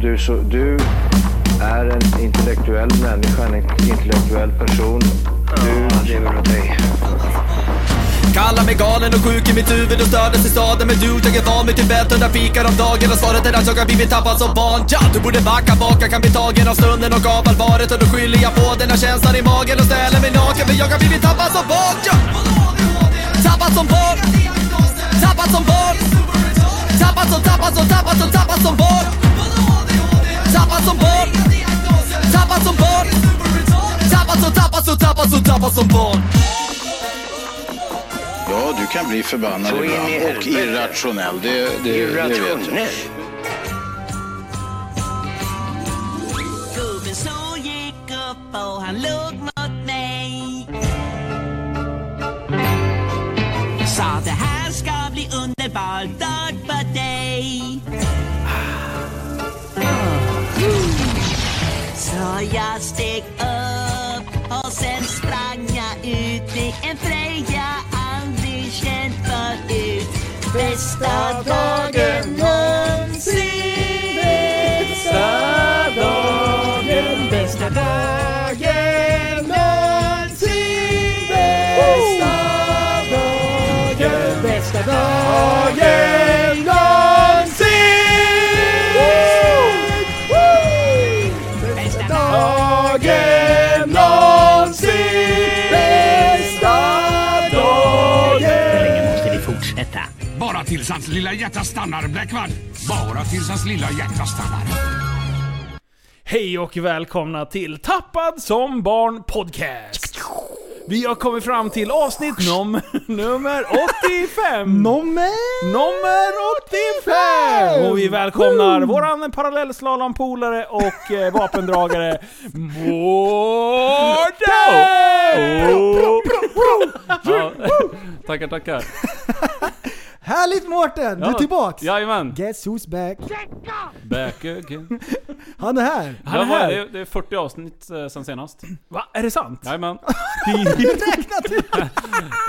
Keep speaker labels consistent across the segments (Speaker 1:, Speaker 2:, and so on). Speaker 1: du, så, du är en intellektuell människa, en intellektuell person. Du lever av dig.
Speaker 2: Kallar mig galen och sjuk i mitt huvud och stördes i staden Men du, jag är van vid Tibet och där fikar om dagen Och svaret är att jag har blivit tappad som barn ja, Du borde backa bak, jag kan bli tagen av stunden och av allvaret Och då skyller jag på den här känslan i magen och ställer mig naken För jag har blivit tappad som barn ja. Tappad som barn Tappad som barn Tappad som, tappad som, tappad som, tappad som barn Tappad som barn Tappad som barn Tappad som, tappad som, tappad som, tappad som barn
Speaker 3: Ja, du kan bli förbannad
Speaker 1: Så in i
Speaker 3: ibland och
Speaker 1: helvete.
Speaker 3: irrationell. Det, det, det vet jag.
Speaker 1: Irrationell.
Speaker 4: Gubben så gick upp och han log mot mig Sa det här ska bli underbar dag för dig Så jag steg upp och sen sprang jag ut i en frej jag aldrig känt förut Bästa dagen någonsin
Speaker 5: Länge måste vi fortsätta.
Speaker 6: Bara tills hans lilla hjärta stannar, Blackman. Bara tills hans lilla hjärta stannar.
Speaker 7: Hej och välkomna till Tappad som barn podcast. Vi har kommit fram till avsnitt num nummer 85.
Speaker 8: Nommer!
Speaker 7: nummer 85! Och vi välkomnar våran parallellslalompolare och eh, vapendragare Mårten!
Speaker 9: Ja, tackar, tackar.
Speaker 8: Härligt Mårten! Du är tillbaks!
Speaker 9: Jajamän.
Speaker 8: Guess who's back?
Speaker 9: Back again.
Speaker 8: Han är här!
Speaker 7: Han är
Speaker 9: Det var-
Speaker 7: här.
Speaker 9: Det är, det är 40 avsnitt eh, sen senast.
Speaker 7: Va? Är det sant?
Speaker 9: Jajamän.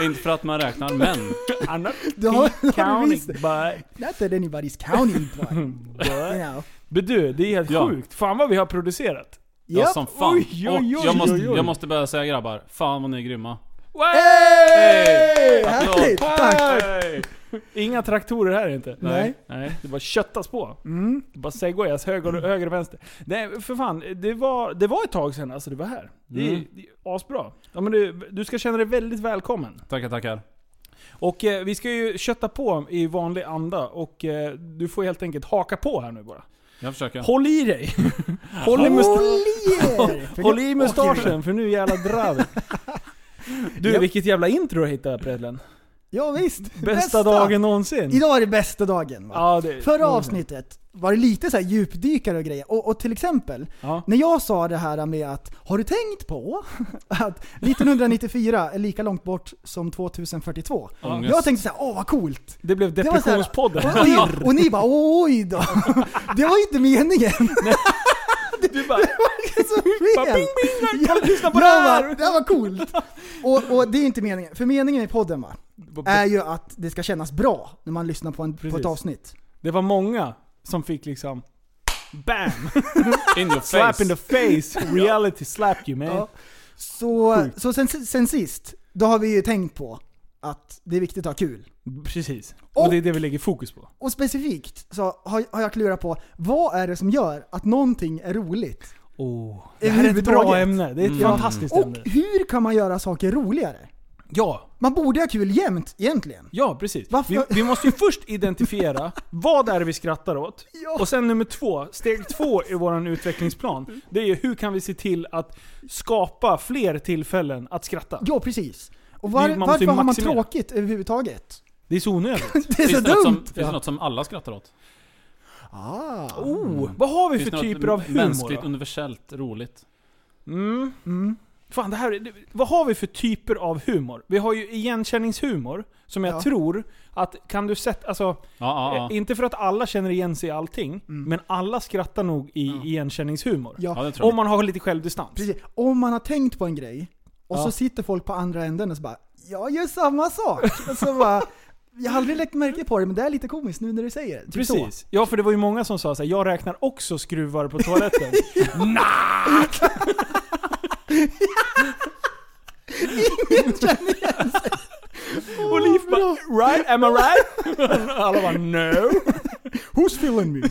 Speaker 9: Inte för att man räknar, men.
Speaker 7: I'm not
Speaker 8: Du har-
Speaker 7: counting
Speaker 8: visst.
Speaker 7: by...
Speaker 8: Not that anybody's counting but, you know.
Speaker 7: Men du, det är helt
Speaker 9: Ja.
Speaker 7: sjukt. Fan vad vi har producerat.
Speaker 9: Ja,
Speaker 8: Japp.
Speaker 9: som fan.
Speaker 7: Oj, oj,
Speaker 9: Och
Speaker 7: oj,
Speaker 9: jag, måste,
Speaker 7: oj, oj.
Speaker 9: jag måste börja säga grabbar, fan vad ni är grymma.
Speaker 8: Hey!
Speaker 9: Applåd.
Speaker 8: Härligt! Tack!
Speaker 9: Hej!
Speaker 7: Inga traktorer här inte.
Speaker 8: Nej.
Speaker 9: Nej.
Speaker 7: Det bara köttas på. Det bara segways höger, och- höger och vänster. Nej, för fan. Det var, det var ett tag sedan alltså du var här. Det är,
Speaker 9: Mm.
Speaker 7: det är asbra. Ja, men du, du ska känna dig väldigt välkommen.
Speaker 9: Tackar, tackar.
Speaker 7: Och eh, vi ska ju kötta på i vanlig anda och eh, du får helt enkelt haka på här nu bara.
Speaker 9: Jag försöker.
Speaker 7: Håll i dig! Håll i,
Speaker 8: Håll
Speaker 7: must-
Speaker 8: i er!
Speaker 7: håll i mustaschen för nu jävla drar vi. Du,
Speaker 8: Japp.
Speaker 7: vilket jävla intro du hittade Predlen.
Speaker 8: Ja, visst.
Speaker 7: Bästa, dagen någonsin.
Speaker 8: Idag är det bästa dagen. Va?
Speaker 7: Ja, det,
Speaker 8: Förra avsnittet var det lite så här djupdykare och grejer. Och, och till exempel,
Speaker 7: Ja.
Speaker 8: när jag sa det här med att har du tänkt på att 1994 är lika långt bort som 2042?
Speaker 9: Ångest.
Speaker 8: Jag tänkte så här, åh vad coolt!
Speaker 7: Det blev
Speaker 8: Det var så här-
Speaker 7: depressionspodden.
Speaker 8: Och, och, ni- och ni bara oj då! Det var ju inte meningen!
Speaker 7: Du bara,
Speaker 8: Det är så fel!
Speaker 7: kan du lyssna på det
Speaker 8: Jag
Speaker 7: här?
Speaker 8: bara, Det här var coolt! Och, och det är inte meningen, för meningen i podden va,
Speaker 7: Äh.
Speaker 8: är ju att det ska kännas bra när man lyssnar på, en, på
Speaker 7: Precis.
Speaker 8: ett avsnitt.
Speaker 7: Det var många som fick liksom BAM!
Speaker 9: In your
Speaker 7: Slap
Speaker 9: face.
Speaker 7: in the face! Reality slap you man.
Speaker 8: Ja. Så, så sen, sen sist, då har vi ju tänkt på att det är viktigt att ha kul.
Speaker 7: Precis. Och, det är det vi lägger fokus på.
Speaker 8: Och specifikt så har, har jag klurat på, vad är det som gör att någonting är roligt?
Speaker 7: Oh, Det här är ett bra
Speaker 8: Överhuvudtaget.
Speaker 7: ämne. Det är ett
Speaker 9: Mm.
Speaker 7: Mm. fantastiskt
Speaker 8: Och
Speaker 7: ämne.
Speaker 8: hur kan man göra saker roligare?
Speaker 7: Ja,
Speaker 8: Man borde ha kul jämt egentligen.
Speaker 7: ja precis.
Speaker 8: Varför-
Speaker 7: Vi, vi måste ju först identifiera vad det är vi skrattar åt.
Speaker 8: Ja.
Speaker 7: Och sen nummer två, steg två i vår utvecklingsplan. Det är ju hur kan vi se till att skapa fler tillfällen att skratta.
Speaker 8: Ja, precis. Och var,
Speaker 7: Det- man måste
Speaker 8: varför
Speaker 7: ju
Speaker 8: har man
Speaker 7: maximera.
Speaker 8: tråkigt överhuvudtaget?
Speaker 7: Det är så onödigt.
Speaker 8: Det är så
Speaker 9: Finns det något som,
Speaker 8: dumt!
Speaker 9: finns det något som alla skrattar åt?
Speaker 7: Oh, vad har vi
Speaker 9: Finns
Speaker 7: för
Speaker 9: det något
Speaker 7: typer av humor?
Speaker 9: Mänskligt,
Speaker 7: då?
Speaker 9: universellt, roligt.
Speaker 7: Mm. Fan, det här, är- det- vad har vi för typer av humor? Vi har ju igenkänningshumor, som jag
Speaker 8: Ja.
Speaker 7: tror att kan du sätta... Alltså,
Speaker 9: Ja, ja,
Speaker 7: eh,
Speaker 9: ja.
Speaker 7: inte för att alla känner igen sig i allting, men alla skrattar nog i igenkänningshumor.
Speaker 8: Mm. Ja,
Speaker 9: Ja, det tror jag.
Speaker 7: Om man har lite självdistans.
Speaker 8: precis. Om man har tänkt på en grej och
Speaker 7: Ja.
Speaker 8: så sitter folk på andra änden och så bara “Jag gör samma sak” och så bara Jag har aldrig lagt märke på det, men det är lite komiskt nu när du säger det. Typ Så.
Speaker 7: Precis. Ja, för det var ju många som sa så här, jag räknar också skruvar på toaletten. Och Liv bara, right? Am I right? Alla bara, no.
Speaker 8: Who's feeling me?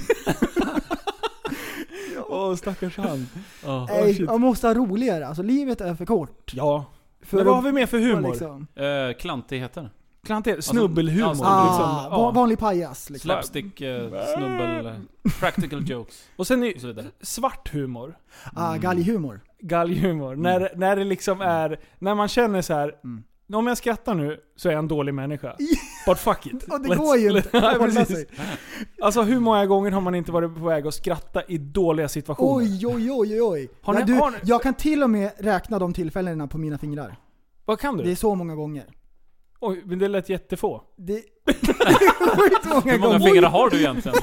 Speaker 7: Åh, stackars han. Ja.
Speaker 8: Nej, man måste ha roligare. Alltså livet är för kort.
Speaker 7: Ja.
Speaker 8: För
Speaker 7: Men vad har vi mer för
Speaker 8: att-
Speaker 7: humor?
Speaker 8: liksom-
Speaker 9: Eh, klantigheter.
Speaker 7: Klantighet? Snubbelhumor?
Speaker 9: Alltså,
Speaker 8: Ah,
Speaker 9: Liksom,
Speaker 8: va-
Speaker 9: ja.
Speaker 8: Vanlig pajas liksom.
Speaker 9: Slapstick, eh, snubbel, eh, practical jokes
Speaker 7: Och sen är
Speaker 9: och så
Speaker 7: ju
Speaker 9: vidare.
Speaker 7: svart humor.
Speaker 8: Ah, galghumor.
Speaker 7: Mm. galghumor.
Speaker 8: Mm.
Speaker 7: När, när det liksom är, när man känner så här. Om jag skrattar nu så är jag en dålig människa. But fuck it.
Speaker 8: Och det
Speaker 7: Let's-
Speaker 8: går ju
Speaker 7: let-
Speaker 8: inte
Speaker 7: Nej,
Speaker 8: att hålla
Speaker 7: precis.
Speaker 8: sig.
Speaker 7: Alltså hur många gånger har man inte varit på väg att skratta i dåliga situationer?
Speaker 8: Oj, oj, oj, oj, oj.
Speaker 7: Har
Speaker 8: Nej,
Speaker 7: ni-
Speaker 8: du,
Speaker 7: har ni-
Speaker 8: Jag kan till och med räkna de tillfällena på mina fingrar.
Speaker 7: Vad kan
Speaker 8: Det är
Speaker 7: du?
Speaker 8: så många gånger.
Speaker 7: Oj, men det lät jättefå.
Speaker 8: Det det är sjukt många
Speaker 9: Hur många
Speaker 8: gånger.
Speaker 9: fingrar har du egentligen?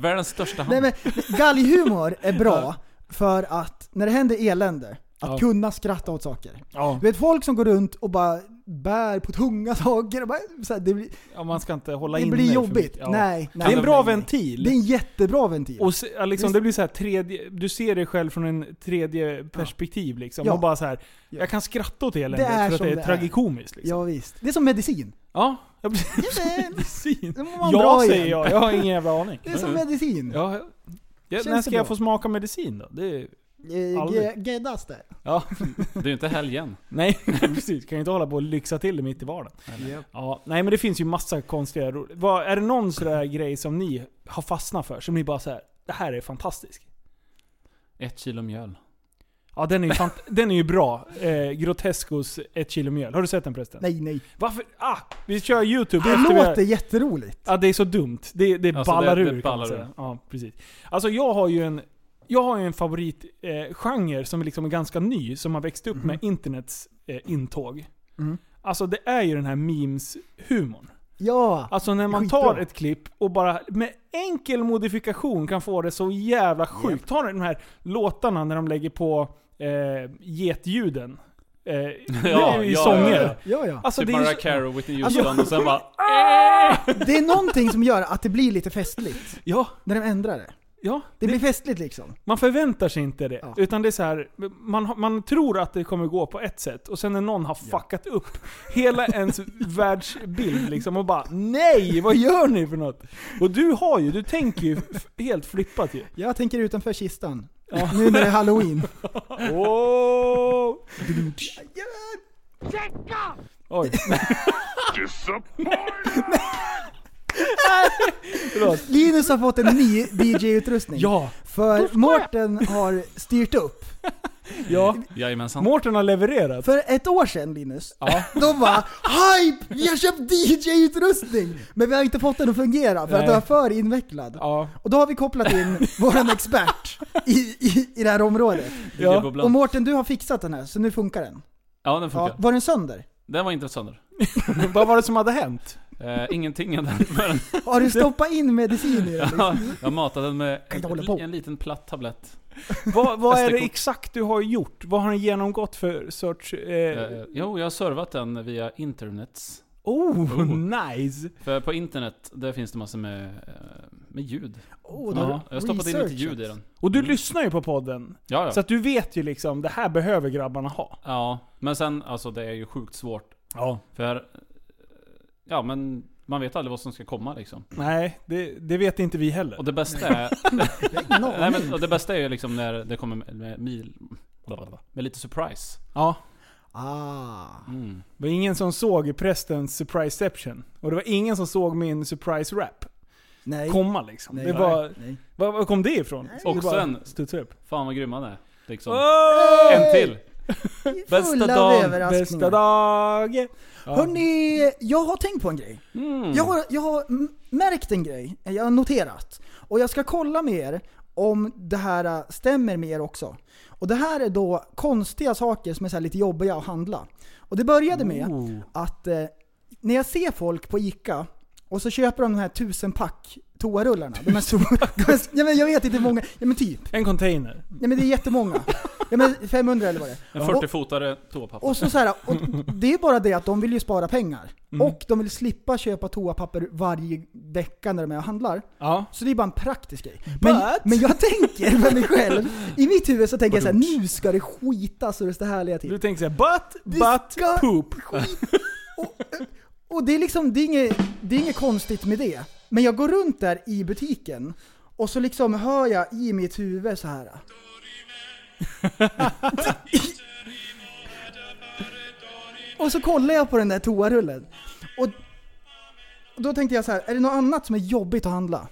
Speaker 9: Världens största hand.
Speaker 8: Nej men, galghumor är bra för att när det händer elände, att
Speaker 7: Ja.
Speaker 8: kunna skratta åt saker.
Speaker 7: Ja.
Speaker 8: Du vet folk som går runt och bara bär på tunga saker. Och bara, så här, det blir,
Speaker 7: ja, man ska inte hålla
Speaker 8: det
Speaker 7: in
Speaker 8: blir
Speaker 7: för
Speaker 8: jobbigt.
Speaker 7: mycket. Ja.
Speaker 8: Nej,
Speaker 7: Det
Speaker 8: nej.
Speaker 7: är en bra
Speaker 8: nej, nej.
Speaker 7: ventil.
Speaker 8: Det är en jättebra ventil.
Speaker 7: Och se, liksom, det blir så här tredje, du ser dig själv från en tredje perspektiv liksom.
Speaker 8: Ja.
Speaker 7: Och bara så här,
Speaker 8: Ja.
Speaker 7: jag kan skratta åt eländet
Speaker 8: Det är
Speaker 7: för att
Speaker 8: som
Speaker 7: det är
Speaker 8: det är.
Speaker 7: tragikomiskt. Liksom.
Speaker 8: ja, visst. Det är som medicin.
Speaker 7: Ja, jag blir medicin.
Speaker 8: Då mår man bra
Speaker 7: Ja säger
Speaker 8: igen.
Speaker 7: jag, jag har ingen jävla aning.
Speaker 8: Det är som medicin.
Speaker 7: Ja, ja. ja,
Speaker 8: Känns
Speaker 7: när
Speaker 8: det
Speaker 7: ska jag
Speaker 8: bra?
Speaker 7: få smaka medicin då? Det är,
Speaker 8: Eh, ge- Geddas det.
Speaker 7: ja.
Speaker 9: Det är ju inte helgen.
Speaker 7: Nej, precis. Kan ju inte hålla på och lyxa till det mitt i vardagen. Ja, nej men det finns ju massa konstiga ro- Vad Är det någon sån där grej som ni har fastnat för? Som ni bara så här, det här är fantastiskt.
Speaker 9: Ett kilo mjöl.
Speaker 7: Ja den är ju, fant- den är ju bra. Eh, Grotescos ett kilo mjöl. Har du sett den förresten?
Speaker 8: Nej, nej.
Speaker 7: Varför? Ah! Vi kör youtube
Speaker 8: Det
Speaker 7: efter vi har-
Speaker 8: låter jätteroligt.
Speaker 7: Ja, det är så dumt. Det, det
Speaker 9: Alltså,
Speaker 7: ballar
Speaker 9: det- det
Speaker 7: ur kan
Speaker 9: ballar
Speaker 7: man säga.
Speaker 9: ur.
Speaker 7: Ja, precis. Alltså jag har ju en, jag har ju en favoritgenre eh, genre som är liksom ganska ny, som har växt upp
Speaker 9: Mhm.
Speaker 7: med internets eh, intåg.
Speaker 9: Mm.
Speaker 7: Alltså det är ju den här memes-humorn.
Speaker 8: Ja.
Speaker 7: Alltså när man
Speaker 8: Skitbra.
Speaker 7: tar ett klipp och bara med enkel modifikation kan få det så jävla sjukt. Ta de här låtarna när de lägger på eh, getljuden. Eh, ja, I
Speaker 9: ja,
Speaker 7: sånger.
Speaker 9: ja, ja.
Speaker 8: Ja, ja.
Speaker 7: Alltså,
Speaker 9: typ
Speaker 7: det är ju så-
Speaker 9: Mariah
Speaker 7: Alltså-
Speaker 9: Carey och Whitney Houston och sen bara...
Speaker 8: Det är någonting som gör att det blir lite festligt.
Speaker 7: ja,
Speaker 8: När de ändrar det.
Speaker 7: ja,
Speaker 8: Det blir festligt liksom.
Speaker 7: Man förväntar sig inte det.
Speaker 8: Ja.
Speaker 7: Utan det är så här, man, har- man tror att det kommer gå på ett sätt, och sen när någon har fuckat upp hela ens världsbild liksom, och bara NEJ! Vad gör ni för något? Och du har ju, du tänker ju f- helt flippat ju.
Speaker 8: Jag tänker utanför kistan. Nu när det är halloween.
Speaker 7: Åh! Oj.
Speaker 8: Linus har fått en ny DJ-utrustning.
Speaker 7: Ja,
Speaker 8: För Mårten har styrt upp.
Speaker 7: ja.
Speaker 9: Jajamensan.
Speaker 7: Mårten har levererat.
Speaker 8: För ett år sedan Linus, då var hype! Vi har köpt DJ-utrustning! Men vi har inte fått den att fungera för att
Speaker 7: Nej.
Speaker 8: den var för invecklad.
Speaker 7: Ja.
Speaker 8: Och då har vi kopplat in våran expert i, i, i det här området.
Speaker 7: Ja.
Speaker 9: Bubblan.
Speaker 8: Och Mårten, du har fixat den här så nu funkar den.
Speaker 9: Ja, den funkar.
Speaker 8: Ja, var den sönder?
Speaker 9: Den var inte sönder.
Speaker 7: Vad var det som hade hänt?
Speaker 9: Eh, ingenting hade hänt med den.
Speaker 8: Har du stoppat in medicin i den?
Speaker 9: Ja, Jag matade den med
Speaker 8: inte hålla på.
Speaker 9: en, en liten platt tablett.
Speaker 7: Vad, vad är det
Speaker 9: SD-kort.
Speaker 7: exakt du har gjort? Vad har ni genomgått för search? Eh,
Speaker 9: Eh, jo, jag har servat den via internets.
Speaker 7: oh,
Speaker 9: oh.
Speaker 7: nice!
Speaker 9: För på internet, där finns det massor med, eh, med ljud.
Speaker 8: Oh, då har
Speaker 9: Ja,
Speaker 8: du
Speaker 9: jag har stoppat in lite
Speaker 8: researchat.
Speaker 9: ljud i den.
Speaker 7: Och du lyssnar ju på podden.
Speaker 9: Ja, ja.
Speaker 7: Så att du vet ju liksom, det här behöver grabbarna ha.
Speaker 9: ja. Men sen, alltså det är ju sjukt svårt.
Speaker 7: Ja.
Speaker 9: För... eh, Ja, men man vet aldrig vad som ska komma liksom.
Speaker 7: Nej, det, det vet inte vi heller.
Speaker 9: Och det bästa är...
Speaker 8: No,
Speaker 9: nej, men, och det bästa är ju liksom när det kommer med, med, mil, med lite surprise.
Speaker 7: Ja.
Speaker 8: Ah.
Speaker 7: Det var ingen som såg prästens surpriseception. Och det var ingen som såg min surprise-rap
Speaker 8: Nej.
Speaker 7: komma liksom.
Speaker 8: Nej.
Speaker 7: det var,
Speaker 8: Nej.
Speaker 7: var, var kom det ifrån? Det
Speaker 9: Också
Speaker 7: bara
Speaker 9: en-
Speaker 7: studsade upp.
Speaker 9: Fan vad grymma den är. Liksom.
Speaker 7: Åh!
Speaker 9: En till! Bästa
Speaker 8: Fulla av
Speaker 9: dagen,
Speaker 7: Bästa
Speaker 8: överraskningar.
Speaker 7: dag!
Speaker 8: Hörni, jag har tänkt på en grej.
Speaker 9: Mm.
Speaker 8: Jag, har, jag har m- märkt en grej, jag har noterat. Och jag ska kolla med er om det här äh, stämmer med er också. Och det här är då konstiga saker som är så här lite jobbiga att handla. Och det började med att eh, när jag ser folk på ICA och så köper de de här tusenpack toarullarna. De är stora. De är, ja, men jag vet inte hur många, ja, men typ.
Speaker 7: En container.
Speaker 8: Nej men det är jättemånga. Ja, men 500 eller vad det är.
Speaker 9: En 40-fotare toapapper.
Speaker 8: Och så så här, och det är bara det att de vill ju spara pengar. Och de vill slippa köpa toapapper varje vecka när de är och handlar.
Speaker 7: Ja.
Speaker 8: Så det är bara en praktisk grej. Men, men jag tänker med mig själv, i mitt huvud så tänker jag så här: nu ska det skita så det står härliga till.
Speaker 7: Du tänker såhär, but,
Speaker 8: Det
Speaker 7: but,
Speaker 8: ska-
Speaker 7: poop.
Speaker 8: Skit. Och, eh, och det är liksom, det är, inget, det är inget konstigt med det. Men jag går runt där i butiken och så liksom hör jag i mitt huvud så här. och så kollar jag på den där toarullen. Och, och då tänkte jag så här, är det något annat som är jobbigt att handla?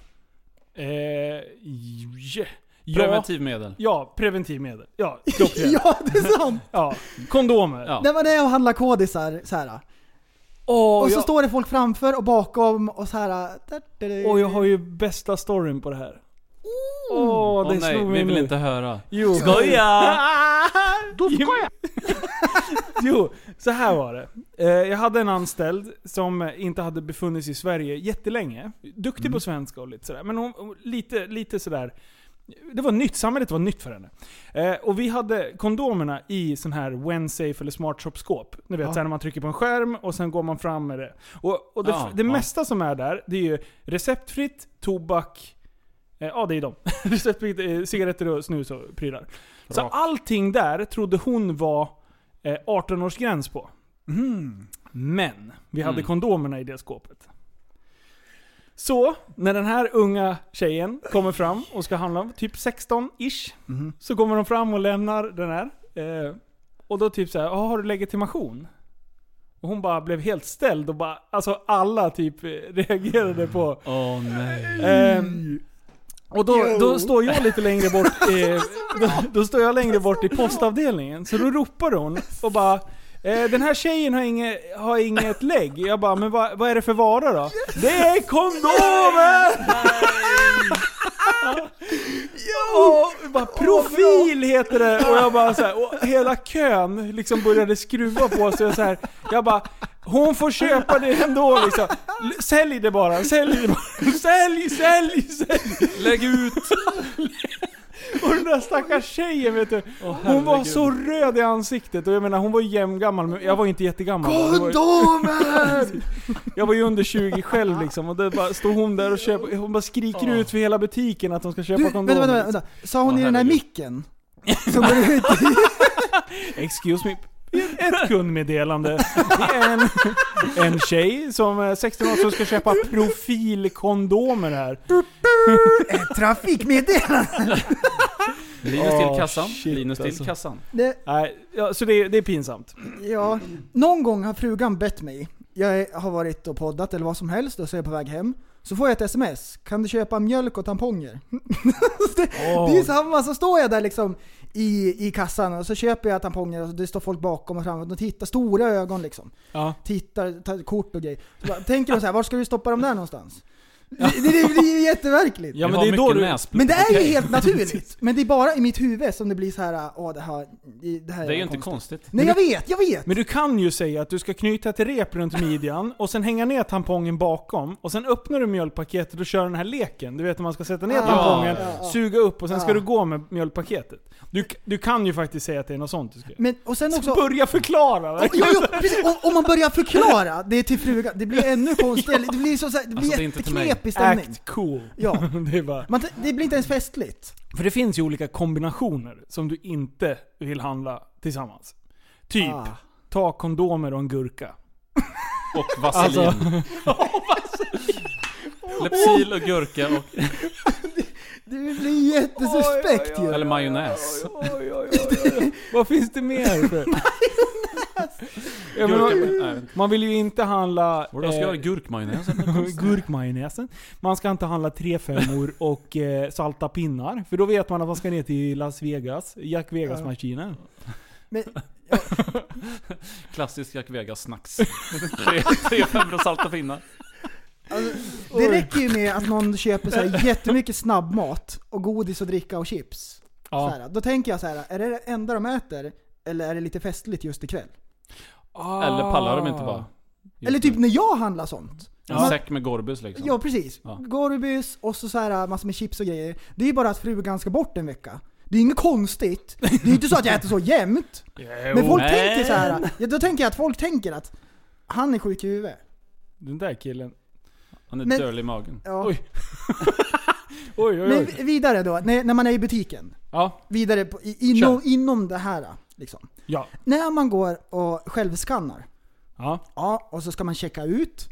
Speaker 7: Eh, yeah. ja,
Speaker 9: Preventivmedel.
Speaker 7: ja, preventivmedel. Ja, klockrent. ja.
Speaker 8: ja, det är sant!
Speaker 7: kondomer.
Speaker 9: Ja.
Speaker 8: När man är och handlar kodisar så här. Och, så
Speaker 7: jag-
Speaker 8: står det folk framför och bakom och så här.
Speaker 7: Och jag har ju bästa storyn på det här. Åh,
Speaker 9: Åh
Speaker 7: det
Speaker 9: nej,
Speaker 7: slog
Speaker 9: vi
Speaker 7: mig
Speaker 9: vill
Speaker 7: nu.
Speaker 9: inte höra.
Speaker 7: Jo.
Speaker 9: Skoja!
Speaker 7: Då skojar Jo, så här var det. Eh, Jag hade en anställd som inte hade befunnit sig i Sverige jättelänge. Duktig
Speaker 9: Mm.
Speaker 7: på svenska och lite sådär. Men hon, hon- lite, lite sådär... Det var nytt, samhället var nytt för henne. Eh, och vi hade kondomerna i sån här Wensafe eller Smart Shop-skåp. Ni vet, så här när man trycker på en skärm och sen går man fram med det. Och, och det,
Speaker 9: Ja,
Speaker 7: det
Speaker 9: ja.
Speaker 7: mesta som är där, det är ju receptfritt, tobak, eh, ja det är de. receptfritt, eh, cigaretter och snus och prylar. Så allting där trodde hon var eh, 18-årsgräns på.
Speaker 9: Mm.
Speaker 7: Men vi hade kondomerna i det skåpet. Så, när den här unga tjejen kommer fram och ska handla, typ 16-ish, så kommer de fram och lämnar den här. Eh, och då typ så här, "Ah, har du legitimation? Och hon bara blev helt ställd och bara, alltså alla typ eh, reagerade på
Speaker 9: Åh nej.
Speaker 7: Ehm, och då, då står jag lite längre bort eh, då, då står jag längre bort i postavdelningen. Så då ropar hon och bara eh, Den här tjejen har inget, har inget lägg. Jag bara, men vad, vad är det för vara då? Det är kondomer! Och bara, profil heter det! Och jag bara så här, och hela kön liksom började skruva på sig och så här. Jag bara, hon får köpa det ändå liksom. L- Sälj det bara, sälj det bara. Sälj, sälj, sälj!
Speaker 9: Lägg ut!
Speaker 7: Och den där stackars tjejen vet du. Hon var så röd i ansiktet och jag menar hon var ju jämngammal men jag var ju inte jättegammal. Jag var ju-
Speaker 8: Kondomer!
Speaker 7: Jag var ju under 20 själv liksom och det bara, står hon där och köper, hon bara skriker ut för hela butiken att hon ska
Speaker 8: Du,
Speaker 7: köpa
Speaker 8: vänta,
Speaker 7: kondomer.
Speaker 8: vänta, vänta, vänta. Sa hon
Speaker 9: Åh,
Speaker 8: i den här
Speaker 9: herregud.
Speaker 8: micken? Som går ut i...
Speaker 7: Excuse me. Ett kundmeddelande. Det är en, en tjej som är 16 år som ska köpa profilkondomer här.
Speaker 8: Ett trafikmeddelande!
Speaker 9: Linus
Speaker 7: Åh,
Speaker 9: till kassan.
Speaker 7: shit,
Speaker 9: Linus till
Speaker 7: alltså.
Speaker 9: kassan.
Speaker 8: Det,
Speaker 7: Nej, ja, så det, det är pinsamt.
Speaker 8: ja, någon gång har frugan bett mig. Jag är- har varit och poddat eller vad som helst och så är jag på väg hem. Så får jag ett sms. Kan du köpa mjölk och tamponger? Så det, det är samma, så står jag där liksom i, i kassan och så köper jag tamponger och det står folk bakom och fram och de tittar, stora ögon liksom.
Speaker 7: Ja.
Speaker 8: tittar, tar kort och grejer. Så bara, tänker de så här, var ska du stoppa dem där någonstans? Det, det, det blir ju jätteverkligt.
Speaker 7: Ja, men
Speaker 9: har
Speaker 7: det är då
Speaker 9: mycket
Speaker 7: du-
Speaker 9: näsblod.
Speaker 8: Men det är
Speaker 9: Okej.
Speaker 8: ju helt naturligt. Men det är bara i mitt huvud som det blir så här, åh det här, det här
Speaker 9: Det är ju inte konstigt.
Speaker 8: Nej jag vet, jag vet!
Speaker 7: Men du kan ju säga att du ska knyta ett rep runt midjan och sen hänga ner tampongen bakom och sen öppnar du mjölkpaketet och kör den här leken. Du vet när man ska sätta ner
Speaker 8: Ja,
Speaker 7: tampongen,
Speaker 8: Ah. ja, Ah. ja.
Speaker 7: suga upp och sen ska
Speaker 8: Ja.
Speaker 7: du gå med mjölkpaketet. Du, du kan ju faktiskt säga att det är något sånt du ska göra.
Speaker 8: Men, och sen också...
Speaker 7: Börja förklara! va?
Speaker 8: Jo, jo, precis. Och- Om man börjar förklara det till frugan, det blir ännu konstigare. Det blir, så, så här, det blir
Speaker 9: Alltså, det är inte till mig.
Speaker 8: jätteknepig stämning.
Speaker 7: Act cool.
Speaker 8: Ja.
Speaker 7: det är bara...
Speaker 8: Man, t- det blir inte ens festligt.
Speaker 7: För det finns ju olika kombinationer som du inte vill handla tillsammans. Typ,
Speaker 8: Ah.
Speaker 7: ta kondomer och en gurka.
Speaker 9: Och vaselin. Lepsil Alltså. och gurka och...
Speaker 8: Det blir jättesuspekt ju.
Speaker 9: Eller majonnäs.
Speaker 7: Vad finns det mer för? ja, men,
Speaker 9: Gurka...
Speaker 7: man,
Speaker 9: Nej,
Speaker 7: man vill ju inte handla...
Speaker 9: Vadå, ska jag göra
Speaker 7: eh,
Speaker 9: gurkmajonnäs? eller?
Speaker 7: Gurkmajonnäsen. Man ska inte handla tre femmor och eh, salta pinnar. För då vet man att man ska ner till Las Vegas. Jack Vegas-maskinen.
Speaker 8: Men,
Speaker 9: Klassisk Jack Vegas-snacks. tre, tre femmor och salta pinnar.
Speaker 8: det räcker ju med att någon köper så här jättemycket snabbmat och godis och dricka och chips.
Speaker 7: Ja.
Speaker 8: Så här, då tänker jag så här, är det det enda de äter? Eller är det lite festligt just ikväll?
Speaker 9: Eller pallar de inte bara? Just
Speaker 8: Eller typ
Speaker 9: nu.
Speaker 8: när jag handlar sånt.
Speaker 9: En säck med Gorbus liksom.
Speaker 8: Ja precis.
Speaker 9: Ja.
Speaker 8: äh, Gorbys och så, så här massor med chips och grejer. Det är ju bara att frugan ska bort en vecka. Det är inget konstigt. Det är inte så att jag äter så jämt. men folk
Speaker 9: men-
Speaker 8: tänker så här. äh, Ja, då tänker jag att folk tänker att han är sjuk i huvudet.
Speaker 7: Den där killen.
Speaker 9: Han är
Speaker 8: Men-
Speaker 9: döl i magen.
Speaker 8: Ja.
Speaker 7: Oj. Oj, oj,
Speaker 8: Men
Speaker 7: oj.
Speaker 8: vi- vidare då, när, när man är i butiken.
Speaker 7: Ja,
Speaker 8: Vidare på, i, inom, inom det här. Liksom.
Speaker 7: ja,
Speaker 8: När man går och självskannar.
Speaker 7: ja.
Speaker 8: Ja, och så ska man checka ut.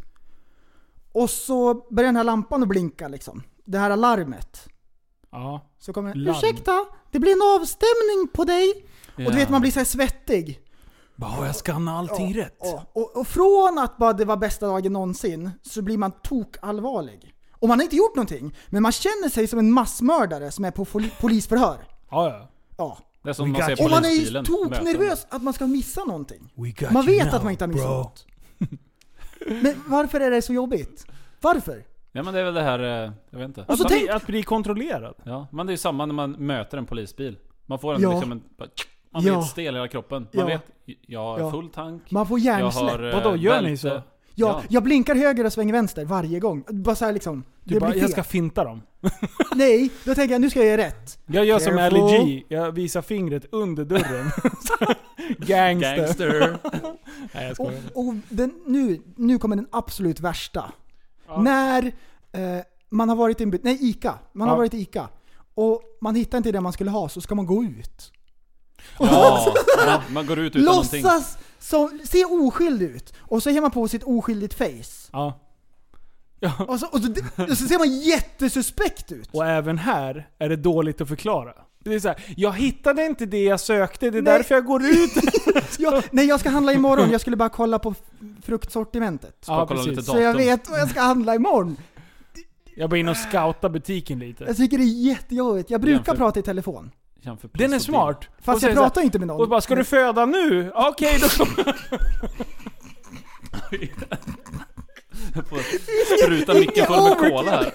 Speaker 8: Och så börjar den här lampan att blinka liksom. Det här alarmet.
Speaker 7: ja.
Speaker 8: Så kommer den,
Speaker 7: Larm.
Speaker 8: ursäkta, det blir en avstämning på dig. Och du vet man blir så här svettig.
Speaker 7: Bara, har jag skannat allting rätt?
Speaker 8: Ja, och, och från att bara det var bästa dagen någonsin så blir man tokallvarlig. Och man har inte gjort någonting, men man känner sig som en massmördare som är på poli- polisförhör.
Speaker 7: Ja, ja.
Speaker 8: Ja.
Speaker 9: Det är som man ser
Speaker 7: got
Speaker 9: på
Speaker 8: Och man är ju
Speaker 9: polisbilen. Möten.
Speaker 8: toknervös att man ska missa någonting.
Speaker 7: We got
Speaker 8: Man
Speaker 7: you
Speaker 8: vet att
Speaker 7: now,
Speaker 8: man inte har missat
Speaker 7: bro.
Speaker 8: något. Men varför är det så jobbigt? Varför?
Speaker 9: Ja men det är väl det här, eh, jag vet inte.
Speaker 8: Och så
Speaker 7: att, bli,
Speaker 8: tänk-
Speaker 7: att bli kontrollerad.
Speaker 9: Ja, men det är ju samma när man möter en polisbil. Man får en
Speaker 8: Ja.
Speaker 9: liksom en... bara- Man blir
Speaker 8: Ja.
Speaker 9: helt stel i hela kroppen. Man
Speaker 8: Ja.
Speaker 9: vet, jag har
Speaker 8: Ja.
Speaker 9: full tank.
Speaker 8: Man får
Speaker 9: jag
Speaker 8: hjärnsläpp.
Speaker 9: har...
Speaker 8: Jag,
Speaker 9: eh,
Speaker 7: Vadå, gör ni
Speaker 9: bälte.
Speaker 7: så?
Speaker 9: ja.
Speaker 8: jag blinkar höger och svänger vänster varje gång. Bara såhär liksom.
Speaker 7: Du
Speaker 8: det
Speaker 7: bara,
Speaker 8: blir
Speaker 7: jag
Speaker 8: fel.
Speaker 7: ska finta dem.
Speaker 8: Nej, då tänker jag nu ska jag göra rätt.
Speaker 7: Jag gör som
Speaker 8: Careful.
Speaker 7: Ali G. Jag visar fingret under dörren. Gangster.
Speaker 9: Gangster.
Speaker 7: Nej, jag
Speaker 8: Och,
Speaker 7: skojar.
Speaker 8: och den, nu, nu kommer den absolut värsta. När eh, man har varit i en bu- nej Ica. Man har
Speaker 7: Ja.
Speaker 8: varit i Ica. Och man hittar inte det man skulle ha, så ska man gå ut.
Speaker 9: ja, man, man går ut utan någonting.
Speaker 8: Låtsas som, se oskyldig ut. Och så ger man på sitt oskyldigt face.
Speaker 7: Ja.
Speaker 8: Och så, och så, och så ser man jättesuspekt ut.
Speaker 7: Och även här är det dåligt att förklara. Det är så här, jag hittade inte det jag sökte, det är
Speaker 8: Nej.
Speaker 7: därför jag går ut.
Speaker 8: Jag, nej jag ska handla imorgon, jag skulle bara kolla på fruktsortimentet.
Speaker 9: Ska kolla lite
Speaker 8: Så jag
Speaker 9: datum.
Speaker 8: vet vad jag ska handla imorgon.
Speaker 7: Jag var inne och scoutade butiken lite.
Speaker 8: Jag tycker det är jättejobbigt. Jag brukar
Speaker 9: Jämför.
Speaker 8: prata i telefon.
Speaker 9: Jämför pris
Speaker 7: Den är
Speaker 9: och
Speaker 7: smart.
Speaker 9: bil.
Speaker 7: Och
Speaker 8: Fast jag
Speaker 7: säger så här-
Speaker 8: pratar inte med någon.
Speaker 7: Och bara, ska du föda nu? Okej, då kommer
Speaker 9: Jag får spruta micken full med cola här.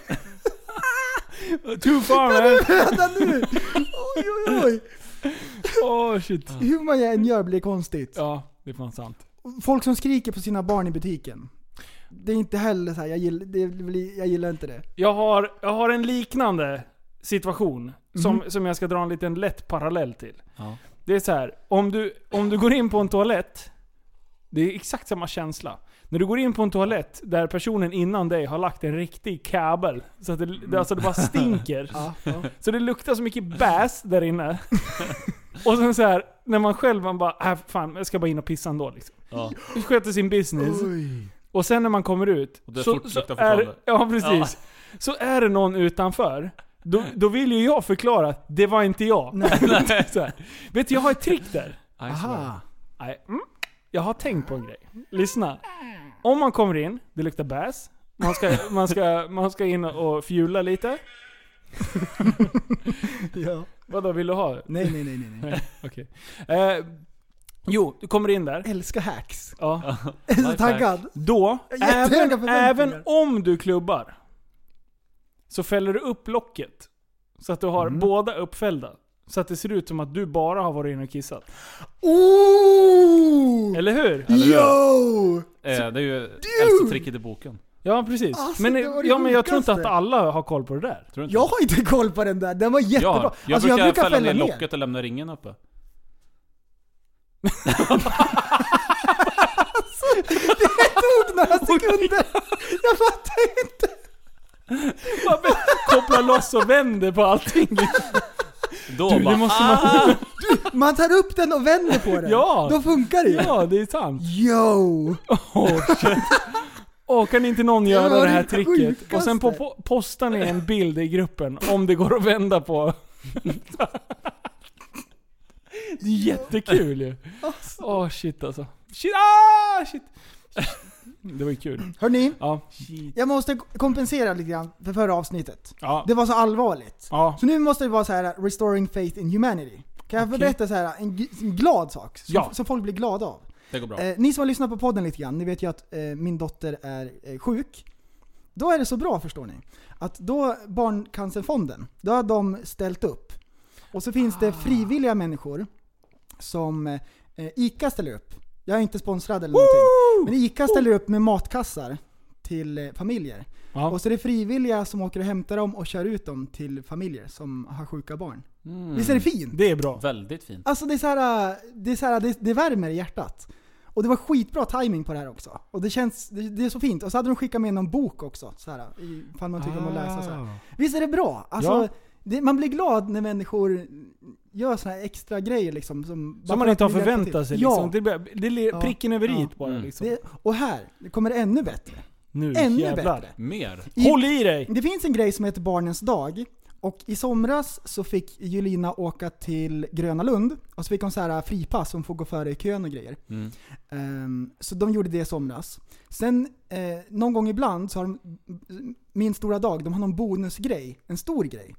Speaker 7: Too far man.
Speaker 8: Vänta nu! Oj, oj, oj.
Speaker 7: Åh Oh, shit.
Speaker 8: Hur man än gör blir det konstigt.
Speaker 7: Ja, det är fan sant.
Speaker 8: Folk som skriker på sina barn i butiken. Det är inte heller så här, jag gillar, det blir, jag gillar inte det.
Speaker 7: Jag har, jag har en liknande situation som, som jag ska dra en liten lätt parallell till.
Speaker 9: Ja.
Speaker 7: Det är så här, om du, om du går in på en toalett, det är exakt samma känsla. När du går in på en toalett där personen innan dig har lagt en riktig kabel, så att det, det, alltså det bara stinker. Så det luktar så mycket bäs där inne. och sen så här, när man själv man bara, äh, fan jag ska bara in och pissa ändå liksom.
Speaker 9: Ja.
Speaker 7: Sköter sin business. Och sen när man kommer ut,
Speaker 9: Och det
Speaker 7: så,
Speaker 9: fort-
Speaker 7: så
Speaker 9: luktar
Speaker 7: är,
Speaker 9: fortfarande.
Speaker 7: ja, precis. så är det någon utanför. Då, då vill ju jag förklara att det var inte jag. så här. Vet du, jag har ett trick där.
Speaker 8: Aha.
Speaker 7: Nej, mm. Jag har tänkt på en grej. Lyssna. Om man kommer in, det luktar bäs. Man ska, man ska, man ska in och fjula lite.
Speaker 8: Ja.
Speaker 7: Vadå, vill du ha?
Speaker 8: Nej, nej, nej, nej. nej.
Speaker 7: Okej. Eh, jo, du kommer in där.
Speaker 8: Älskar hacks.
Speaker 7: Ja.
Speaker 8: Jag är så
Speaker 9: Lifehack.
Speaker 8: taggad.
Speaker 7: Då,
Speaker 8: Jättehöga
Speaker 7: även,
Speaker 8: förväntningar.
Speaker 7: även om du klubbar, så fäller du upp locket. Så att du har båda uppfällda. Så att det ser ut som att du bara har varit inne och kissat.
Speaker 8: Oh!
Speaker 7: Eller hur?
Speaker 8: Yo!
Speaker 9: Eh, det är ju äldsta tricket i boken.
Speaker 7: Ja, precis.
Speaker 8: Alltså,
Speaker 7: men,
Speaker 8: det var det
Speaker 7: ja, men jag tror inte
Speaker 8: sjukaste.
Speaker 7: att alla har koll på det där.
Speaker 9: Tror du inte?
Speaker 8: Jag har inte koll på den där, den var jättebra. Alltså,
Speaker 9: Ja, jag, brukar fälla, ner
Speaker 8: ner.
Speaker 9: locket och lämna ringen uppe.
Speaker 8: tog några sekunder. Jag fattar inte.
Speaker 7: kopplar loss och vänder på allting.
Speaker 9: Då
Speaker 7: Du,
Speaker 9: bara...
Speaker 7: det måste man...
Speaker 8: Man tar upp den och vänder på den.
Speaker 7: Ja.
Speaker 8: Då funkar det ju.
Speaker 7: Ja, det är sant.
Speaker 8: Yo!
Speaker 7: Åh, kan inte någon
Speaker 8: Det
Speaker 7: göra
Speaker 8: var
Speaker 7: det här
Speaker 8: det
Speaker 7: tricket?
Speaker 8: sjukaste.
Speaker 7: Och sen på, på, postar ni en bild i gruppen om det går att vända på. Det är jättekul ju. Åh shit alltså. Shit, ah, shit. Det var ju kul.
Speaker 8: Hörni,
Speaker 7: Ja.
Speaker 8: jag måste kompensera lite grann för förra avsnittet.
Speaker 7: Ja.
Speaker 8: Det var så allvarligt.
Speaker 7: Ja.
Speaker 8: Så nu måste det vara så här restoring faith in humanity. Kan jag få
Speaker 7: Okej.
Speaker 8: berätta så här, en, g- en glad sak som,
Speaker 7: Ja.
Speaker 8: som folk blir glada av?
Speaker 9: Det går bra.
Speaker 8: Eh, ni som har lyssnat på podden lite grann, ni vet ju att eh, min dotter är eh, sjuk. Då är det så bra förstår ni. Att då Barncancerfonden, då har de ställt upp. Och så finns
Speaker 7: Ah.
Speaker 8: det frivilliga människor som eh, ICA ställer upp. Jag är inte sponsrad eller någonting. Men ICA ställer upp med matkassar till eh, familjer.
Speaker 7: Ja.
Speaker 8: Och så är det frivilliga som åker och hämtar dem och kör ut dem till familjer som har sjuka barn. Visst är det fint?
Speaker 7: Mm. Det är bra.
Speaker 9: Väldigt fint.
Speaker 8: Alltså det är så här, det, är så här det, det värmer i hjärtat. Och det var skitbra timing på det här också. Och det känns, det, det är så fint. Och så hade de skickat med någon bok också, så här, i- ifall man tycker om att läsa så här. Visst är det bra? Alltså,
Speaker 7: Ah. Ja.
Speaker 8: det, man blir glad när människor gör såna här extra grejer liksom. Som, bara
Speaker 7: Som man
Speaker 8: för
Speaker 7: inte har
Speaker 8: att vi hjälper till.
Speaker 7: förväntat sig liksom.
Speaker 8: Ja.
Speaker 7: Det, blir- det blir
Speaker 8: Ja.
Speaker 7: pricken över
Speaker 8: Ja.
Speaker 7: i bara
Speaker 9: Mm.
Speaker 7: liksom.
Speaker 8: Det, och här det kommer det ännu bättre.
Speaker 7: nu
Speaker 8: Ännu
Speaker 7: jävlar.
Speaker 8: bättre.
Speaker 9: Mer?
Speaker 8: I-
Speaker 7: Håll i dig!
Speaker 8: Det finns en grej som heter Barnens dag. Och i somras så fick Julina åka till Gröna Lund och så fick hon så här äh, fripass, hon får gå före i kön och grejer.
Speaker 9: Mm.
Speaker 8: Ehm, så de gjorde det i somras. Sen eh, någon gång ibland så har de, min stora dag, de har någon bonusgrej, en stor grej.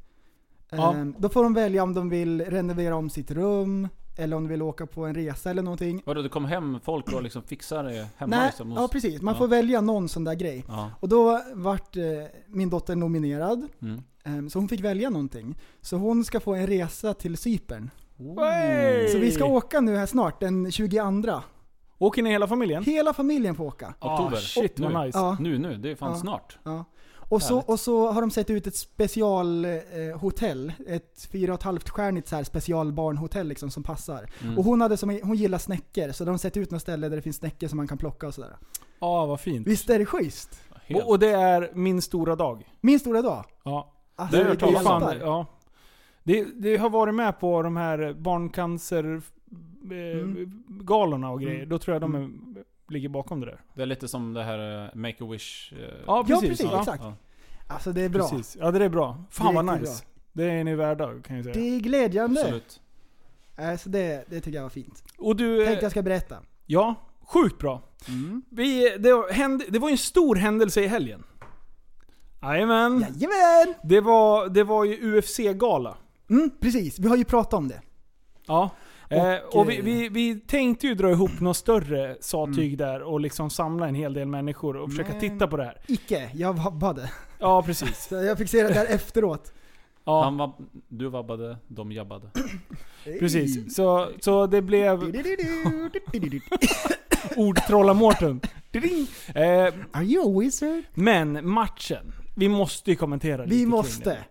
Speaker 7: Ja.
Speaker 8: Ehm, då får de välja om de vill renovera om sitt rum, eller om de vill åka på en resa eller någonting.
Speaker 9: Vadå, det kom hem folk och liksom fixar det hemma
Speaker 8: Nej,
Speaker 9: liksom?
Speaker 8: ja precis. Man
Speaker 9: ja.
Speaker 8: får välja någon sån där grej.
Speaker 9: Ja.
Speaker 8: Och då vart eh, min dotter nominerad.
Speaker 9: Mm.
Speaker 8: Ehm, Så hon fick välja någonting. Så hon ska få en resa till Cypern.
Speaker 7: Hey!
Speaker 8: Så vi ska åka nu här snart, den 22.
Speaker 7: Åker ni hela familjen?
Speaker 8: Hela familjen får åka.
Speaker 9: Oktober.
Speaker 7: Ah, shit
Speaker 9: nu.
Speaker 7: vad nice.
Speaker 8: Ja.
Speaker 9: nu, nu. Det är fan
Speaker 8: Ja.
Speaker 9: snart.
Speaker 8: Ja. Och, så,
Speaker 9: Härligt.
Speaker 8: och så har de sett ut ett specialhotell. Eh, hotell. ett fyra och ett halvt stjärnigt så här specialbarnhotell liksom, som passar.
Speaker 9: Mm.
Speaker 8: Och hon, hade som, hon gillar snäckor, så de har sett ut något ställe där det finns snäckor som man kan plocka och sådär.
Speaker 7: Ja, Ah, vad fint.
Speaker 8: Visst är det schysst?
Speaker 9: Helt.
Speaker 7: Och, och det är min stora dag.
Speaker 8: Min stora dag.
Speaker 7: Ja.
Speaker 8: Alltså,
Speaker 7: Det,
Speaker 9: har jag
Speaker 7: är
Speaker 9: hört talas om.
Speaker 7: fan, ja. det, det har varit med på de här barncancer eh,
Speaker 8: Mm.
Speaker 7: galorna och grejer.
Speaker 8: Mm.
Speaker 7: Då tror jag de är, ligger bakom det där.
Speaker 9: Det är lite som det här eh, Make-A-Wish... eh,
Speaker 7: Ja,
Speaker 8: Ja,
Speaker 7: precis.
Speaker 8: precis,
Speaker 7: ja.
Speaker 8: exakt. Alltså det är bra.
Speaker 7: Precis. Ja, det där är bra. Fan
Speaker 8: Det är
Speaker 7: vad
Speaker 8: riktigt
Speaker 7: nice. Det är ni värda kan jag säga.
Speaker 8: Det är glädjande.
Speaker 9: Absolut.
Speaker 8: Äh, så det, det tycker jag var fint.
Speaker 7: Och du...
Speaker 8: Tänkte
Speaker 7: eh,
Speaker 8: jag ska berätta.
Speaker 7: Ja, sjukt bra. Vi, det, hände, det var ju en stor händelse i helgen. Jajamän.
Speaker 8: Jajamän!
Speaker 7: Det var, det var ju UFC-gala.
Speaker 8: Mm, precis, vi har ju pratat om det.
Speaker 7: Ja. Och, eh,
Speaker 8: Och,
Speaker 7: och vi,
Speaker 8: eh, Mm.
Speaker 7: vi, vi tänkte ju dra ihop något större sattyg där och liksom samla en hel del människor och försöka
Speaker 8: Men-
Speaker 7: titta på det här.
Speaker 8: Icke, jag vabbade.
Speaker 7: Ja, precis.
Speaker 8: Så jag fick se det där efteråt.
Speaker 7: Ja,
Speaker 9: Han var, du vabbade, de jabbade.
Speaker 7: precis. Så, så det blev
Speaker 8: Du-du-du-du-du-du-du-du.
Speaker 7: ordtrolla-Mårten. Eh,
Speaker 8: Are you a wizard?
Speaker 7: men matchen. Vi måste ju kommentera lite
Speaker 8: Vi
Speaker 7: kring
Speaker 8: måste.
Speaker 7: det.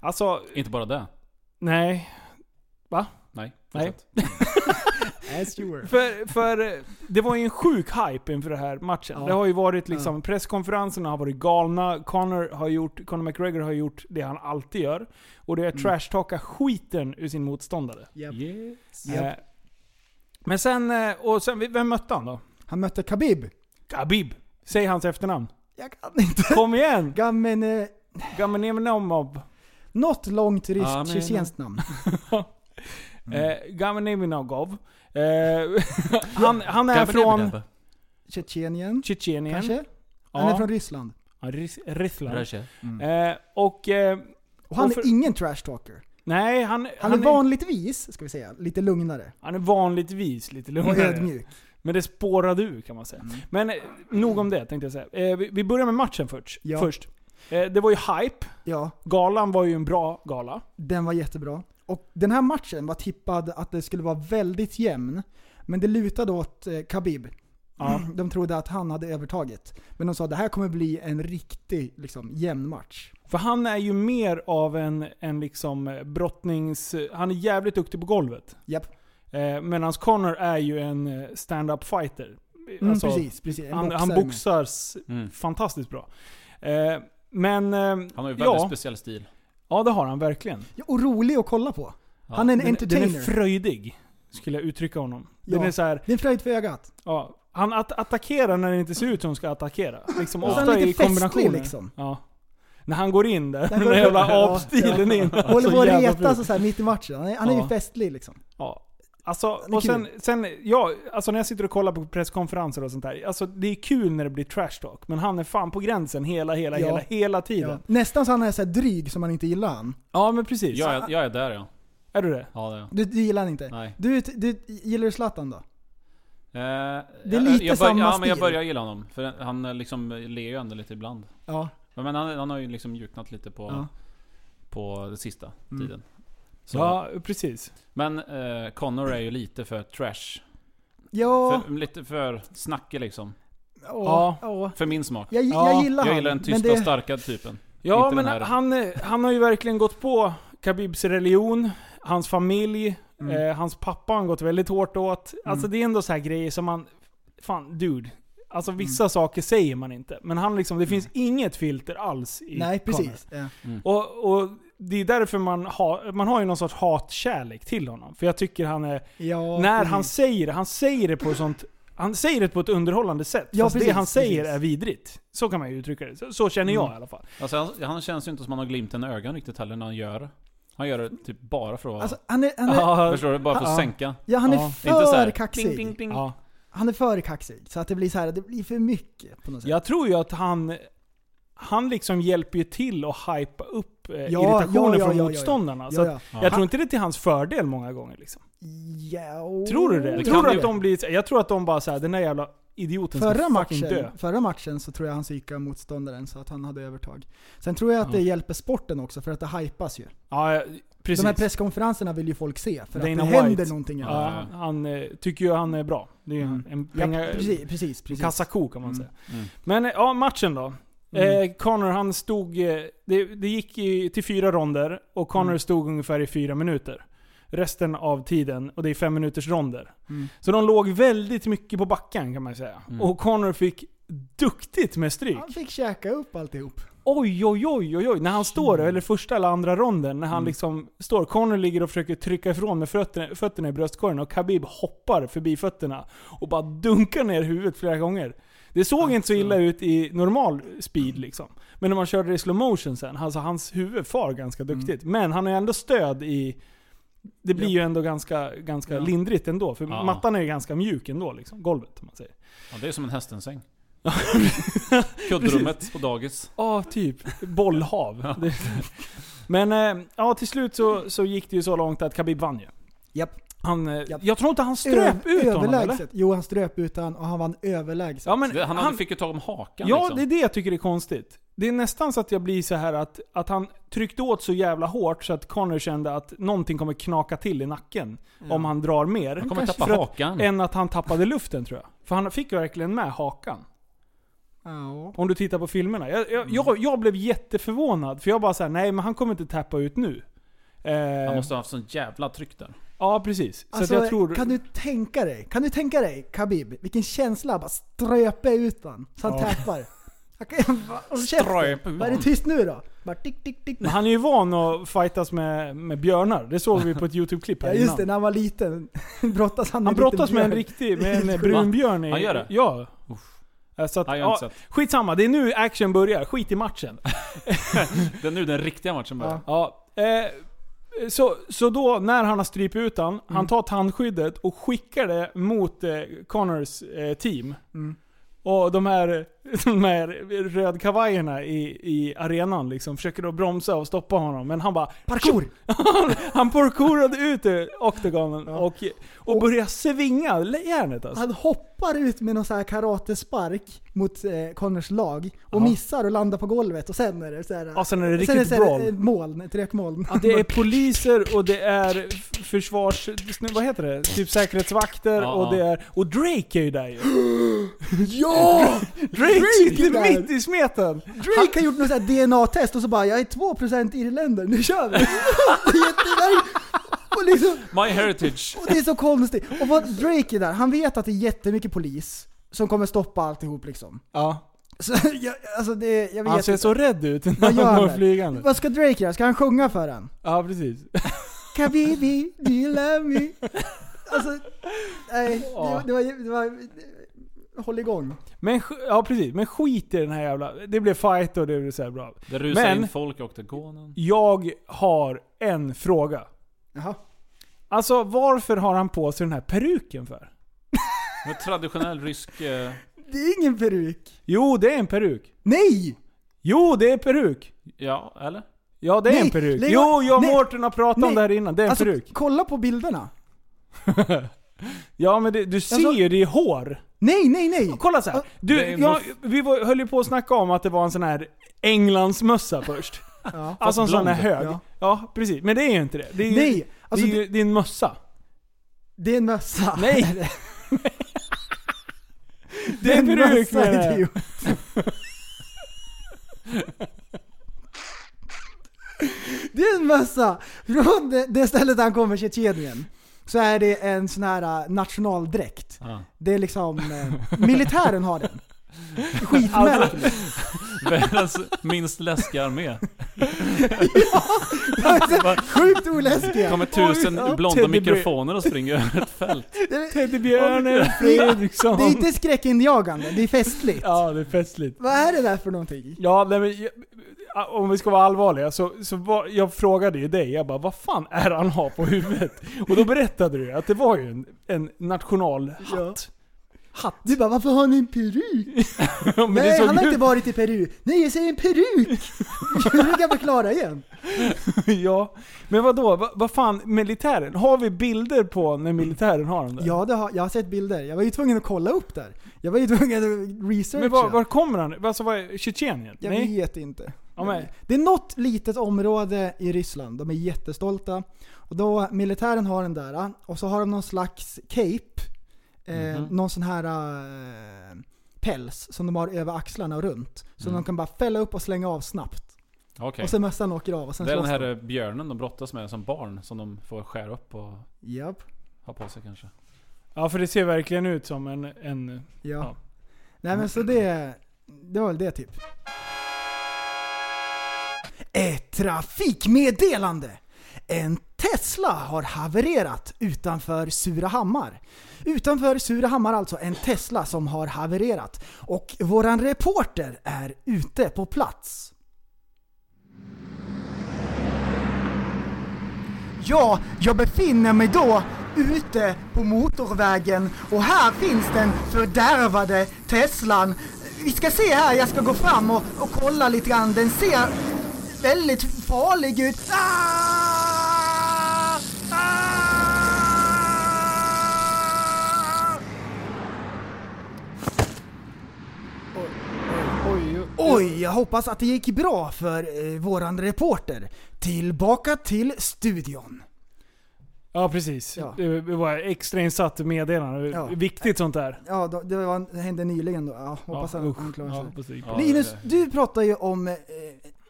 Speaker 7: Alltså,
Speaker 9: Inte bara det.
Speaker 7: nej.
Speaker 9: Nej.
Speaker 7: Nej.
Speaker 9: fortsätt.
Speaker 8: As you were.
Speaker 7: För, för eh, det var ju en sjuk hype inför den här matchen.
Speaker 8: Ja.
Speaker 7: Det har ju varit liksom, presskonferenserna har varit galna. Conor, har gjort, Conor McGregor har gjort det han alltid gör. Och det är
Speaker 8: Mm.
Speaker 7: att trashtalka skiten ur sin motståndare.
Speaker 8: Japp. Japp.
Speaker 7: Eh, men sen, eh, och sen, vem mötte han då?
Speaker 8: Han mötte Khabib.
Speaker 7: Khabib. Säg hans efternamn.
Speaker 8: Jag kan inte.
Speaker 7: Kom igen!
Speaker 8: Gammen... Eh,
Speaker 7: Gamenevinomov.
Speaker 8: något långt ryskt
Speaker 9: Ja, men-
Speaker 8: tjetjenskt namn. Mm.
Speaker 7: Eh, Gamenevinogov. Eh, han, han är
Speaker 8: Äh,
Speaker 9: Gabba
Speaker 7: från
Speaker 9: dabba
Speaker 8: Tjetjenien,
Speaker 7: Tjetjenien.
Speaker 8: kanske?
Speaker 7: Ja.
Speaker 8: Han är från Ryssland.
Speaker 7: Ja, Rys- Ryssland.
Speaker 9: dabba. Rasha.
Speaker 7: Eh, och... Eh,
Speaker 8: Och han
Speaker 7: och för-
Speaker 8: är ingen trash talker.
Speaker 7: Nej, han, han,
Speaker 8: Han, är vanligtvis, ska vi säga, lite lugnare.
Speaker 7: han är vanligtvis lite
Speaker 8: Och
Speaker 7: lugnare.
Speaker 8: ödmjuk.
Speaker 7: Men det spårade ur kan man säga.
Speaker 8: Mm.
Speaker 7: Men eh, nog om det tänkte jag säga. Eh, vi, vi börjar med matchen först.
Speaker 8: Ja.
Speaker 7: först. Eh, det var ju hype.
Speaker 8: Ja,
Speaker 7: Galan var ju en bra gala.
Speaker 8: Den var jättebra. Och den här matchen var tippad att det skulle vara väldigt jämn. Men det lutade åt eh, Khabib.
Speaker 7: Ja.
Speaker 8: De trodde att han hade övertaget. Men de sa att det här kommer bli en riktig liksom, jämn match.
Speaker 7: För han är ju mer av en, en liksom eh, brottnings... Han är jävligt duktig på golvet.
Speaker 8: Japp.
Speaker 7: Eh, Medan Connor är ju en eh, stand-up fighter.
Speaker 8: Mm,
Speaker 7: Alltså,
Speaker 8: precis, precis. En
Speaker 7: Han, han
Speaker 8: boxare med.
Speaker 7: boxar s-
Speaker 9: Mm.
Speaker 7: fantastiskt bra. Eh, men... Eh,
Speaker 9: Han har ju väldigt
Speaker 7: ja,
Speaker 9: speciell stil.
Speaker 7: ja, det har han verkligen.
Speaker 8: Ja, och rolig att kolla på.
Speaker 9: Ja.
Speaker 8: Han är en
Speaker 7: Den-
Speaker 8: entertainer.
Speaker 7: Den är fröjdig, skulle jag uttrycka honom. Den
Speaker 8: Ja.
Speaker 7: är så här,
Speaker 8: det är en fröjd för ögat.
Speaker 7: ja, han att attackerar när det inte ser ut som ska attackera. Liksom
Speaker 8: Och så är
Speaker 7: ofta
Speaker 8: han
Speaker 7: i
Speaker 8: lite
Speaker 7: kombinationer.
Speaker 8: festlig liksom.
Speaker 7: Ja. När han går in där,
Speaker 8: Han
Speaker 7: den
Speaker 8: går-
Speaker 7: där jävla
Speaker 8: Ja,
Speaker 7: apstilen in.
Speaker 8: Och håller på
Speaker 7: Så
Speaker 8: att
Speaker 7: jävla
Speaker 8: reta
Speaker 7: ful.
Speaker 8: sig så här mitt i matchen. Han är, han är
Speaker 7: Ja.
Speaker 8: ju festlig liksom.
Speaker 7: Ja. Alltså,
Speaker 8: är
Speaker 7: och
Speaker 8: kul.
Speaker 7: sen, sen, ja, alltså när jag sitter och kollar på presskonferenser och sånt där. Alltså det är kul när det blir trash talk, men han är fan på gränsen hela, hela,
Speaker 8: Ja.
Speaker 7: hela, hela
Speaker 8: Ja.
Speaker 7: tiden. Ja,
Speaker 8: Nästan så han är så här dryg som man inte gillar han.
Speaker 7: men precis.
Speaker 9: Jag är, jag är där ja.
Speaker 7: Är du det?
Speaker 9: Ja, det är jag.
Speaker 8: Du, du gillar han inte?
Speaker 9: Nej.
Speaker 8: Du, du, gillar du Zlatan då?
Speaker 9: Eh, jag-
Speaker 8: Det är lite
Speaker 9: jag bör-
Speaker 8: samma
Speaker 9: Ja, men jag
Speaker 8: stil.
Speaker 9: börjar gilla honom. För han eh, liksom ler ju ändå lite ibland.
Speaker 8: Ja.
Speaker 9: Men men han, han har ju liksom mjuknat lite på,
Speaker 8: Ja. Mm.
Speaker 9: på den sista tiden. Så.
Speaker 7: Ja, precis.
Speaker 9: Men eh, Connor är ju lite för trash.
Speaker 8: Ja.
Speaker 9: För, lite för snackig liksom.
Speaker 8: Ja. ja.
Speaker 9: För min smak.
Speaker 8: Jag,
Speaker 7: Ja,
Speaker 8: jag gillar
Speaker 9: Jag
Speaker 8: han,
Speaker 9: gillar den
Speaker 8: men
Speaker 9: tysta,
Speaker 8: det-
Speaker 9: starka typen.
Speaker 7: Ja,
Speaker 9: Inte
Speaker 7: men
Speaker 9: den här.
Speaker 7: han, eh, han har ju verkligen gått på Khabibs religion, hans familj,
Speaker 8: Mm.
Speaker 7: eh, hans pappa har han gått väldigt hårt åt. Alltså det är ändå så här grejer som man... Fan, dude. Alltså
Speaker 8: Mm.
Speaker 7: vissa saker säger man inte. Men han liksom, det finns inget filter alls i
Speaker 8: Nej,
Speaker 7: Conor.
Speaker 8: precis. Ja.
Speaker 7: Och, och det är därför man har, man har ju någon sorts hatkärlek till honom. För jag tycker han är...
Speaker 8: Ja,
Speaker 7: när
Speaker 8: precis.
Speaker 7: han säger det, han säger det på ett sånt... Han säger det på ett underhållande sätt.
Speaker 8: Ja,
Speaker 7: fast det
Speaker 8: precis,
Speaker 7: han säger
Speaker 8: precis. Mm.
Speaker 7: är vidrigt. Så kan man ju uttrycka det. Så, så känner jag i alla fall.
Speaker 9: Alltså, han, han känns ju inte som han har glimten i ögonen riktigt heller när han gör det. Han gör det typ bara för att...
Speaker 8: Alltså, han är, han är,
Speaker 7: Ja,
Speaker 9: förstår du? Bara för att
Speaker 7: ja.
Speaker 9: sänka.
Speaker 8: ja, han är
Speaker 7: Ja, inte
Speaker 9: så här.
Speaker 8: för kaxig.
Speaker 7: ja.
Speaker 8: Han är för kaxig. Så att det blir så här, det blir för mycket på något sätt.
Speaker 7: Jag tror ju att han... Han liksom hjälper ju till att hypa upp eh,
Speaker 8: ja,
Speaker 7: irritationen
Speaker 8: ja,
Speaker 7: från
Speaker 8: ja, ja.
Speaker 7: motståndarna.
Speaker 8: Ja,
Speaker 7: Så att
Speaker 8: ja.
Speaker 7: Jag tror inte det är till hans fördel många gånger. Liksom.
Speaker 8: Ja,
Speaker 7: Tror du det?
Speaker 9: Det
Speaker 7: tror
Speaker 9: kan
Speaker 7: du
Speaker 9: ju-
Speaker 7: att de blir, jag tror att de bara såhär, den där jävla idioten ska
Speaker 8: Förra
Speaker 7: fucking
Speaker 8: matchen,
Speaker 7: dö.
Speaker 8: förra matchen så tror jag han psykade motståndaren så att han hade övertag. Sen tror jag att det hjälper sporten också för att det hypas ju.
Speaker 7: Ja, ja, precis.
Speaker 8: De här presskonferenserna vill ju folk se för
Speaker 7: Dana
Speaker 8: att det händer
Speaker 7: White.
Speaker 8: någonting.
Speaker 7: ja, han- han eh, tycker ju han är bra. Det är ju en, en
Speaker 8: Mm. Ja,
Speaker 7: pengar,
Speaker 8: precis, precis.
Speaker 7: en
Speaker 8: precis.
Speaker 7: kassako kan man säga.
Speaker 9: Mm.
Speaker 7: Men eh, ja, matchen då. Eh, Connor han stod, eh, det, det gick i, till fyra ronder och Connor stod ungefär i fyra minuter. Resten av tiden, och det är fem minuters ronder. Så de låg väldigt mycket på backen kan man säga. Och Connor fick duktigt med stryk.
Speaker 8: Han fick käka upp alltihop.
Speaker 7: Oj, oj, oj, oj, oj. När han står, eller första eller andra ronden, när han liksom står. Connor ligger och försöker trycka ifrån med fötterna, fötterna i bröstkorgen och Khabib hoppar förbi fötterna och bara dunkar ner huvudet flera gånger. Det såg inte så illa ut i normal speed liksom. Men när man körde det i slow motion sen, alltså hans huvud far ganska duktigt. Men han har ju ändå stöd i... Det blir ju ändå ganska, ganska lindrigt ändå, för
Speaker 9: Ja.
Speaker 7: mattan är ju ganska mjuk ändå liksom. Golvet, om man säger.
Speaker 9: Ja, det är som en hästensäng. Kuddrummet på dagis.
Speaker 7: Ja, typ. Bollhav. Det- Men eh, ja, till slut så, så gick det ju så långt att Khabib vann ju.
Speaker 8: Japp.
Speaker 7: Han, eh,
Speaker 8: Japp.
Speaker 7: Jag tror inte han ströp
Speaker 8: Ö-
Speaker 7: ut honom eller?
Speaker 8: överlägset. Jo, han ströp ut han och han vann överlägset.
Speaker 7: Ja, men
Speaker 9: Det, han,
Speaker 7: han,
Speaker 9: han fick ju tag om hakan
Speaker 7: ja
Speaker 9: liksom.
Speaker 7: det är det jag tycker är konstigt. Det är nästan så att jag blir så här att, att han tryckte åt så jävla hårt så att Connor kände att någonting kommer knaka till i nacken om han drar mer.
Speaker 9: han kommer
Speaker 7: Kanske
Speaker 9: tappa
Speaker 7: för att-
Speaker 9: hakan.
Speaker 7: Än att han tappade luften tror jag. För han fick verkligen med hakan.
Speaker 8: Ja.
Speaker 7: Om du tittar på filmerna. Jag,
Speaker 9: Mm.
Speaker 7: jag, jag, jag blev jätteförvånad, för jag bara såhär, nej men han kommer inte tappa ut nu. Eh,
Speaker 9: Han måste ha haft sån jävla tryck där.
Speaker 7: Ja, precis. Så
Speaker 8: Alltså,
Speaker 7: att jag tror...
Speaker 8: kan du tänka dig? Kan du tänka dig Khabib? Vilken känsla att bara ströpa ut han så han tappar. Han kan- Och käften.
Speaker 9: Ströpa ut
Speaker 8: Vad är det
Speaker 9: han.
Speaker 8: tyst nu då? Bara tick, tick, tick.
Speaker 7: Men han är ju van att fightas med, med björnar. Det såg vi på ett YouTube-klipp här
Speaker 8: Ja just
Speaker 7: innan.
Speaker 8: det, när han var liten brottas han
Speaker 7: Han
Speaker 8: en liten
Speaker 7: brottas med en
Speaker 8: björn.
Speaker 7: riktig, med en
Speaker 8: Helt
Speaker 7: brunbjörn i...
Speaker 9: Han gör det?
Speaker 7: Ja. Eh, Så att,
Speaker 9: Nej, jag har
Speaker 7: ja,
Speaker 9: inte
Speaker 7: skitsamma, det är nu action börjar. Skit i matchen.
Speaker 9: Det är nu den riktiga matchen börjar.
Speaker 7: Ja, eh, så, så då när han har strypt ut han, han
Speaker 8: Mm.
Speaker 7: tar tandskyddet och skickar det mot eh, Connors eh, team.
Speaker 8: Mm.
Speaker 7: Och de här, de här rödkavajerna i, i arenan liksom försöker då bromsa och stoppa honom. Men han bara...
Speaker 8: Parkour!
Speaker 7: Han parkourade ut ur oktagonen och, och började svinga järnet alltså.
Speaker 8: Han hoppar ut med någon så här karatespark mot eh, Connors lag och missar och landar på golvet och sen är det så här,
Speaker 7: Ja, sen är det
Speaker 8: sen är
Speaker 7: riktigt
Speaker 8: så här,
Speaker 7: brawl.
Speaker 8: eh, moln, ett rökmoln.
Speaker 7: Ja, det är poliser och det är f- försvars... snu- Vad heter det? Typ säkerhetsvakter
Speaker 9: Ja,
Speaker 7: och det
Speaker 9: ja.
Speaker 7: är... Och Drake är ju där ju.
Speaker 8: ja!
Speaker 7: Drake,
Speaker 8: Drake
Speaker 7: sitter
Speaker 8: där.
Speaker 7: mitt i smeten!
Speaker 8: Drake har gjort något så här DNA-test och så bara jag är 2% irländare, nu kör vi! det är jättevärt. och, liksom,
Speaker 9: My heritage.
Speaker 8: och det är så konstigt. Och vad Drake är där, han vet att det är jättemycket polis som kommer stoppa alltihop liksom.
Speaker 7: Ja.
Speaker 8: Så, jag, alltså det, jag vet
Speaker 7: Han ser
Speaker 8: inte.
Speaker 7: så rädd ut
Speaker 8: Vad
Speaker 7: när han
Speaker 8: gör han
Speaker 7: kommer
Speaker 8: där?
Speaker 7: flygande.
Speaker 8: Vad ska Drake göra? Ska han sjunga för han?
Speaker 7: Ja, precis.
Speaker 8: Kabibi, do you love me? Alltså, nej. Det,
Speaker 7: Ja.
Speaker 8: var- det var... Det var håll igång.
Speaker 7: Men, sk- ja, precis. Men skit i den här jävla... Det blev fight och det blev så här bra.
Speaker 9: Det rusar
Speaker 7: Men-
Speaker 9: in folk i oktagonen.
Speaker 7: Jag har en fråga.
Speaker 8: Jaha.
Speaker 7: Alltså varför har han på sig den här peruken för?
Speaker 9: Det var Traditionell rysk... Eh,
Speaker 8: Det är ingen peruk.
Speaker 7: Jo, det är en peruk.
Speaker 8: Nej!
Speaker 7: Jo, det är peruk.
Speaker 9: ja, eller?
Speaker 7: Ja, det är
Speaker 8: Nej,
Speaker 7: en peruk.
Speaker 8: lägg
Speaker 7: Jo,
Speaker 8: av.
Speaker 7: jag och
Speaker 8: Nej.
Speaker 7: Mårten har pratat om
Speaker 8: Nej.
Speaker 7: det här innan. Det är en
Speaker 8: Alltså,
Speaker 7: peruk.
Speaker 8: kolla på bilderna.
Speaker 7: Ja, men det, du ser
Speaker 8: Alltså-
Speaker 7: ju, det är hår.
Speaker 8: Nej, nej, nej!
Speaker 7: Kolla så här.
Speaker 8: Ja.
Speaker 7: Du,
Speaker 9: Det är
Speaker 7: jag,
Speaker 9: muff.
Speaker 7: vi var, höll ju på att snacka om att det var en sån här Englandsmössa först.
Speaker 8: Ja.
Speaker 7: Alltså en sån här hög. Ja.
Speaker 8: Ja.
Speaker 7: precis. Men det är ju inte det. Det är ju,
Speaker 8: Nej! Alltså,
Speaker 7: det är,
Speaker 8: det,
Speaker 7: ju, det är en mössa.
Speaker 8: det är en mössa.
Speaker 7: Nej! Det är bruk
Speaker 8: massa
Speaker 7: menar jag.
Speaker 8: idiot. Det är en massa. Från det- det stället han kommer, Tjetjenien, så är det en sån här eh, nationaldräkt.
Speaker 9: Ja.
Speaker 8: Det är liksom, eh, militären har den. Skitmärkligt.
Speaker 9: Världens minst läskiga armé.
Speaker 7: Alltså,
Speaker 8: Sjukt oläskiga.
Speaker 9: Kommer tusen
Speaker 8: Oj,
Speaker 9: blonda
Speaker 7: Teddy bear.
Speaker 9: mikrofoner och springer över ett fält.
Speaker 8: Det är,
Speaker 7: Teddybjörnen Fredriksson.
Speaker 8: det är inte skräckinjagande, det är festligt.
Speaker 7: Ja, det är festligt.
Speaker 8: Vad är det där för någonting?
Speaker 7: Ja, nej, men, jag- om vi ska vara allvarliga så, så var, jag frågade ju dig, jag bara vad fan är det han har på huvudet? Och då berättade du att det var ju en, en nationalhatt.
Speaker 8: Hatt. Du bara, varför har ni en peruk?
Speaker 7: Ja, men det
Speaker 8: Nej,
Speaker 7: såg
Speaker 8: han har
Speaker 7: ju-
Speaker 8: inte varit i Peru. Nej, jag säger en peruk! Nu kan jag klara igen.
Speaker 7: Ja, men vadå? Va, vad fan, militären? Har vi bilder på när militären har den där?
Speaker 8: Ja, det har, jag har sett bilder. Jag var ju tvungen att kolla upp där. Jag var ju tvungen att researcha.
Speaker 7: Men var, var kommer han? Alltså vad är Tjetjenien?
Speaker 8: Jag
Speaker 7: Nej?
Speaker 8: vet inte.
Speaker 7: Ja, men-
Speaker 8: Det är något litet område i Ryssland. De är jättestolta. Och då militären har den där och så har de någon slags cape. Eh,
Speaker 9: Mhm.
Speaker 8: Någon sån här eh, päls som de har över axlarna och runt. Som de kan bara fälla upp och slänga av snabbt.
Speaker 9: Mm. Okej.
Speaker 8: Och sen mössan åker av och sen
Speaker 9: Det är den
Speaker 8: slåss
Speaker 9: här
Speaker 8: de.
Speaker 9: eh, björnen de brottas med som barn. Som de får skära upp och
Speaker 8: Japp.
Speaker 9: ha på sig kanske.
Speaker 7: Ja, för det ser verkligen ut som en... en
Speaker 8: Ja.
Speaker 7: Ja.
Speaker 8: Nej men så det, det var väl det typ. Ett trafikmeddelande! En Tesla har havererat utanför Surahammar. Utanför Surahammar alltså, en Tesla som har havererat. Och våran reporter är ute på plats. Ja, jag befinner mig då ute på motorvägen och här finns den fördärvade Teslan. Vi ska se här, jag ska gå fram och, och kolla lite grann. Den ser väldigt farlig ut. Ah! Ah! Oj, jag hoppas att det gick bra för eh, våran reporter. Tillbaka till studion.
Speaker 7: ja, precis.
Speaker 8: Ja.
Speaker 7: Det var extrainsatt meddelande.
Speaker 8: Ja.
Speaker 7: Viktigt sånt där.
Speaker 8: Ja, då, det, var, det hände nyligen då. Ja, hoppas
Speaker 7: ja,
Speaker 8: han,
Speaker 7: usch.
Speaker 8: han klarar
Speaker 7: Ja,
Speaker 8: sig.
Speaker 7: hoppas det gick bra.
Speaker 9: Ja,
Speaker 8: Linus,
Speaker 9: det-
Speaker 8: du pratar ju om eh,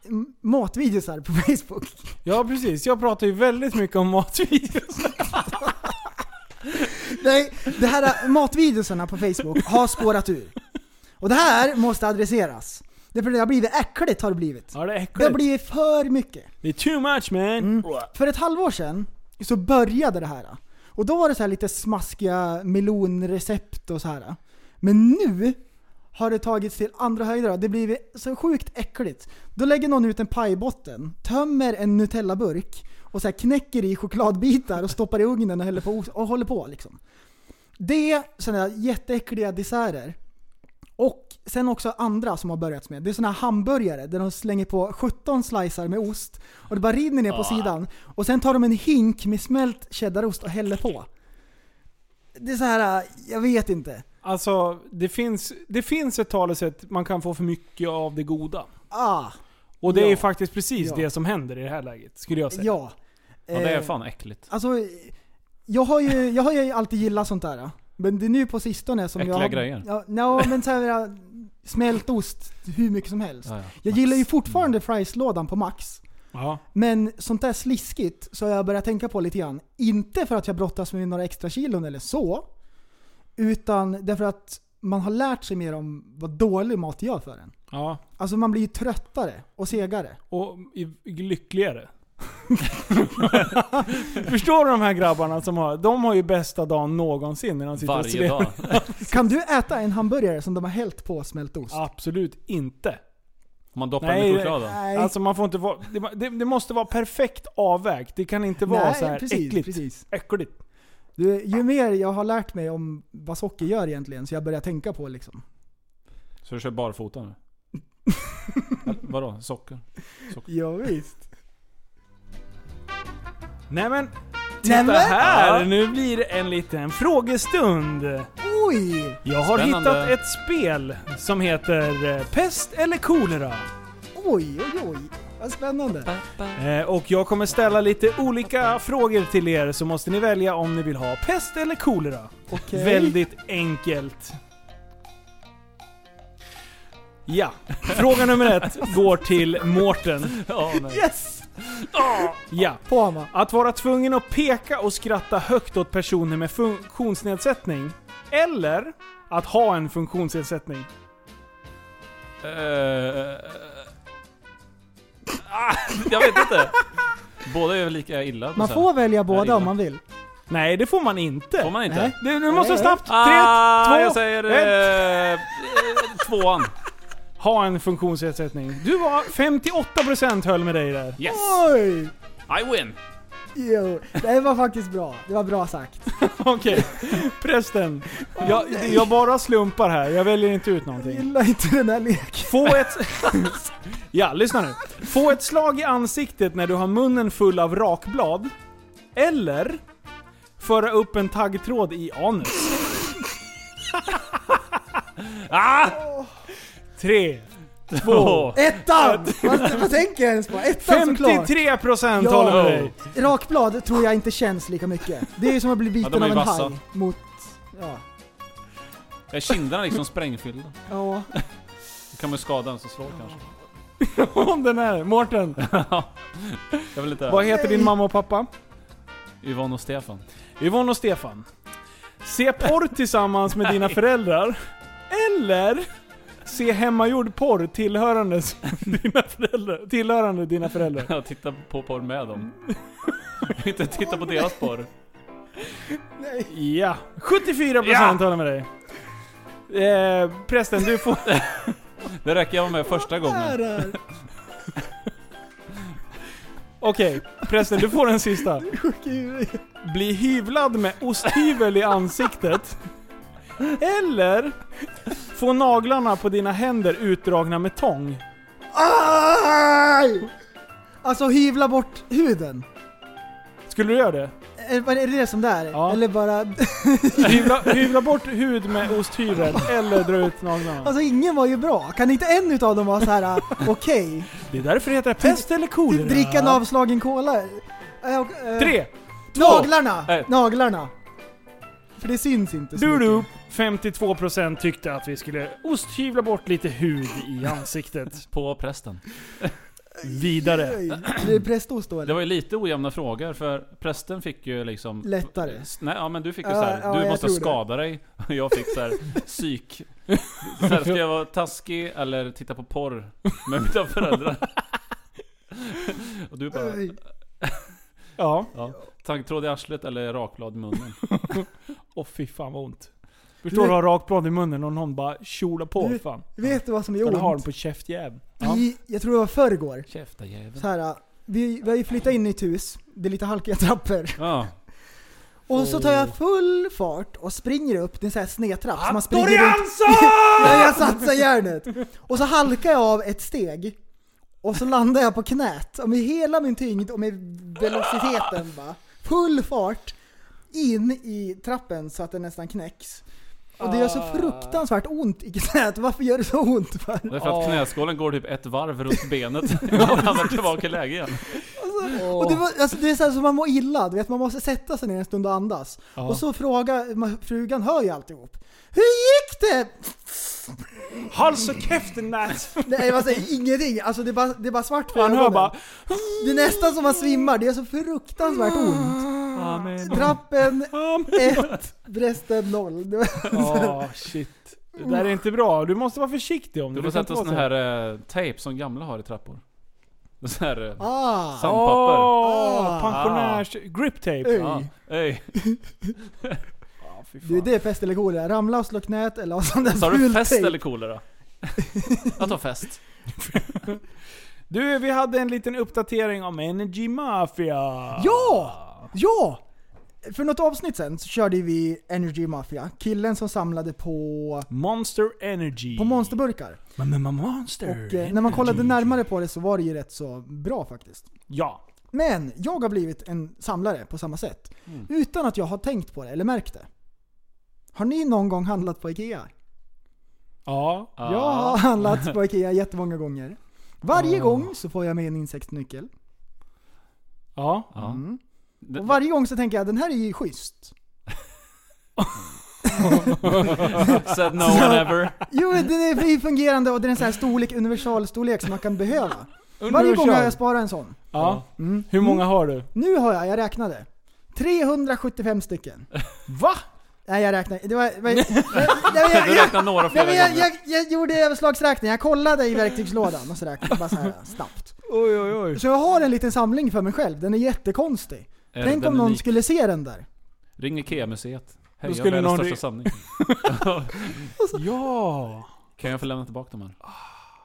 Speaker 8: m- matvideos här på Facebook.
Speaker 7: ja, precis. Jag pratar ju väldigt mycket om matvideos.
Speaker 8: Nej, det här matvideosarna på Facebook har spårat ur. Och det här måste adresseras. Det är för det har blivit äckligt har det blivit.
Speaker 7: Ja, det är
Speaker 8: Det Mm. har
Speaker 7: äckligt.
Speaker 8: blivit för mycket.
Speaker 7: Det är too much man.
Speaker 8: För ett halvår sedan så började det här. Och då var det så här lite smaskiga melonrecept och så här. Men nu har det tagits till andra höjder. Det blir så sjukt äckligt. Då lägger någon ut en pajbotten, tömmer en Nutella-burk och så här knäcker i chokladbitar och stoppar i ugnen och, häller på, och håller på liksom. Det är sådana här jätteäckliga desserter. Och sen också andra som har börjat med. Det är sådana här hamburgare där de slänger på 17 slicer med ost och det bara rinner ner på sidan. Och sen tar de en hink med smält cheddarost och häller på. Det är så här, jag vet inte.
Speaker 7: Alltså, det finns, det finns ett talesätt man kan få för mycket av det goda.
Speaker 8: Ah,
Speaker 7: Och det är
Speaker 8: Ja.
Speaker 7: faktiskt precis
Speaker 8: Ja.
Speaker 7: det som händer i det här läget, skulle jag säga.
Speaker 8: ja.
Speaker 9: Ja det är
Speaker 8: Eh,
Speaker 9: fan äckligt.
Speaker 8: Alltså, jag har ju, jag har ju alltid gillat sånt där. Men det är nu på sistone som
Speaker 9: Äckliga
Speaker 8: jag...
Speaker 9: grejer.
Speaker 8: Ja, no, men så här, smält ost hur mycket som helst.
Speaker 9: Ja, ja.
Speaker 8: Jag gillar ju fortfarande Fries-lådan på Max.
Speaker 7: Ja.
Speaker 8: Men sånt där sliskigt så har jag börjat tänka på lite grann. Inte för att jag brottas med några extra kilon eller så. Utan därför att man har lärt sig mer om vad dålig mat gör för en.
Speaker 7: ja.
Speaker 8: Alltså man blir ju tröttare och segare.
Speaker 7: Och i- lyckligare. Förstår du de här grabbarna som har... De har ju bästa dagen någonsin när de sitter och
Speaker 9: Varje
Speaker 7: slevar.
Speaker 9: dag.
Speaker 8: Kan du äta en hamburgare som de har hällt på smält ost?
Speaker 7: Absolut inte.
Speaker 9: Om Man doppar
Speaker 7: Nej,
Speaker 9: den i
Speaker 7: det-
Speaker 9: chokladen.
Speaker 8: Nej,
Speaker 7: Alltså man får inte vara... Det, det, det måste vara perfekt avvägt. Det kan inte vara
Speaker 8: Nej,
Speaker 7: så här
Speaker 8: precis,
Speaker 7: äckligt.
Speaker 8: precis.
Speaker 7: Äckligt.
Speaker 8: Du, ju mer jag har lärt mig om vad socker gör egentligen så jag börjar tänka på liksom.
Speaker 9: Så du kör barfota nu? Eller, Vadå? Socker?
Speaker 8: Ja, visst.
Speaker 7: Nej men,
Speaker 8: Nej,
Speaker 7: titta
Speaker 8: men-
Speaker 7: här! Nu blir det en liten frågestund.
Speaker 8: Oj!
Speaker 7: Jag har
Speaker 9: Spännande.
Speaker 7: hittat ett spel som heter eh, Pest eller kolera.
Speaker 8: Oj, oj, oj. Vad spännande.
Speaker 7: Eh, Och jag kommer ställa lite olika frågor till er så måste ni välja om ni vill ha pest eller kolera.
Speaker 8: Okej.
Speaker 7: Väldigt enkelt. Ja. Fråga nummer ett går till Mårten.
Speaker 8: Yes!
Speaker 7: Ja.
Speaker 8: På Hama.
Speaker 7: Att vara tvungen att peka och skratta högt åt personer med funktionsnedsättning. Eller att ha en funktionsnedsättning.
Speaker 9: Eh, ah, jag vet inte. Båda är väl lika illa.
Speaker 8: Man
Speaker 9: så
Speaker 8: får
Speaker 9: här.
Speaker 8: välja
Speaker 9: gillar
Speaker 8: båda om man vill.
Speaker 7: Nej, det får man inte.
Speaker 9: Får man inte?
Speaker 8: Nej.
Speaker 7: Du, du måste
Speaker 8: Nej.
Speaker 7: snabbt. Tre,
Speaker 9: ah,
Speaker 7: två,
Speaker 9: jag säger
Speaker 7: ett.
Speaker 9: eh, eh, tvåan.
Speaker 7: Ha en funktionsnedsättning. Du var 58% höll med dig där.
Speaker 9: Yes!
Speaker 8: Oj!
Speaker 9: I win!
Speaker 8: Jo, det var faktiskt bra. Det var bra sagt.
Speaker 7: Okej. Prästen. Jag, jag bara slumpar här. Jag väljer inte ut
Speaker 8: Jag
Speaker 7: någonting.
Speaker 8: gillar inte den här leken.
Speaker 7: Få ett... ja, lyssna nu. Få ett slag i ansiktet när du har munnen full av rakblad. Eller föra upp en taggtråd i anus.
Speaker 9: Ah!
Speaker 7: Tre.
Speaker 9: Två!
Speaker 8: Ettan! vad, vad tänker jag ens på? Ettan såklart.
Speaker 7: 53%
Speaker 8: Ja.
Speaker 7: håller med dig.
Speaker 8: Rakblad tror jag inte känns lika mycket. Det är ju som att bli
Speaker 9: Ja, de
Speaker 8: biten
Speaker 9: är
Speaker 8: av en
Speaker 9: vassa.
Speaker 8: haj mot... Ja.
Speaker 9: Är kinderna liksom sprängfyllda?
Speaker 8: ja.
Speaker 9: Då kan man ju skada den som slår kanske.
Speaker 7: Om den här. Mårten,
Speaker 9: Jag vill
Speaker 7: vad
Speaker 9: inte...
Speaker 7: heter din mamma och pappa?
Speaker 9: Yvonne och Stefan.
Speaker 7: Yvonne och Stefan. Se porr tillsammans med dina föräldrar. Eller se hemmagjord porr tillhörande dina föräldrar. Tillhörande dina föräldrar.
Speaker 9: Jag tittar på porr med dem. inte titta på deras porr.
Speaker 7: Ja. 74% håller med dig. Eh, prästen, du får...
Speaker 9: Det räcker jag med första gången.
Speaker 8: Där.
Speaker 7: Okej, prästen du får den sista.
Speaker 8: Gud.
Speaker 7: Bli hyvlad med osthyvel i ansiktet. Eller få naglarna på dina händer utdragna med tång.
Speaker 8: Aj! Alltså hyvla bort huden.
Speaker 7: Skulle du göra det?
Speaker 8: Är vad är det som det är?
Speaker 7: Ja.
Speaker 8: Eller bara...
Speaker 7: Hyvla, hyvla bort hud med osthyvel eller dra ut naglarna.
Speaker 8: Alltså ingen var ju bra. Kan inte en utav dem vara så här äh, okej?
Speaker 7: Det är därför det heter pest eller kolera.
Speaker 8: Dricka en avslagen cola? Äh, och, äh,
Speaker 7: Tre!
Speaker 8: Naglarna!
Speaker 9: Ett.
Speaker 8: Naglarna! För det syns inte så
Speaker 7: Du du,
Speaker 8: mycket.
Speaker 7: 52% tyckte att vi skulle osthyvla bort lite hud i ansiktet.
Speaker 9: På prästen.
Speaker 7: Vidare.
Speaker 8: Oj, Blir det prästost då
Speaker 9: Det
Speaker 8: eller?
Speaker 9: var ju lite ojämna frågor för prästen fick ju liksom...
Speaker 8: Lättare.
Speaker 9: S- Nej, ja men du fick ju
Speaker 8: Ja,
Speaker 9: såhär,
Speaker 8: ja,
Speaker 9: du
Speaker 8: jag
Speaker 9: måste
Speaker 8: tror det.
Speaker 9: skada dig. Och jag fick såhär, psyk. Såhär, ska jag vara taskig eller titta på porr med mina föräldrar? Och du bara,
Speaker 8: Oj.
Speaker 7: Ja.
Speaker 9: ja, taggtråd i arslet eller rakblad i munnen?
Speaker 7: Åh fy fan vad ont. Förstår du att ha rakblad i munnen och någon bara tjola på
Speaker 8: Du-
Speaker 7: fan.
Speaker 8: Vet du vad som är
Speaker 7: Eller har den
Speaker 8: ont?
Speaker 7: på käftjäveln.
Speaker 8: Vi, jag tror det var förrgår.
Speaker 9: Käfta jävel.
Speaker 8: Så här, äh, vi, vi har ju flyttat in i ett hus, det är lite halkiga trappor.
Speaker 9: Ja.
Speaker 8: Och så tar jag full fart och springer upp, det är en sån här snedtrapp.
Speaker 7: Ah,
Speaker 8: Så man springer runt.
Speaker 7: Jansson!
Speaker 8: Ja, jag satsar järnet. Och så halkar jag av ett steg. Och så landar jag på knät. Och med hela min tyngd och med velociteten bara. Full fart. In i trappen så att den nästan knäcks. Och det gör så fruktansvärt ont i knät. Varför gör det så ont? För?
Speaker 9: Det är för att knäskålen går typ ett varv runt benet innan man hamnar tillbaka i läge igen.
Speaker 8: Och det, var, alltså, det är så här som man mår illa. Du vet, man måste sätta sig ner en stund och andas. Och så frågar, man- frugan hör ju alltihop. Hur gick det?
Speaker 7: Hals och käften nät.
Speaker 8: Nej, man säger ingenting. Alltså det är bara, det är bara svart för
Speaker 7: Man hör
Speaker 8: ögonen.
Speaker 7: bara...
Speaker 8: Det är nästan som man svimmar, det gör så fruktansvärt ont. Trappen 1, Brästen 0.
Speaker 7: Ja, shit. Det där är inte bra. Du måste vara försiktig om det.
Speaker 9: Du får
Speaker 7: kan
Speaker 9: sätta
Speaker 7: inte vara
Speaker 9: sån
Speaker 7: så
Speaker 9: här eh, tejp som gamla har i trappor. Sån här eh,
Speaker 8: Ah,
Speaker 9: sandpapper.
Speaker 7: Åh,
Speaker 8: Ah.
Speaker 7: pensionärs... Grip tape.
Speaker 8: Oj.
Speaker 9: Ja, ey.
Speaker 7: Ja, fy fan.
Speaker 8: du, det är pest eller kolera. Ramla och slå knät eller ha sån där
Speaker 9: Sa du
Speaker 8: ful
Speaker 9: fest
Speaker 8: tejp.
Speaker 9: eller kolera? Jag tar fest.
Speaker 7: Du, vi hade en liten uppdatering om Energy Mafia.
Speaker 8: Ja! Ja! För något avsnitt sen så körde vi Energy Mafia, killen som samlade på,
Speaker 7: Monster Energy.
Speaker 8: på monsterburkar.
Speaker 7: Men, men, men, monster.
Speaker 8: Och eh, när man kollade
Speaker 7: Energy.
Speaker 8: närmare på det så var det ju rätt så bra faktiskt.
Speaker 7: Ja.
Speaker 8: Men jag har blivit en samlare på samma sätt.
Speaker 7: Mm.
Speaker 8: Utan att jag har tänkt på det eller märkt det. Har ni någon gång handlat på IKEA?
Speaker 7: Ja.
Speaker 8: Jag har handlat på IKEA jättemånga gånger. Varje
Speaker 7: Ah.
Speaker 8: gång så får jag med en insektsnyckel.
Speaker 7: Ja.
Speaker 9: Ja.
Speaker 8: Mm.
Speaker 9: Det-
Speaker 8: Och varje gång så tänker jag den här är ju schysst.
Speaker 9: Said no one ever.
Speaker 8: Jo, det är fri fungerande och det är en sån här storlek, universalstorlek som man kan behöva. Varje gång har jag Mm. sparat en sån.
Speaker 7: Ja. Hur många har du?
Speaker 8: Nu har jag, jag räknade. 375 stycken.
Speaker 7: Va?
Speaker 8: Nej jag räknade det var, det var, nej, nej, jag,
Speaker 9: Du
Speaker 8: jag,
Speaker 9: räknar några
Speaker 8: nej,
Speaker 9: flera
Speaker 8: men jag,
Speaker 9: gånger.
Speaker 8: jag, jag gjorde överslagsräkning, jag kollade i verktygslådan och så räknade jag bara så här snabbt.
Speaker 7: Oj, oj, oj.
Speaker 8: Så jag har en liten samling för mig själv, den är jättekonstig.
Speaker 9: Är
Speaker 8: Tänk
Speaker 9: den
Speaker 8: om någon
Speaker 9: unik?
Speaker 8: skulle se den där.
Speaker 9: Ring IKEA-museet. Hej,
Speaker 7: Då
Speaker 9: jag
Speaker 7: skulle
Speaker 9: är världens
Speaker 7: någon
Speaker 9: största
Speaker 7: ring-
Speaker 9: samling.
Speaker 7: Ja.
Speaker 9: Kan jag få lämna tillbaka dem här?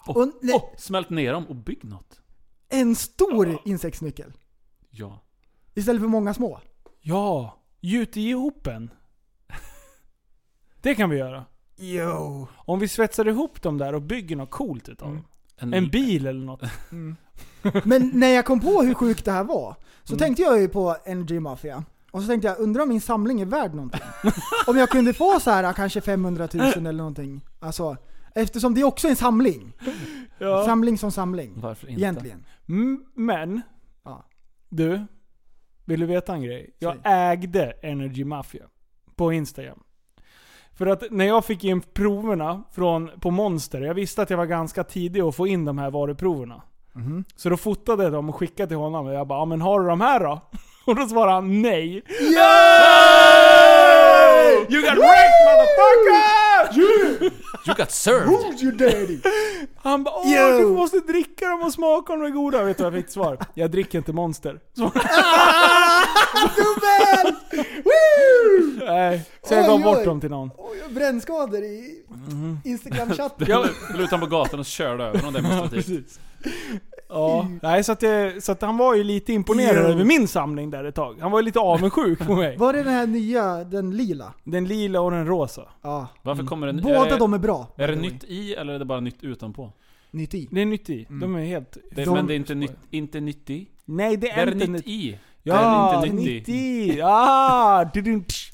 Speaker 8: Och, nej,
Speaker 9: Åh, smält ner dem och bygg något.
Speaker 8: En stor insektsnyckel.
Speaker 9: Ja.
Speaker 8: Istället för många små.
Speaker 7: Ja. Gjut ihop en. Det kan vi göra.
Speaker 8: Jo.
Speaker 7: Om vi svetsar ihop dem där och bygger något coolt utav dem. En
Speaker 8: Mm.
Speaker 9: ny-
Speaker 7: bil eller något.
Speaker 8: Men när jag kom på hur sjukt det här var,
Speaker 9: Mm.
Speaker 8: så tänkte jag ju på Energy Mafia. Och så tänkte jag, undrar om min samling är värd någonting? om jag kunde få så här kanske 500 000 eller någonting. Alltså, eftersom det också är en samling. Samling som samling.
Speaker 9: Varför inte?
Speaker 8: Egentligen.
Speaker 7: Mm, Men.
Speaker 8: Ja.
Speaker 7: Du. Vill du veta en grej? Jag
Speaker 8: Säg.
Speaker 7: ägde Energy Mafia. På Instagram. För att när jag fick in proverna från, på Monster, jag visste att jag var ganska tidig att få in de här varuproverna.
Speaker 8: Mhm.
Speaker 7: Så då fotade jag dem och skickade till honom och jag bara "Ja, men har du de här då?” Och då svarade han nej. You got wrecked motherfucker!
Speaker 9: You got served!
Speaker 8: Who's your daddy?
Speaker 7: Han bara åh
Speaker 8: Yo.
Speaker 7: du måste dricka dem och smaka om de är goda. Vet du vad jag fick till svar? Jag dricker inte Monster. Så,
Speaker 8: Dubbel!
Speaker 7: nej. Så jag gav
Speaker 8: Oj,
Speaker 7: bort
Speaker 8: oj.
Speaker 7: dem till någon.
Speaker 8: Oj, Brännskador i
Speaker 7: Mm.
Speaker 8: Instagram-chatten.
Speaker 9: Jag lutade på gatan och körde över dem demonstrativt.
Speaker 7: Precis. Ja, nej, så, att, det- så att han var ju lite imponerad
Speaker 8: Yo.
Speaker 7: över min samling där ett tag. Han var ju lite avundsjuk på mig.
Speaker 8: Var det den här nya, den lila?
Speaker 7: Den lila och den rosa.
Speaker 8: Ja.
Speaker 7: Mm.
Speaker 9: Varför kommer den... är
Speaker 7: Eh.
Speaker 8: Båda
Speaker 9: det,
Speaker 8: de är bra.
Speaker 9: Är det
Speaker 8: by the way.
Speaker 9: nytt i eller är det bara nytt utanpå?
Speaker 8: Nytt i.
Speaker 7: Det är nytt i. De är helt...
Speaker 9: Det,
Speaker 7: de,
Speaker 9: men det är inte nytt, inte nytt i?
Speaker 7: nej, det
Speaker 9: Det
Speaker 7: är,
Speaker 9: är
Speaker 7: inte
Speaker 9: nytt
Speaker 7: nytt
Speaker 9: i?
Speaker 7: Ja,
Speaker 9: det är inte nytt i.
Speaker 7: 90. Ah! dudum, tsch.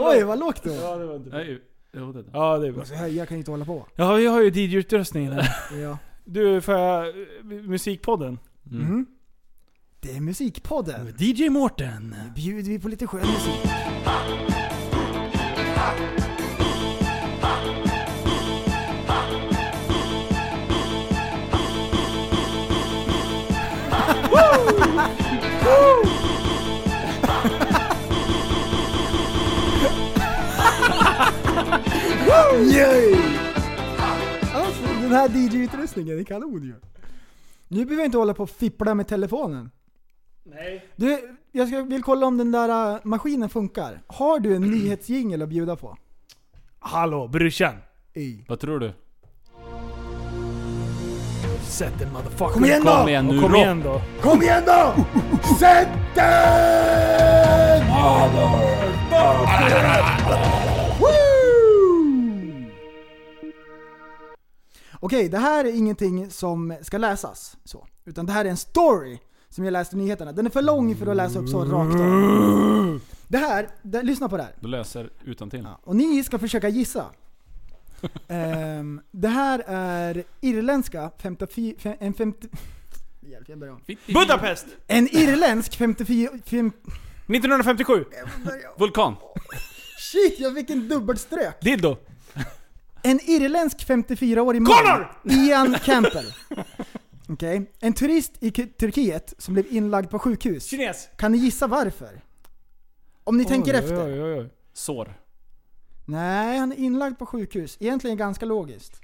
Speaker 8: Oj, vad lågt det var.
Speaker 7: Ja, det var inte bra.
Speaker 9: Nej, jo, det är det.
Speaker 7: Ja, det är bra.
Speaker 8: Så här, jag kan ju inte hålla på.
Speaker 7: Ja, vi har ju DJ-utrustningen här.
Speaker 8: Ja.
Speaker 7: Du, får jag... eh, Musikpodden?
Speaker 8: Mm. Det är Musikpodden.
Speaker 7: DJ Mårten.
Speaker 8: Bjuder vi på lite skön musik. Yay! Alltså, den här DJ-utrustningen är kanon ju. Nu behöver jag inte hålla på och fippla med telefonen. Du, jag ska, vill kolla om den där äh, maskinen funkar. Har du en nyhetsjingel att bjuda på?
Speaker 7: Hallå, brorsan.
Speaker 8: I.
Speaker 9: Vad tror du?
Speaker 7: Sätt den motherfucker.
Speaker 8: Kom igen
Speaker 9: Kom
Speaker 8: då!
Speaker 9: igen nu
Speaker 7: Kom
Speaker 9: då!
Speaker 7: igen då.
Speaker 8: Kom igen då! Sätt den! Woo! Okej, det här är ingenting som ska läsas. Så. Utan det här är en story som jag läste i nyheterna. Den är för lång för att läsa upp så rakt av. Det här, det, lyssna på det här.
Speaker 9: Du läser utantill.
Speaker 8: Ja, och ni ska försöka gissa. Ehm, det här är irländska 54... fe- En 50... Hjälp, jag börjar om.
Speaker 7: Budapest!
Speaker 8: En irländsk 54... fem-
Speaker 7: 1957.
Speaker 9: Vulkan!
Speaker 8: shit, jag fick en dubbelströk!
Speaker 7: Dildo.
Speaker 8: En irländsk 54-årig man,
Speaker 7: Connor!
Speaker 8: Ian Campbell. Okej. En turist i K- Turkiet som blev inlagd på sjukhus.
Speaker 7: Kines.
Speaker 8: Kan ni gissa varför? Om ni tänker
Speaker 7: Oj,
Speaker 8: efter.
Speaker 7: Oj, oj, oj.
Speaker 9: Sår.
Speaker 8: Nej, han är inlagd på sjukhus. Egentligen ganska logiskt.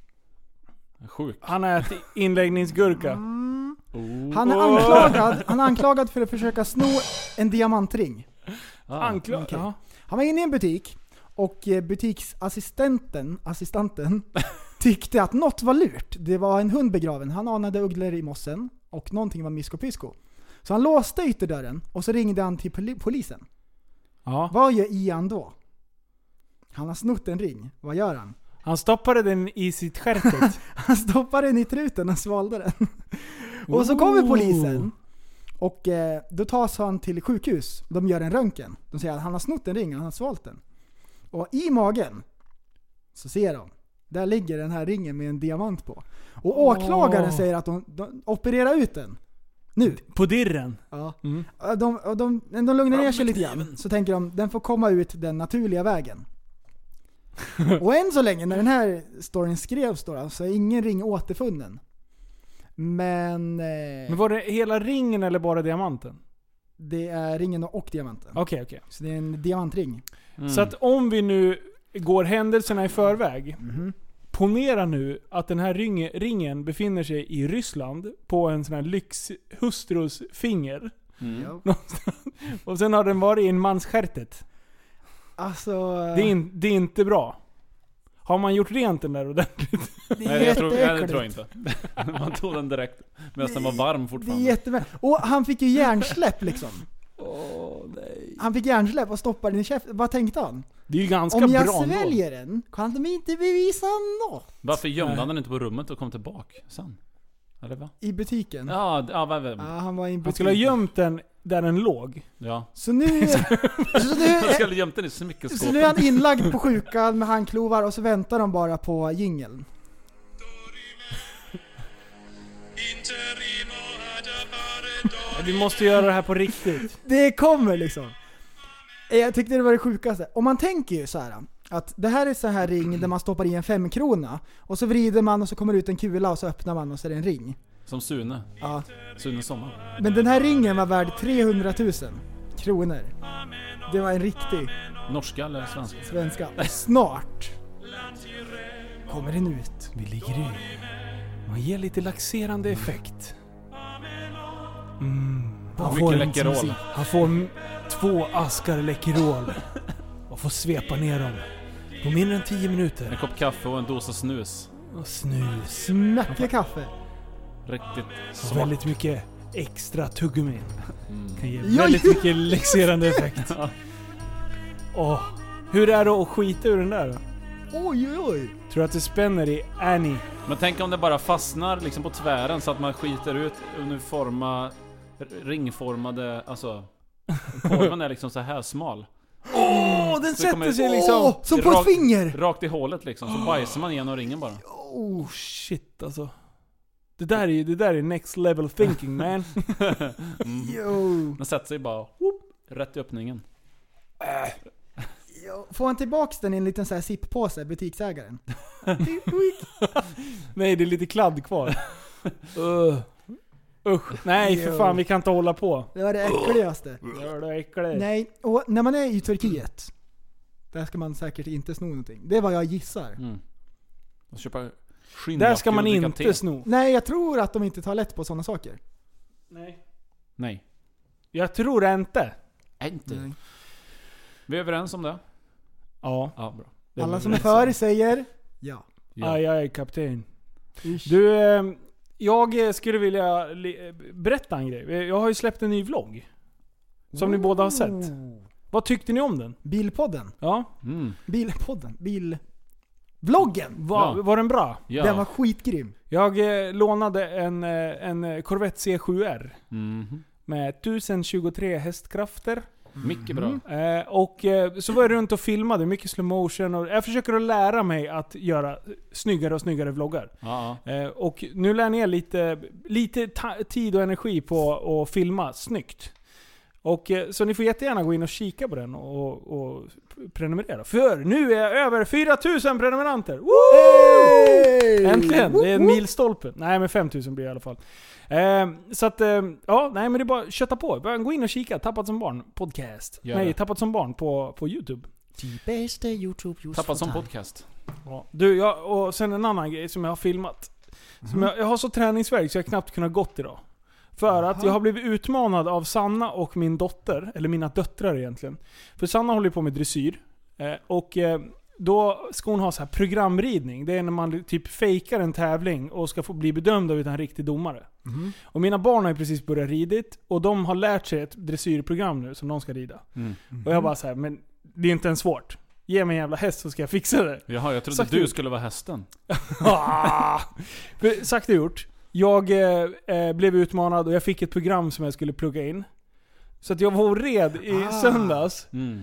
Speaker 9: Sjuk.
Speaker 7: Han har ätit inläggningsgurka.
Speaker 8: Han är anklagad, han är anklagad för att försöka sno en diamantring.
Speaker 9: Ah.
Speaker 7: Ankla...
Speaker 8: okej.
Speaker 7: Ja.
Speaker 8: Han var inne i en butik och eh, butiksassistenten assistanten, tyckte att något var lurt. Det var en hund begraven. Han anade ugglor i mossen och någonting var mysko pysko. Så han låste ytterdörren och så ringde han till poli- polisen.
Speaker 7: ja.
Speaker 8: Vad gör Ian då? Han har snott en ring. Vad gör han?
Speaker 7: Han stoppade den i sitt stjärtet.
Speaker 8: Han stoppade den i truten och svalde den. Och så kommer
Speaker 7: Ooh.
Speaker 8: polisen. Och eh, då tas han till sjukhus. De gör en röntgen. De säger att han har snott en ring och han har svalt den. Och i magen så ser de. Där ligger den här ringen med en diamant på. Och åklagaren säger att de, de opererar ut den. Nu.
Speaker 7: På dirren.
Speaker 8: Ja.
Speaker 7: Mm.
Speaker 8: Ja, De, och de, men de lugnar ner sig lite grann. Så tänker de, den får komma ut den naturliga vägen. Och än så länge, när den här storyn skrevs då, så är ingen ring återfunnen. Men, eh,
Speaker 7: Men var det hela ringen eller bara diamanten?
Speaker 8: det är ringen och diamanten.
Speaker 7: Okej, okej.
Speaker 8: Så det är en diamantring.
Speaker 9: Mm.
Speaker 7: Så att om vi nu går händelserna i förväg. Ponera nu att den här ring, ringen befinner sig i Ryssland på en sån här lyxhustrus finger. Någonstans. Och sen har den varit i en mans stjärtet.
Speaker 8: Alltså...
Speaker 7: Det, är in, det är inte bra. Har man gjort rent den där ordentligt?
Speaker 8: det
Speaker 9: Nej, jag tror, nej, det tror jag
Speaker 8: jätteäckligt.
Speaker 9: inte. Man tog den direkt medan den var varm
Speaker 8: Det är
Speaker 9: fortfarande.
Speaker 8: jättemärkligt. Och han fick ju hjärnsläpp liksom. Han fick hjärnsläpp och stoppade den i käften. Vad tänkte han?
Speaker 7: Det är ju ganska
Speaker 8: Om jag
Speaker 7: bra ändå.
Speaker 8: sväljer den kan de inte bevisa något.
Speaker 9: Varför gömde
Speaker 7: Nej.
Speaker 9: han den inte på rummet och kom tillbaka sen? Eller va?
Speaker 8: I butiken. Ja.
Speaker 9: Ja, d- ja, va, va.
Speaker 8: han var i en butik.
Speaker 7: Han skulle ha gömt den där den låg.
Speaker 9: ja.
Speaker 8: Så nu, så, nu,
Speaker 9: Han skulle ha gömt den i
Speaker 8: så nu är
Speaker 9: smyckenskåpet.
Speaker 8: han inlagd på sjukan med handklovar och så väntar de bara på jingeln.
Speaker 7: Vi måste göra det här på riktigt.
Speaker 8: Det kommer liksom. Eh, Jag tyckte det var det sjukaste. Och man tänker ju så här att det här är så här ring där man stoppar i en femkrona och så vrider man och så kommer det ut en kula och så öppnar man och så är det en ring.
Speaker 9: Som Sune.
Speaker 8: Ja.
Speaker 9: Sune Sommar.
Speaker 8: Men den här ringen var värd 300 000 kronor. Det var en riktig
Speaker 9: Norska eller svenska?
Speaker 8: svenska. Och Snart kommer den ut.
Speaker 7: Vi ligger i. Man ger lite laxerande effekt. Mm. Han,
Speaker 9: Mycket
Speaker 7: en-
Speaker 9: Läkerol.
Speaker 7: han får m- två askar Läkerol. Och får svepa ner dem. På mindre än 10
Speaker 9: En
Speaker 7: minuter.
Speaker 9: kopp kaffe och en dosa snus.
Speaker 7: Och snus.
Speaker 8: Snacka kaffe.
Speaker 9: Riktigt
Speaker 7: Och
Speaker 9: svart. Mm.
Speaker 7: väldigt mycket extra tuggummin. Kan ge
Speaker 8: Ja,
Speaker 7: väldigt
Speaker 8: just
Speaker 7: mycket laxerande effekt. Åh. Hur är det att skita ur den där då?
Speaker 8: Oj, oj, oj.
Speaker 7: Tror du att det spänner i Annie?
Speaker 9: Men tänk om det bara fastnar liksom på tvären så att man skiter ut uniforma, r- ringformade, alltså... Korven är liksom så här smal.
Speaker 7: Åh, den liksom.
Speaker 9: sätter kommer- sig
Speaker 8: Åh, liksom som på ett
Speaker 9: Rakt-
Speaker 8: finger!
Speaker 9: Rakt i hålet liksom, så bajsar man igenom ringen bara.
Speaker 7: Oh shit alltså. Det där är ju det där är next level thinking man.
Speaker 8: Jo.
Speaker 9: Den sätter sig bara, whoop, rätt i öppningen.
Speaker 8: Jo. Får han tillbaks den i en liten så här sippåse, butiksägaren?
Speaker 7: Nej det är lite kladd kvar. Ugh. Usch. Nej för fan vi kan inte hålla på.
Speaker 8: Det var det äckligaste.
Speaker 7: Gör det äckligt.
Speaker 8: Nej, och när man är i Turkiet, där ska man säkert inte sno någonting. Det är vad jag gissar.
Speaker 9: Och köpa
Speaker 7: Där
Speaker 9: skinnjackor
Speaker 7: ska
Speaker 9: och
Speaker 7: man
Speaker 9: dricka
Speaker 7: inte
Speaker 9: te.
Speaker 7: sno.
Speaker 8: Nej, jag tror att de inte tar lätt på sådana saker.
Speaker 7: Nej.
Speaker 9: Nej. Äh,
Speaker 7: Jag tror inte.
Speaker 9: Inte. Vi är överens om det?
Speaker 7: Ja.
Speaker 9: Ja, bra.
Speaker 8: Alla som är för säger ja.
Speaker 9: Ja.
Speaker 7: Aj, aj, kapten. Du, eh, jag eh, skulle vilja li- eh, berätta en grej. Eh, Jag har ju släppt en ny vlogg. Som ni båda har sett. Vad tyckte ni om den?
Speaker 8: Bilpodden.
Speaker 7: Ja.
Speaker 9: Mm.
Speaker 8: Bilpodden. Bil... Vloggen!
Speaker 7: Va,
Speaker 9: Ja.
Speaker 7: Var den bra?
Speaker 9: Ja.
Speaker 8: Den var skitgrym.
Speaker 7: Jag eh, lånade en, eh, en eh, Corvette C7R
Speaker 9: Mhm.
Speaker 7: med 1023 hästkrafter.
Speaker 9: Mycket
Speaker 8: Mm.
Speaker 9: bra.
Speaker 7: Eh, och eh, så var jag runt och filmade, mycket slow motion. Och jag försöker att lära mig att göra snyggare och snyggare vloggar.
Speaker 9: Ja, ja.
Speaker 7: Eh, och nu lär jag ner lite, lite ta- tid och energi på att filma snyggt. Och, eh, så ni får jättegärna gå in och kika på den och, och prenumerera. För nu är jag över 4000 prenumeranter! Woo! Äntligen! Det är en milstolpe. Nej men 5000 blir det i alla fall. Ehm, så att, ehm, ja, nej men det är bara att kötta på. Bara Gå in och kika. Tappat som barn podcast.
Speaker 9: Gör
Speaker 7: nej,
Speaker 9: det.
Speaker 7: Tappat som barn på, på YouTube.
Speaker 8: Typ Bästa Youtube just
Speaker 9: Tappat som podcast.
Speaker 7: Ja. Du, jag, och sen en annan grej som jag har filmat. Som jag, jag har så träningsvärk så jag knappt kunnat gått idag. För att jag har blivit utmanad av Sanna och min dotter, eller mina döttrar egentligen. För Sanna håller ju på med dressyr. Eh, och eh, då ska hon ha så här programridning. Det är när man typ fejkar en tävling och ska få bli bedömd av en riktig domare.
Speaker 8: Mhm.
Speaker 7: Och mina barn har ju precis börjat ridit och de har lärt sig ett dressyrprogram nu som de ska rida. Och jag bara så här, men det är inte ens svårt. Ge mig en jävla häst så ska jag fixa det.
Speaker 9: Jaha, jag trodde
Speaker 7: Sagt
Speaker 9: du
Speaker 7: ut.
Speaker 9: skulle vara hästen.
Speaker 7: Ah! För, Sagt och gjort. Jag eh, eh, blev utmanad och jag fick ett program som jag skulle plugga in. Så att jag var och red i
Speaker 8: Ah.
Speaker 7: söndags.
Speaker 9: Mm.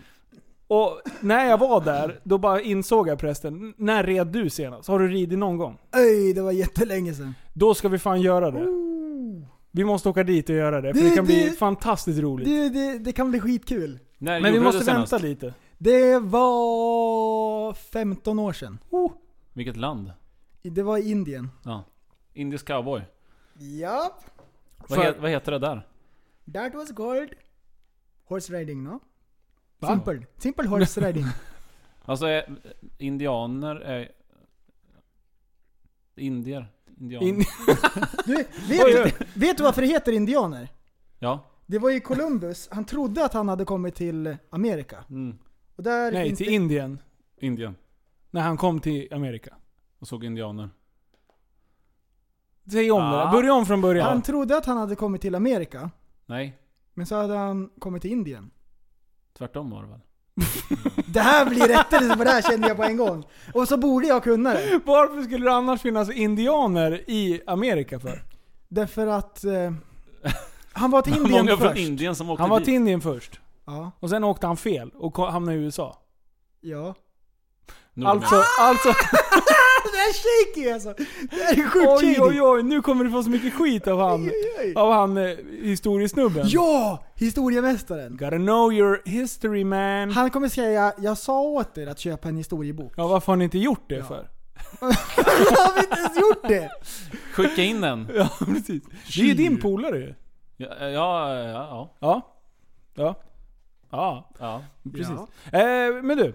Speaker 7: Och när jag var där, då bara insåg jag prästen, när red du senast? Har du ridit någon gång?
Speaker 8: Öj, det var jättelänge sedan.
Speaker 7: Då ska vi fan göra det. Vi måste åka dit och göra det, för
Speaker 8: Du,
Speaker 7: det kan bli
Speaker 8: du-
Speaker 7: fantastiskt roligt.
Speaker 8: Du, det, det kan bli skitkul.
Speaker 9: När
Speaker 7: Men vi
Speaker 9: gjorde
Speaker 7: måste
Speaker 9: du det senast?
Speaker 7: vänta lite.
Speaker 8: Det var 15 år sedan.
Speaker 7: Oh,
Speaker 9: Vilket land?
Speaker 8: Det var i Indien.
Speaker 9: Ja. Indisk cowboy.
Speaker 8: Ja,
Speaker 9: Vad,
Speaker 7: För-
Speaker 9: he, vad heter det där?
Speaker 8: that was gold. Horse riding, no? Simple. Simple horse riding.
Speaker 9: Alltså, eh, indianer är... Indier? Indianer?
Speaker 7: In,
Speaker 8: Du,
Speaker 7: Oj,
Speaker 8: vet, vet du varför det heter indianer?
Speaker 9: ja.
Speaker 8: Det var ju Columbus, han trodde att han hade kommit till Amerika.
Speaker 9: Mm.
Speaker 8: Och där
Speaker 7: nej,
Speaker 8: finns
Speaker 7: till
Speaker 8: det-
Speaker 7: Indien.
Speaker 9: Indien.
Speaker 7: När han kom till Amerika.
Speaker 9: Och såg indianer.
Speaker 7: Säg om det
Speaker 9: Ah.
Speaker 7: där. Börja om från början.
Speaker 8: Han trodde att han hade kommit till Amerika,
Speaker 9: Nej,
Speaker 8: men så hade han kommit till Indien.
Speaker 9: tvärtom var det väl?
Speaker 8: Det här blir rättelse på det här kände jag på en gång. Och så borde jag kunna det.
Speaker 7: Varför skulle det annars finnas indianer i Amerika för?
Speaker 8: Därför att... Eh, han var till Indien
Speaker 9: Många från
Speaker 8: först.
Speaker 9: Indien som åkte
Speaker 7: Han var
Speaker 9: dit.
Speaker 7: till Indien först.
Speaker 8: Ja,
Speaker 7: Och sen åkte han fel och ko- hamnade i USA.
Speaker 8: ja.
Speaker 9: Nordamerika.
Speaker 7: Alltså, alltså...
Speaker 8: Det här shaky alltså! Det här är sjukt
Speaker 7: Oj,
Speaker 8: shaky!
Speaker 7: oj, oj. Nu kommer du få så mycket skit av han, av han eh, historiesnubben.
Speaker 8: Ja! Historiemästaren!
Speaker 7: Gotta know your history man.
Speaker 8: Han kommer säga 'Jag sa åt er att köpa en historiebok'
Speaker 7: Ja, varför har ni inte gjort det för?
Speaker 8: Har vi inte ens gjort det?
Speaker 9: Skicka in den.
Speaker 7: Ja, precis. Det är ju din polare ju.
Speaker 9: Ja, ja, ja. ja,
Speaker 7: Ja. Ja. Ja,
Speaker 9: ja.
Speaker 7: precis. Eh, men du.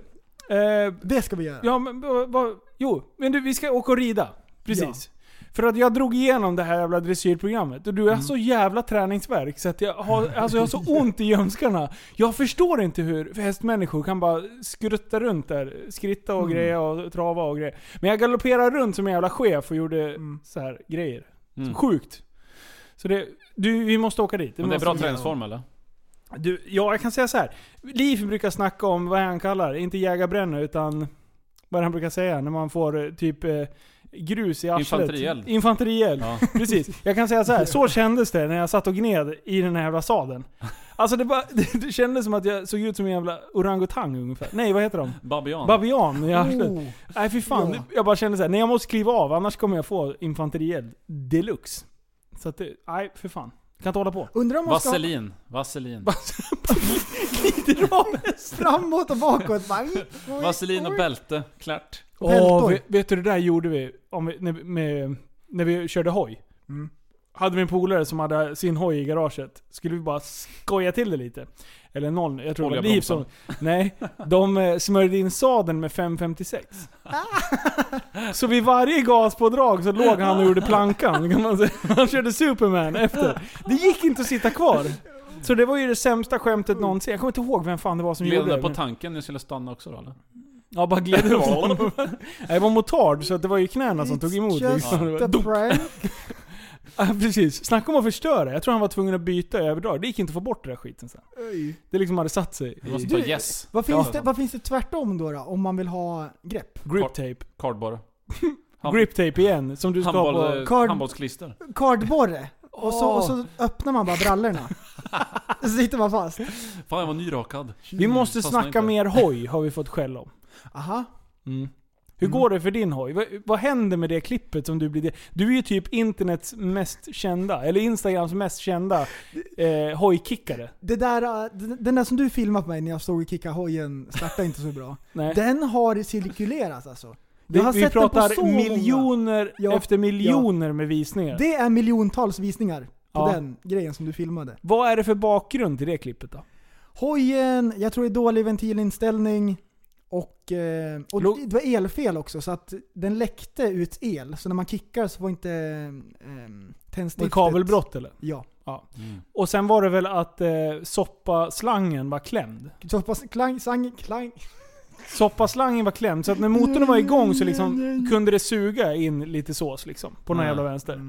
Speaker 7: Eh,
Speaker 8: Det ska vi göra.
Speaker 7: Ja, men vad... vad- Jo, men du, vi ska åka och rida. Precis. För att jag drog igenom det här jävla dressyrprogrammet och du är
Speaker 9: Mm.
Speaker 7: så jävla träningsverk så att jag har, alltså jag har så ont i ljumskarna. Jag förstår inte hur hästmänniskor kan bara skrutta runt där. Skritta
Speaker 9: Mm.
Speaker 7: och grejer och trava och grejer. Men jag galopperade runt som en jävla chef och gjorde så här grejer.
Speaker 9: Mm.
Speaker 7: Så sjukt. Så det, du, vi måste åka dit.
Speaker 9: Men det är
Speaker 7: måste
Speaker 9: bra
Speaker 7: vi-
Speaker 9: träningsform eller?
Speaker 7: Du, ja, jag kan säga så här. Liv brukar snacka om vad han kallar, inte jägarbränna utan vad han brukar säga när man får eh, typ eh, grus i arslet.
Speaker 9: Infanterield.
Speaker 7: Infanterield.
Speaker 9: Ja.
Speaker 7: Precis. Jag kan säga så här. så kändes det när jag satt och gned i den här jävla sadeln. Alltså det, bara, det, det kändes som att jag såg ut som en jävla orangutang ungefär. Nej, vad heter de?
Speaker 9: Babian.
Speaker 7: Babian i arslet.
Speaker 8: Oh.
Speaker 7: Nej fy fan.
Speaker 8: Ja.
Speaker 7: Jag bara kände så här. nej jag måste kliva av annars kommer jag få infanterield deluxe. Så att det, nej för fan. Kan inte hålla på.
Speaker 8: Undrar om man ska
Speaker 9: Vaselin. Vaselin.
Speaker 7: Glider av
Speaker 8: framåt och bakåt. Bara,
Speaker 9: Vaselin och bälte. Klart.
Speaker 7: Åh,
Speaker 8: Och peltor.
Speaker 7: vet, vet du det där gjorde vi, om vi när, vi- med, när vi körde hoj?
Speaker 8: Mm.
Speaker 7: Hade vi en polare som hade sin hoj i garaget, skulle vi bara skoja till det lite. Eller någon, jag tror det var
Speaker 9: Olja
Speaker 7: Liv som...
Speaker 9: bromsar.
Speaker 7: Nej, de eh, smörjde in sadeln med 556.
Speaker 8: Ah.
Speaker 7: Så vid varje gaspådrag så låg han och gjorde plankan, kan man säga. Han körde Superman efter. Det gick inte att sitta kvar. Så det var ju det sämsta skämtet någonsin. Jag kommer inte ihåg vem fan det var som
Speaker 9: Gled
Speaker 7: gjorde
Speaker 9: där
Speaker 7: det.
Speaker 9: på
Speaker 7: men-
Speaker 9: tanken ni skulle stanna också då eller?
Speaker 7: Ja, bara gled upp honom. Nej, Det var motard, så att det var ju knäna som tog emot.
Speaker 8: It's
Speaker 7: Liksom. Det
Speaker 8: just
Speaker 7: var
Speaker 8: a
Speaker 7: dunk.
Speaker 8: prank.
Speaker 7: Ja, precis. Snacka om att förstöra. Jag tror han var tvungen att byta överdrag. Det gick inte att få bort den där skiten sen. Det liksom hade satt sig
Speaker 9: Vi måste
Speaker 7: i
Speaker 9: ta yes.
Speaker 8: Vad finns,
Speaker 7: Ja.
Speaker 8: det, vad finns det tvärtom då, då? Om man vill ha grepp?
Speaker 7: grip tape.
Speaker 9: Cardborre. Hand-
Speaker 7: Grip tape igen, som du ska ha
Speaker 9: Handboll, eh,
Speaker 7: på...
Speaker 8: Card-
Speaker 9: Handbollsklister.
Speaker 8: Kardborre? Och så, och så öppnar man bara brallorna. så sitter man fast.
Speaker 9: Fan jag var nyrakad.
Speaker 7: Vi måste
Speaker 9: Fastnar
Speaker 7: snacka
Speaker 9: inte.
Speaker 7: mer hoj, har vi fått skäll om.
Speaker 8: Aha.
Speaker 7: Hur
Speaker 9: Mm.
Speaker 7: går det för din hoj? Vad, vad händer med det klippet som du blir... Du är ju typ internets mest kända, eller Instagrams mest kända eh, hojkickare.
Speaker 8: Det där, äh, den- den där som du filmade på mig när jag stod och kickade hojen startade inte så bra.
Speaker 7: Nej.
Speaker 8: Den har cirkulerat alltså.
Speaker 7: Vi,
Speaker 8: Jag har
Speaker 7: vi
Speaker 8: sett den på
Speaker 7: pratar
Speaker 8: så många.
Speaker 7: miljoner
Speaker 8: Ja.
Speaker 7: efter miljoner med visningar.
Speaker 8: Det är miljontals visningar på
Speaker 7: Ja.
Speaker 8: den grejen som du filmade.
Speaker 7: Vad är det för bakgrund till det klippet då?
Speaker 8: Hojen, jag tror det är dålig ventilinställning. Och, eh, och
Speaker 7: Lo-
Speaker 8: det var elfel också, så att den läckte ut el. Så när man kickar så var inte eh,
Speaker 7: Var det
Speaker 8: tändstiftet...
Speaker 7: kabelbrott eller?
Speaker 8: Ja.
Speaker 7: Och sen var det väl att eh, soppaslangen var klämd?
Speaker 8: Så pass klang, sang, klang.
Speaker 7: Soppaslangen var klämd, så att när motorn var igång så liksom kunde det suga in lite sås liksom. På någon
Speaker 9: Mm.
Speaker 7: jävla vänster.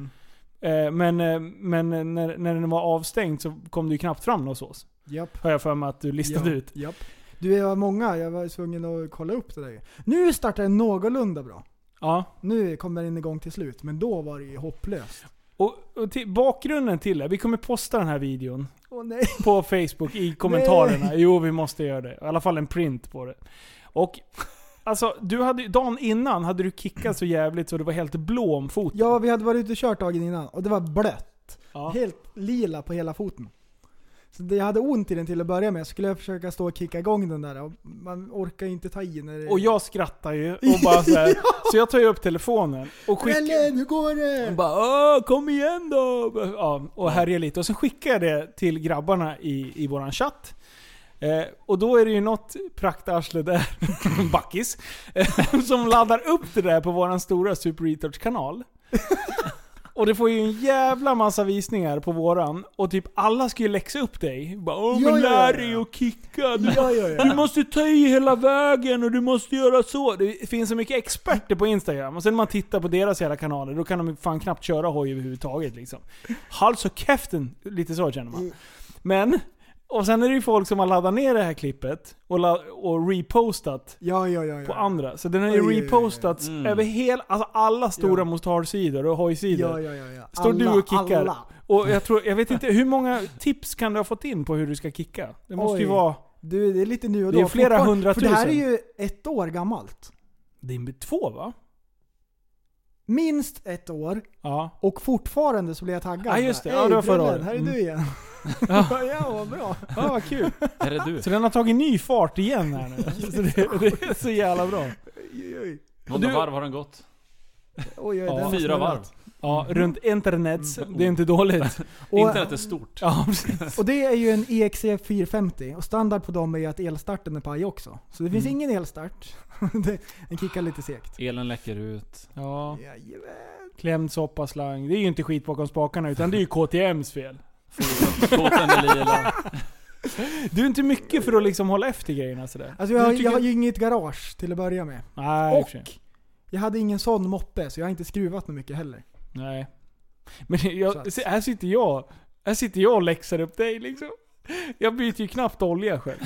Speaker 7: Eh, men eh, men eh, när, när den var avstängd så kom det ju knappt fram någon sås.
Speaker 8: Japp.
Speaker 7: Har jag för mig att du listade ut.
Speaker 8: Japp. Du, jag var många. Jag var tvungen att kolla upp det där. Nu startar den någorlunda bra.
Speaker 7: Ja.
Speaker 8: Nu kom den igång till slut, men då var det ju hopplöst.
Speaker 7: Och, och till, bakgrunden till det, vi kommer posta den här videon
Speaker 8: Åh nej.
Speaker 7: på Facebook i kommentarerna. Jo, vi måste göra det. I alla fall en print på det. Och alltså, du hade, ju- dagen innan hade du kickat så jävligt så du var helt blå om foten.
Speaker 8: Ja, vi hade varit ute och kört dagen innan och det var blött.
Speaker 7: Ja.
Speaker 8: Helt lila på hela foten. Så det, jag hade ont i den till att börja med. Skulle jag försöka stå och kicka igång den där och man orkar ju inte ta i när det...
Speaker 7: Och jag skrattar ju och bara så här, Så jag tar ju upp telefonen och skickar...
Speaker 8: Ellen, hur går det?
Speaker 7: Och bara Åh, kom igen då! Ja, och härjar lite. Och så skickar jag det till grabbarna i, i våran chatt. Eh, och då är det ju något praktarsle där, Backis, eh, som laddar upp det där på våran stora Super Retards kanal. Och det får ju en jävla massa visningar på våran. Och typ alla ska ju läxa upp dig. Bara, Åh,
Speaker 8: Ja,
Speaker 7: men
Speaker 8: ja,
Speaker 7: lär
Speaker 8: ja.
Speaker 7: dig att kicka. Du
Speaker 8: Ja, ja, ja.
Speaker 7: du måste ta i hela vägen och du måste göra så. Det finns så mycket experter på Instagram. Och sen när man tittar på deras jävla kanaler, då kan de fan knappt köra hoj överhuvudtaget. Liksom. Hals och käften, lite så känner man. Men, och sen är det ju folk som har laddat ner det här klippet och, la- och repostat
Speaker 8: Ja, ja, ja.
Speaker 7: på
Speaker 8: ja.
Speaker 7: andra. Så den har
Speaker 8: Oj,
Speaker 7: ju
Speaker 8: oj, oj, oj.
Speaker 7: repostats över hela, alltså alla stora
Speaker 8: Ja.
Speaker 7: motardsidor och hojsidor.
Speaker 8: Ja, ja, ja, ja.
Speaker 7: Står du
Speaker 8: Alla,
Speaker 7: och kickar?
Speaker 8: Alla.
Speaker 7: Och jag, tror, jag vet inte, hur många tips kan du ha fått in på hur du ska kicka? Det måste ju
Speaker 8: Oj.
Speaker 7: vara...
Speaker 8: Du, det är lite nu och då.
Speaker 7: Det är flera
Speaker 8: Fortfar-
Speaker 7: hundratusen.
Speaker 8: För det här är ju ett år gammalt.
Speaker 7: Det är två va?
Speaker 8: Minst ett år.
Speaker 7: Ja.
Speaker 8: Och fortfarande så blir jag taggad.
Speaker 7: Ja, just det.
Speaker 8: Bara,
Speaker 7: Ja, det var
Speaker 8: "Ey,
Speaker 7: förra
Speaker 8: Brellen,
Speaker 7: året."
Speaker 8: Här är
Speaker 7: Mm.
Speaker 8: du igen. Ja, vad bra.
Speaker 7: Ja, vad kul.
Speaker 9: Här är du.
Speaker 7: Så den har tagit ny fart igen här nu. Så det, det är så jävla bra.
Speaker 8: Oj, oj.
Speaker 9: Många
Speaker 7: Du-
Speaker 9: varv har den gått.
Speaker 8: Oj, oj,
Speaker 7: Ja,
Speaker 8: den har
Speaker 9: Fyra
Speaker 8: snurrat.
Speaker 9: varv.
Speaker 7: Ja, runt internets. Mm. Det är inte dåligt.
Speaker 8: Och,
Speaker 9: Internet är stort.
Speaker 7: Ja, precis.
Speaker 8: och det är ju en E EXC 450 och standard på dem är ju att elstarten är paj också. Så det finns
Speaker 7: Mm.
Speaker 8: ingen elstart. Det- Den kickar lite segt.
Speaker 9: Elen läcker ut.
Speaker 7: Ja,
Speaker 8: Jajamän.
Speaker 7: klämd soppaslang. Det är ju inte skit bakom spakarna utan det är ju KTMs fel.
Speaker 9: Båten är lila.
Speaker 7: Du är inte mycket för att liksom hålla efter grejerna sådär.
Speaker 8: Alltså jag, har-
Speaker 7: Du tycker-
Speaker 8: jag har ju inget garage till att börja med.
Speaker 7: Nej, i och för sig.
Speaker 8: Och jag hade ingen sån moppe så jag har inte skruvat något mycket heller.
Speaker 7: Nej. Men
Speaker 8: Så
Speaker 7: jag,
Speaker 8: att-
Speaker 7: se, här sitter jag. Här sitter jag och läxar upp dig liksom. Jag byter ju knappt olja själv.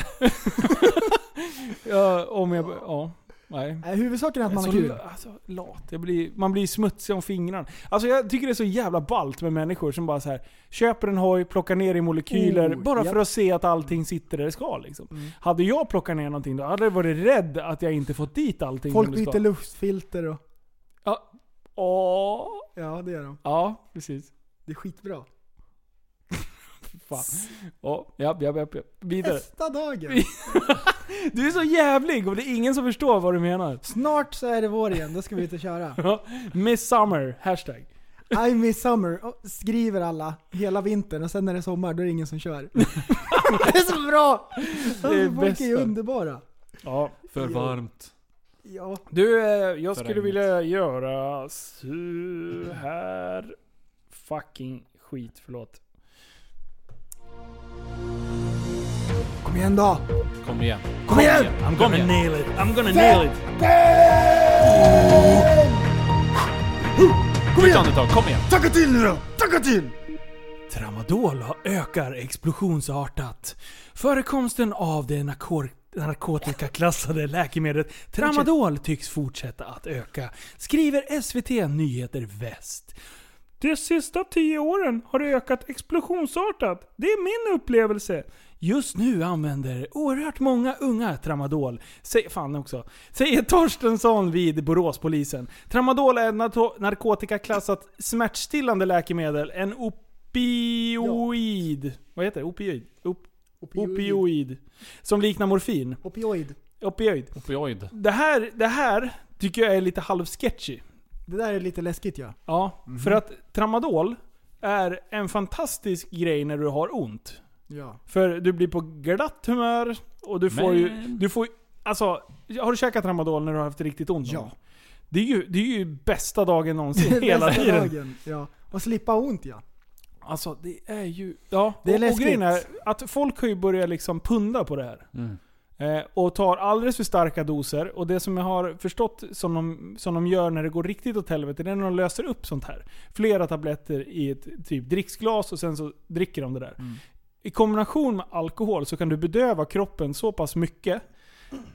Speaker 7: ja, om jag... Ja. Nej.
Speaker 8: Nej, Äh, huvudsaken är att man har
Speaker 7: så
Speaker 8: kul.
Speaker 7: la- Alltså, lat. Jag blir, man blir smutsig om fingrarna. Alltså jag tycker det är så jävla ballt med människor som bara så här köper en hoj, plockar ner i molekyler,
Speaker 8: Oh, Mm.
Speaker 7: bara
Speaker 8: japp.
Speaker 7: för att se att allting sitter där det ska liksom. Hade jag plockat ner någonting då hade jag varit rädd att jag inte fått dit allting
Speaker 8: Folk
Speaker 7: som det
Speaker 8: byter
Speaker 7: ska.
Speaker 8: luftfilter och...
Speaker 7: Ja. Åh.
Speaker 8: Ja, det gör de.
Speaker 7: Ja, precis.
Speaker 8: Det är skitbra.
Speaker 7: Fan. Ja, japp, japp, japp, japp. Vidare.
Speaker 8: Bästa dagen.
Speaker 7: Du är så jävlig och det är ingen som förstår vad du menar.
Speaker 8: Snart så är det vår igen, då ska vi ut och köra.
Speaker 7: Ja. Miss Summer, hashtag.
Speaker 8: I miss summer, Och skriver alla hela vintern och sen när det är sommar då är det ingen som kör. det är så bra!
Speaker 7: Det är
Speaker 8: Alltså, folk är ju
Speaker 7: bästa.
Speaker 8: underbara.
Speaker 7: Ja.
Speaker 9: För varmt.
Speaker 8: Ja,
Speaker 7: Du, eh, jag
Speaker 9: För
Speaker 7: skulle
Speaker 9: regnet.
Speaker 7: vilja göra så här fucking skit, förlåt.
Speaker 8: kom igen då!
Speaker 9: Kom igen.
Speaker 8: Kom igen!
Speaker 9: I'm Kom igen.
Speaker 7: nail it, I'm gonna nail it.
Speaker 9: Nytt andetag. Kom igen.
Speaker 8: Tacka till nu då! Tacka till!
Speaker 7: Tramadol har- ökar explosionsartat. Förekomsten av det narko- narkotikaklassade läkemedlet Tramadol tycks fortsätta att öka, skriver SVT Nyheter Väst. De sista tio åren har det ökat explosionsartat. Det är min upplevelse. Just nu använder oerhört många unga tramadol. Säger, fan också. Säger Torstensson vid Boråspolisen. Tramadol är ett nato- narkotikaklassat smärtstillande läkemedel. En opioid. Vad heter det? Opioid? Op- opioid. Som liknar morfin.
Speaker 8: Opioid.
Speaker 7: Opioid.
Speaker 9: Opioid.
Speaker 7: Det här, det här tycker jag är lite halvsketchy.
Speaker 8: Det där är lite läskigt ja.
Speaker 7: Ja,
Speaker 8: Mhm.
Speaker 7: för att tramadol är en fantastisk grej när du har ont.
Speaker 8: Ja.
Speaker 7: För du blir på glatt humör och du får ju... Du får, ju- alltså, har du käkat tramadol när du har haft riktigt ont? någon
Speaker 8: Ja.
Speaker 7: gång? Det är ju, det är ju bästa dagen någonsin hela
Speaker 8: Bästa
Speaker 7: tiden.
Speaker 8: dagen. Ja. Och slippa ont ja.
Speaker 7: Alltså det är ju... Ja,
Speaker 8: Det är
Speaker 7: och, och
Speaker 8: läskigt.
Speaker 7: grejen är att folk har ju börjat liksom punda på det här.
Speaker 8: Mm.
Speaker 7: Eh, och tar alldeles för starka doser. Och det som jag har förstått som de, som de gör när det går riktigt åt helvete, det är när de löser upp sånt här. Flera tabletter i ett typ dricksglas och sen så dricker de det där.
Speaker 8: Mm.
Speaker 7: I kombination med alkohol så kan du bedöva kroppen så pass mycket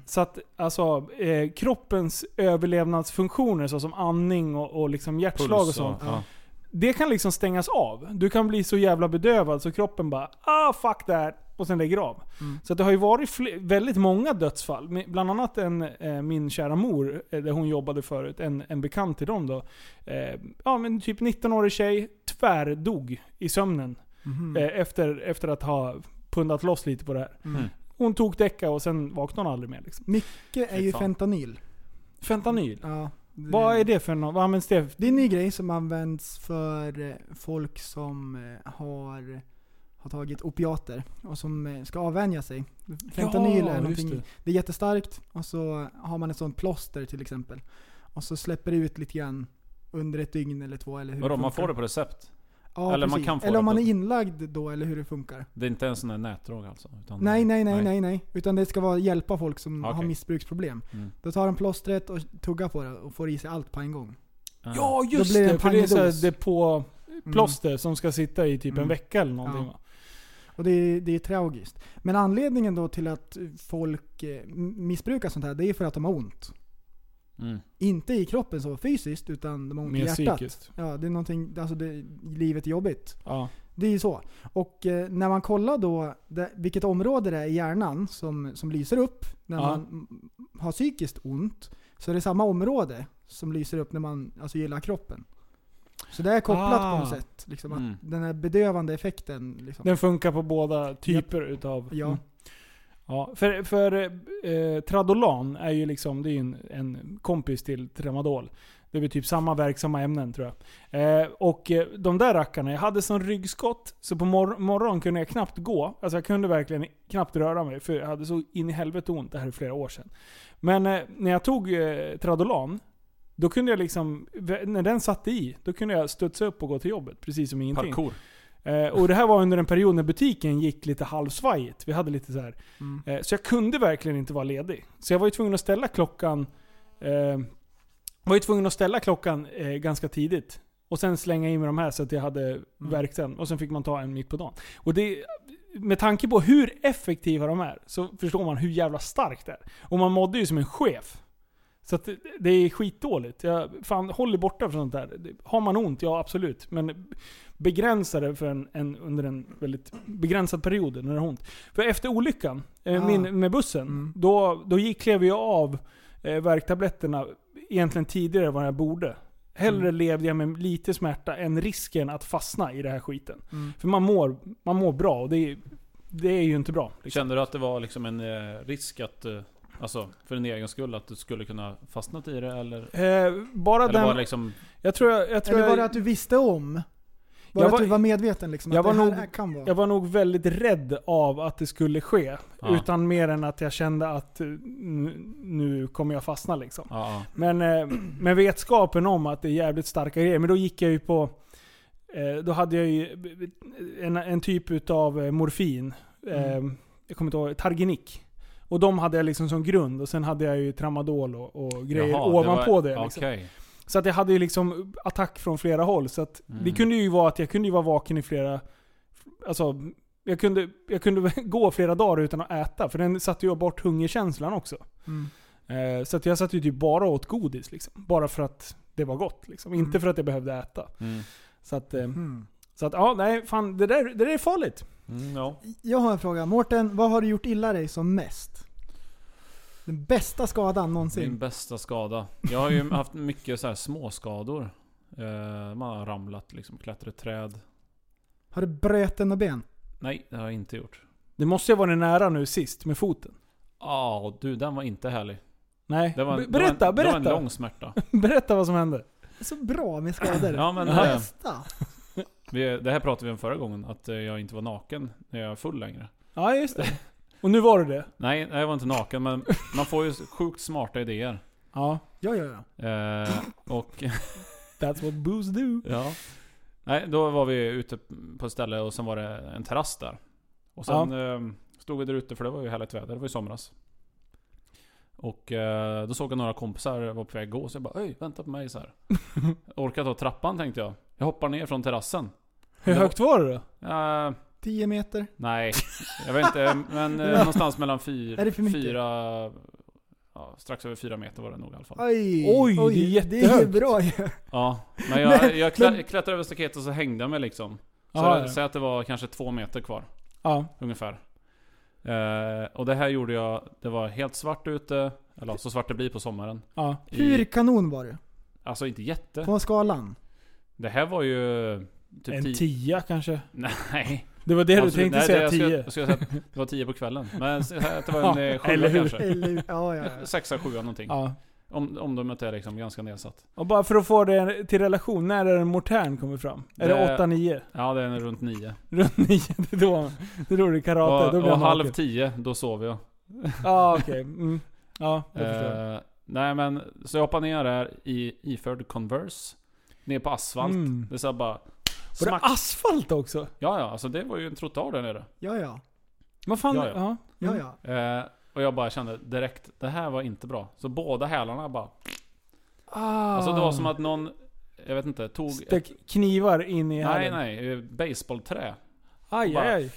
Speaker 7: så att alltså, eh, kroppens överlevnadsfunktioner såsom andning och, och liksom hjärtslag och sånt.
Speaker 9: Ja.
Speaker 7: Det kan liksom stängas av. Du kan bli så jävla bedövad så kroppen bara ah fuck that. och sen lägger av. Så att det har ju varit fle- väldigt många dödsfall. Men Bland annat en, eh, min kära mor, eh, där hon jobbade förut, en, en bekant till dem då. Eh, ja men typ 19-årig tjej, tvärdog i sömnen. Eh, efter, efter att ha pundat loss lite på det här.
Speaker 9: Mm-hmm. Mm.
Speaker 7: Hon tog däcka och sen vaknade hon aldrig mer. Liksom.
Speaker 8: Mycket är
Speaker 9: Fy
Speaker 8: ju
Speaker 9: fan.
Speaker 8: fentanyl.
Speaker 7: Fentanyl.
Speaker 8: Ja, det,
Speaker 7: Vad är det för något? Vad används det för?
Speaker 8: det är en ny grej som används för eh, folk som eh, har, har tagit opiater och som eh, ska avvänja sig. Fentanyl
Speaker 7: Ja,
Speaker 8: är
Speaker 7: just
Speaker 8: någonting,
Speaker 7: det.
Speaker 8: det. är jättestarkt och så har man ett sånt plåster till exempel. Och så släpper det ut lite grann under ett dygn eller två eller hur
Speaker 9: Vadå, man
Speaker 8: funkar.
Speaker 9: får det på recept?
Speaker 8: Ja,
Speaker 9: eller
Speaker 8: eller
Speaker 9: man
Speaker 8: precis.
Speaker 9: kan få
Speaker 8: Eller om
Speaker 9: det
Speaker 8: man
Speaker 9: på-
Speaker 8: är inlagd då eller hur det funkar.
Speaker 9: Det är inte en sån där nätdrog alltså? Utan
Speaker 8: Nej, nej, nej, nej, nej. Utan det ska vara hjälpa folk som
Speaker 9: Okej.
Speaker 8: har missbruksproblem.
Speaker 9: Mm.
Speaker 8: Då tar de plåstret och tuggar på det och får i sig allt på en gång.
Speaker 9: Ah.
Speaker 7: Ja just
Speaker 8: blir det en
Speaker 7: det, för det är så
Speaker 8: pangdos.
Speaker 7: här depåplåster
Speaker 8: Mm.
Speaker 7: som ska sitta i typ en
Speaker 8: Mm.
Speaker 7: vecka eller någonting
Speaker 8: Ja.
Speaker 7: va?
Speaker 8: Och det är, det är tragiskt. Men anledningen då till att folk eh, m- missbrukar sånt här, det är för att de har ont.
Speaker 9: Mm.
Speaker 8: Inte i kroppen så fysiskt, utan de har ont i
Speaker 7: Mer
Speaker 8: hjärtat.
Speaker 7: psykiskt.
Speaker 8: Ja, det är någonting, alltså det, livet är jobbigt.
Speaker 7: Ja.
Speaker 8: Det är ju så. Och eh, när man kollar då det, vilket område det är i hjärnan som, som lyser upp när
Speaker 7: Ja.
Speaker 8: man mm, har psykiskt ont, så är det samma område som lyser upp när man alltså, gillar kroppen. Så det är kopplat på något
Speaker 7: Ah.
Speaker 8: sätt. Liksom, att
Speaker 9: Mm.
Speaker 8: Den här bedövande effekten. Liksom.
Speaker 7: Den funkar på båda typer utav...
Speaker 8: Ja.
Speaker 7: Mm. ja. För, för eh, Tradolan är ju liksom, det är ju en, en kompis till Tremadol. Det är väl typ samma verksamma ämnen tror jag. Eh, och eh, de där rackarna, jag hade sån ryggskott så på mor- morgonen kunde jag knappt gå. Alltså jag kunde verkligen knappt röra mig för jag hade så in i helvete ont, det här är flera år sedan. Men eh, när jag tog eh, Tradolan, då kunde jag liksom, när den satte i, då kunde jag studsa upp och gå till jobbet. Precis som ingenting.
Speaker 9: Parkour.
Speaker 7: Eh, och det här var under en period när butiken gick lite halvsvajigt. Vi hade lite så här.
Speaker 8: Mm.
Speaker 7: Eh, så jag kunde verkligen inte vara ledig. Så jag var ju tvungen att ställa klockan... Eh, var ju tvungen att ställa klockan eh, ganska tidigt. Och sen slänga in med de här så att jag hade verktygen. Och sen fick man ta en mitt på dagen. Och det, med tanke på hur effektiva de är, så förstår man hur jävla starkt det är. Och man mådde ju som en chef. Så att det, det är skitdåligt. Jag, fan, håll er borta från sånt där. Det- Har man ont, ja absolut. Men begränsa det för en, en, under en väldigt begränsad period när det har ont. För efter olyckan eh,
Speaker 8: Ah.
Speaker 7: min, med bussen,
Speaker 8: Mm.
Speaker 7: då, då gick, klev jag av eh, värktabletterna egentligen tidigare än vad jag borde.
Speaker 8: Mm.
Speaker 7: Hellre levde jag med lite smärta än risken att fastna i den här skiten.
Speaker 8: Mm.
Speaker 7: För man mår, man mår bra och det är, det är ju inte bra. Liksom.
Speaker 9: Kände du att det var liksom en eh, risk att... Eh, alltså, för din egen skull, att du skulle kunna fastnat i det eller?
Speaker 7: Eh, bara
Speaker 9: Eller var
Speaker 7: den,
Speaker 9: det liksom...
Speaker 7: jag tror jag, jag, tror
Speaker 8: Eller var det
Speaker 7: jag,
Speaker 8: att du visste om?
Speaker 7: Jag
Speaker 8: Var det att
Speaker 7: var-
Speaker 8: du var medveten liksom?
Speaker 7: jag
Speaker 8: att
Speaker 7: var
Speaker 8: det här
Speaker 7: nog-
Speaker 8: kan vara?
Speaker 7: jag var nog väldigt rädd av att det skulle ske.
Speaker 9: Ja.
Speaker 7: Utan mer än att jag kände att eh, nu, nu kommer jag fastna liksom.
Speaker 9: Ja,
Speaker 7: Men eh, med vetskapen om att det är jävligt starka grejer. Men då gick jag ju på... Eh, då hade jag ju en, en typ utav eh, morfin.
Speaker 9: Mm.
Speaker 7: Eh, jag kommer inte ihåg. Targinic. Och de hade jag liksom som grund. Och sen hade jag ju tramadol och, och grejer
Speaker 9: Jaha,
Speaker 7: ovanpå det.
Speaker 9: var-
Speaker 7: liksom.
Speaker 9: Okej.
Speaker 7: Så att jag hade ju liksom attack från flera håll. Så att det
Speaker 9: Mm.
Speaker 7: kunde ju vara att jag kunde ju vara vaken i flera... Alltså, jag kunde, jag kunde gå flera dagar utan att äta. För den satte ju bort hungerkänslan också.
Speaker 8: Mm.
Speaker 7: Eh, Så att jag satt ju typ bara och åt godis. Liksom. Bara för att det var gott. Liksom. Inte
Speaker 8: Mm.
Speaker 7: för att jag behövde äta.
Speaker 9: Mm.
Speaker 7: Så att, eh,
Speaker 8: Mm.
Speaker 7: så att ja, nej fan. Det där, det där är farligt.
Speaker 9: Mm, ja.
Speaker 8: Jag har en fråga. Mårten, vad har du gjort illa dig som mest? Den bästa skadan
Speaker 9: Min
Speaker 8: någonsin?
Speaker 9: bästa skada. Jag har ju haft mycket så här småskador. Eh, man har ramlat liksom, klättrat i träd.
Speaker 8: Har du bröten och ben?
Speaker 9: Nej, det har jag inte gjort.
Speaker 7: Det måste ju ha varit nära nu sist med foten.
Speaker 9: Ja, Ah, du den var inte härlig.
Speaker 7: Nej.
Speaker 9: Det var
Speaker 7: Be-
Speaker 9: en,
Speaker 7: berätta,
Speaker 9: det var en,
Speaker 7: berätta.
Speaker 9: Det var en lång smärta.
Speaker 7: Berätta vad som hände.
Speaker 8: Så bra med skador.
Speaker 9: Ja, men,
Speaker 8: det
Speaker 9: eh,
Speaker 8: bästa.
Speaker 9: Vi, det här pratade vi om förra gången, att eh, jag inte var naken när jag är full längre.
Speaker 7: Ja, just det. Och nu var du det.
Speaker 9: Nej, jag var inte naken men man får ju sjukt smarta idéer.
Speaker 7: Ja.
Speaker 8: Ja, ja, ja.
Speaker 9: Eh, och
Speaker 7: That's what booze do.
Speaker 9: Ja. Nej, då var vi ute på ett ställe och sen var det en terrass där. Och sen eh, stod vi där ute för det var ju härligt väder, det var ju somras. Och eh, då såg jag några kompisar vara på väg att gå, så jag bara Öj, vänta på mig så här. Orkar ta trappan tänkte jag. Jag hoppar ner från terrassen.
Speaker 7: Hur högt var det då?
Speaker 9: Eh,
Speaker 8: 10 meter.
Speaker 9: nej, jag vet inte. Men eh, någonstans mellan fyra...
Speaker 8: Är det för mycket?
Speaker 9: fyra ja, strax över fyra meter var det nog i alla fall.
Speaker 8: Oj,
Speaker 7: Oj, det är
Speaker 8: Det är
Speaker 7: jättehögt.
Speaker 8: ju bra ju.
Speaker 9: Ja, men jag,
Speaker 8: Men-
Speaker 9: jag klä,
Speaker 8: men-
Speaker 9: klättrade över staketet och så hängde jag mig liksom. Så
Speaker 7: Ja, ja.
Speaker 9: säg att det var kanske två meter kvar.
Speaker 7: Ja.
Speaker 9: Ungefär. Eh, och det här gjorde jag, det var helt svart ute, eller så svart det blir på sommaren.
Speaker 7: Ja.
Speaker 8: Hur kanon var det?
Speaker 9: Alltså inte jätte.
Speaker 8: På skalan?
Speaker 9: Det här var ju... Typ
Speaker 7: En
Speaker 9: tio-
Speaker 7: tia kanske?
Speaker 9: Nej.
Speaker 7: Det var det
Speaker 9: Absolut.
Speaker 7: du tänkte
Speaker 9: Nej,
Speaker 7: säga,
Speaker 9: jag skulle-
Speaker 7: tio?
Speaker 9: Jag skulle säga att det var 10 på kvällen. Men så här, att det var en eh, sjua
Speaker 7: eller hur?
Speaker 9: kanske.
Speaker 8: Eller, ja, ja, ja.
Speaker 9: Sexa, sjua någonting.
Speaker 7: Ja.
Speaker 9: Om, omdömet är liksom ganska nedsatt.
Speaker 7: Och bara för att få det till relation, när är det Mortern kommer fram? Är
Speaker 9: Det-
Speaker 7: det 8-9?
Speaker 9: Ja, det är runt nio.
Speaker 7: Runt 9? Det är då, det är då det är karate, då
Speaker 9: och
Speaker 7: blir
Speaker 9: och
Speaker 7: han
Speaker 9: halv
Speaker 7: naken.
Speaker 9: tio, då sov jag.
Speaker 7: Ja, okej. Mm. Ja, det förstår jag.
Speaker 9: Eh, nej men, så jag hoppade ner där i iförd Converse. Ner på asfalt.
Speaker 7: Mm.
Speaker 9: Det så här bara...
Speaker 7: Var det
Speaker 9: Smack.
Speaker 7: asfalt också?
Speaker 9: Ja, ja. Alltså det var ju en trottoar där nere.
Speaker 8: Ja, ja.
Speaker 7: Vad fan?
Speaker 9: Ja, ja.
Speaker 7: ja.
Speaker 8: ja, ja.
Speaker 9: Eh, och jag bara kände direkt, det här var inte bra. Så båda hälarna bara...
Speaker 7: Ah.
Speaker 9: Alltså det var som att någon, jag vet inte, tog...
Speaker 7: Stack Ah. knivar in
Speaker 9: nej,
Speaker 7: i hälen?
Speaker 9: nej. eh, Baseballträ.
Speaker 7: Aj,
Speaker 9: Bara-
Speaker 7: aj.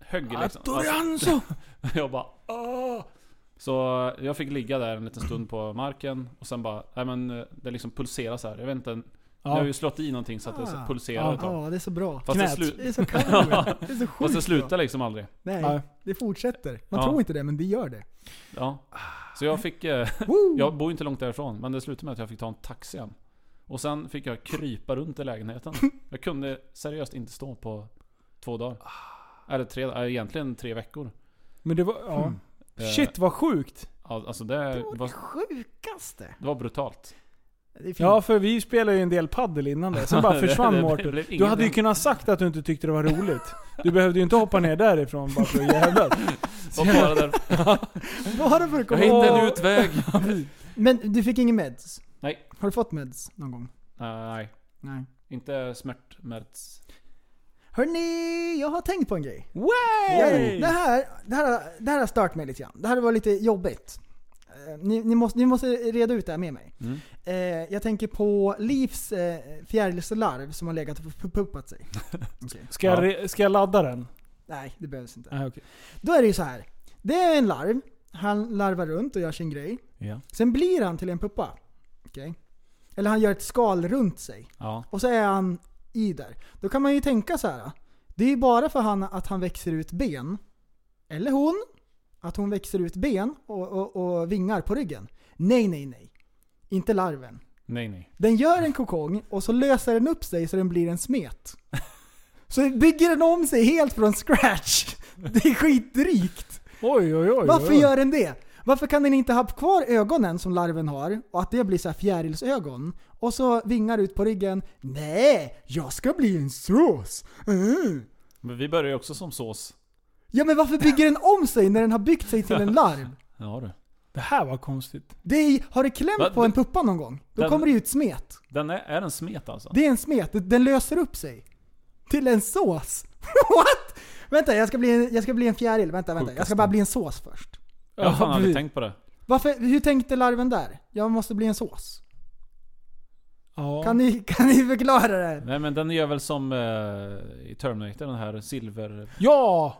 Speaker 9: Högg
Speaker 7: Ah,
Speaker 9: liksom.
Speaker 7: Arturianzo!
Speaker 9: Alltså, jag bara Åh! Så eh, jag fick ligga där en liten stund på marken och sen bara, nej men eh, det liksom pulserar så här. Jag vet inte, nu har jag
Speaker 7: Ja.
Speaker 9: ju slått i någonting så att det
Speaker 8: Ah.
Speaker 9: pulserar ett tag.
Speaker 8: Ja, det är så bra.
Speaker 9: Mm. Fast det,
Speaker 7: Knät.
Speaker 8: Det
Speaker 9: slu-
Speaker 8: är så kanon. Det är så sjukt
Speaker 9: fast det
Speaker 8: bra.
Speaker 9: slutar liksom aldrig.
Speaker 7: Nej.
Speaker 8: Nej, det fortsätter. Man
Speaker 9: Ja.
Speaker 8: tror inte det, men det gör det.
Speaker 9: Ja. Så jag fick, eh,
Speaker 8: Woo!
Speaker 9: jag bor ju inte långt därifrån, men det slutade med att jag fick ta en taxi hem. Och sen fick jag krypa runt i lägenheten. Jag kunde seriöst inte stå på två dagar. Eller tre, eh, egentligen tre veckor.
Speaker 7: Men det var... Ja.
Speaker 9: Eh,
Speaker 7: Shit vad sjukt!
Speaker 9: Ja, Alltså det var,
Speaker 8: Sjukaste.
Speaker 9: det var brutalt.
Speaker 8: Det är fint.
Speaker 7: Ja, för vi spelade ju en del paddel innan det, sen bara
Speaker 9: Det-
Speaker 7: försvann
Speaker 9: det
Speaker 7: Mårten.
Speaker 9: blev
Speaker 7: Du
Speaker 9: inget
Speaker 7: hade ju
Speaker 9: än.
Speaker 7: kunnat sagt att du inte tyckte det var roligt. Du behövde ju inte hoppa ner därifrån bara för att jävlas.
Speaker 9: Var bara där.
Speaker 8: Bara för att
Speaker 9: Jag
Speaker 8: komma
Speaker 9: hittade
Speaker 8: Åh.
Speaker 9: en utväg.
Speaker 8: Men du fick ingen meds?
Speaker 9: Nej.
Speaker 8: Har du fått meds någon gång?
Speaker 9: Nej,
Speaker 8: Nej.
Speaker 9: inte smärtmärts.
Speaker 8: Hörni, jag har tänkt på en grej.
Speaker 7: Way!
Speaker 8: Det här, det här, det här har stört mig lite grann. Det här var lite jobbigt. Eh, Ni, ni, måste, ni måste reda ut det här med mig.
Speaker 9: Mm.
Speaker 8: Eh, jag tänker på Livs eh, fjärilslarv som har legat och pu- puppat sig.
Speaker 7: Ska jag, re- ska jag ladda den?
Speaker 8: Nej, det behövs inte.
Speaker 7: Ah, okay.
Speaker 8: Då är det ju så här. Det är en larv. Han larvar runt och gör sin grej.
Speaker 9: Ja.
Speaker 8: Sen blir han till en puppa. Okej? Eller han gör ett skal runt sig.
Speaker 9: Ja.
Speaker 8: Och så är han i där. Då kan man ju tänka så här. Det är ju bara för han att han växer ut ben. Eller hon. Att hon växer ut ben och, och, och vingar på ryggen. Nej, nej, nej. Inte larven.
Speaker 9: Nej, nej.
Speaker 8: Den gör en kokong och så löser den upp sig så den blir en smet. Så bygger den om sig helt från scratch. Det är skitdrygt.
Speaker 7: Oj, oj, oj.
Speaker 8: Varför
Speaker 7: oj.
Speaker 8: gör den det? Varför kan den inte ha kvar ögonen som larven har och att det blir så här fjärilsögon? Och så vingar ut på ryggen. Nej, jag ska bli en sås. Mm.
Speaker 9: Men vi börjar ju också som sås.
Speaker 8: Ja men varför bygger den om sig när den har byggt sig till en larv?
Speaker 9: Ja du.
Speaker 7: Det här var konstigt.
Speaker 8: Det är, har du klämt
Speaker 9: Va?
Speaker 8: på en puppa någon gång? Då
Speaker 9: Den-
Speaker 8: kommer det ut smet.
Speaker 9: Den är, är en smet alltså?
Speaker 8: Det är en smet, den löser upp sig. Till en sås. What? Vänta, jag ska bli en, jag ska bli en fjäril. Vänta, vänta. Jag ska bara bli en sås först.
Speaker 9: Jag har fan aldrig
Speaker 7: precis.
Speaker 9: tänkt på det.
Speaker 8: Varför, hur tänkte larven där? Jag måste bli en sås.
Speaker 7: Ja.
Speaker 8: Kan ni, kan ni förklara det? här?
Speaker 9: Nej men den gör väl som eh, i Terminator, den här silver...
Speaker 7: ja!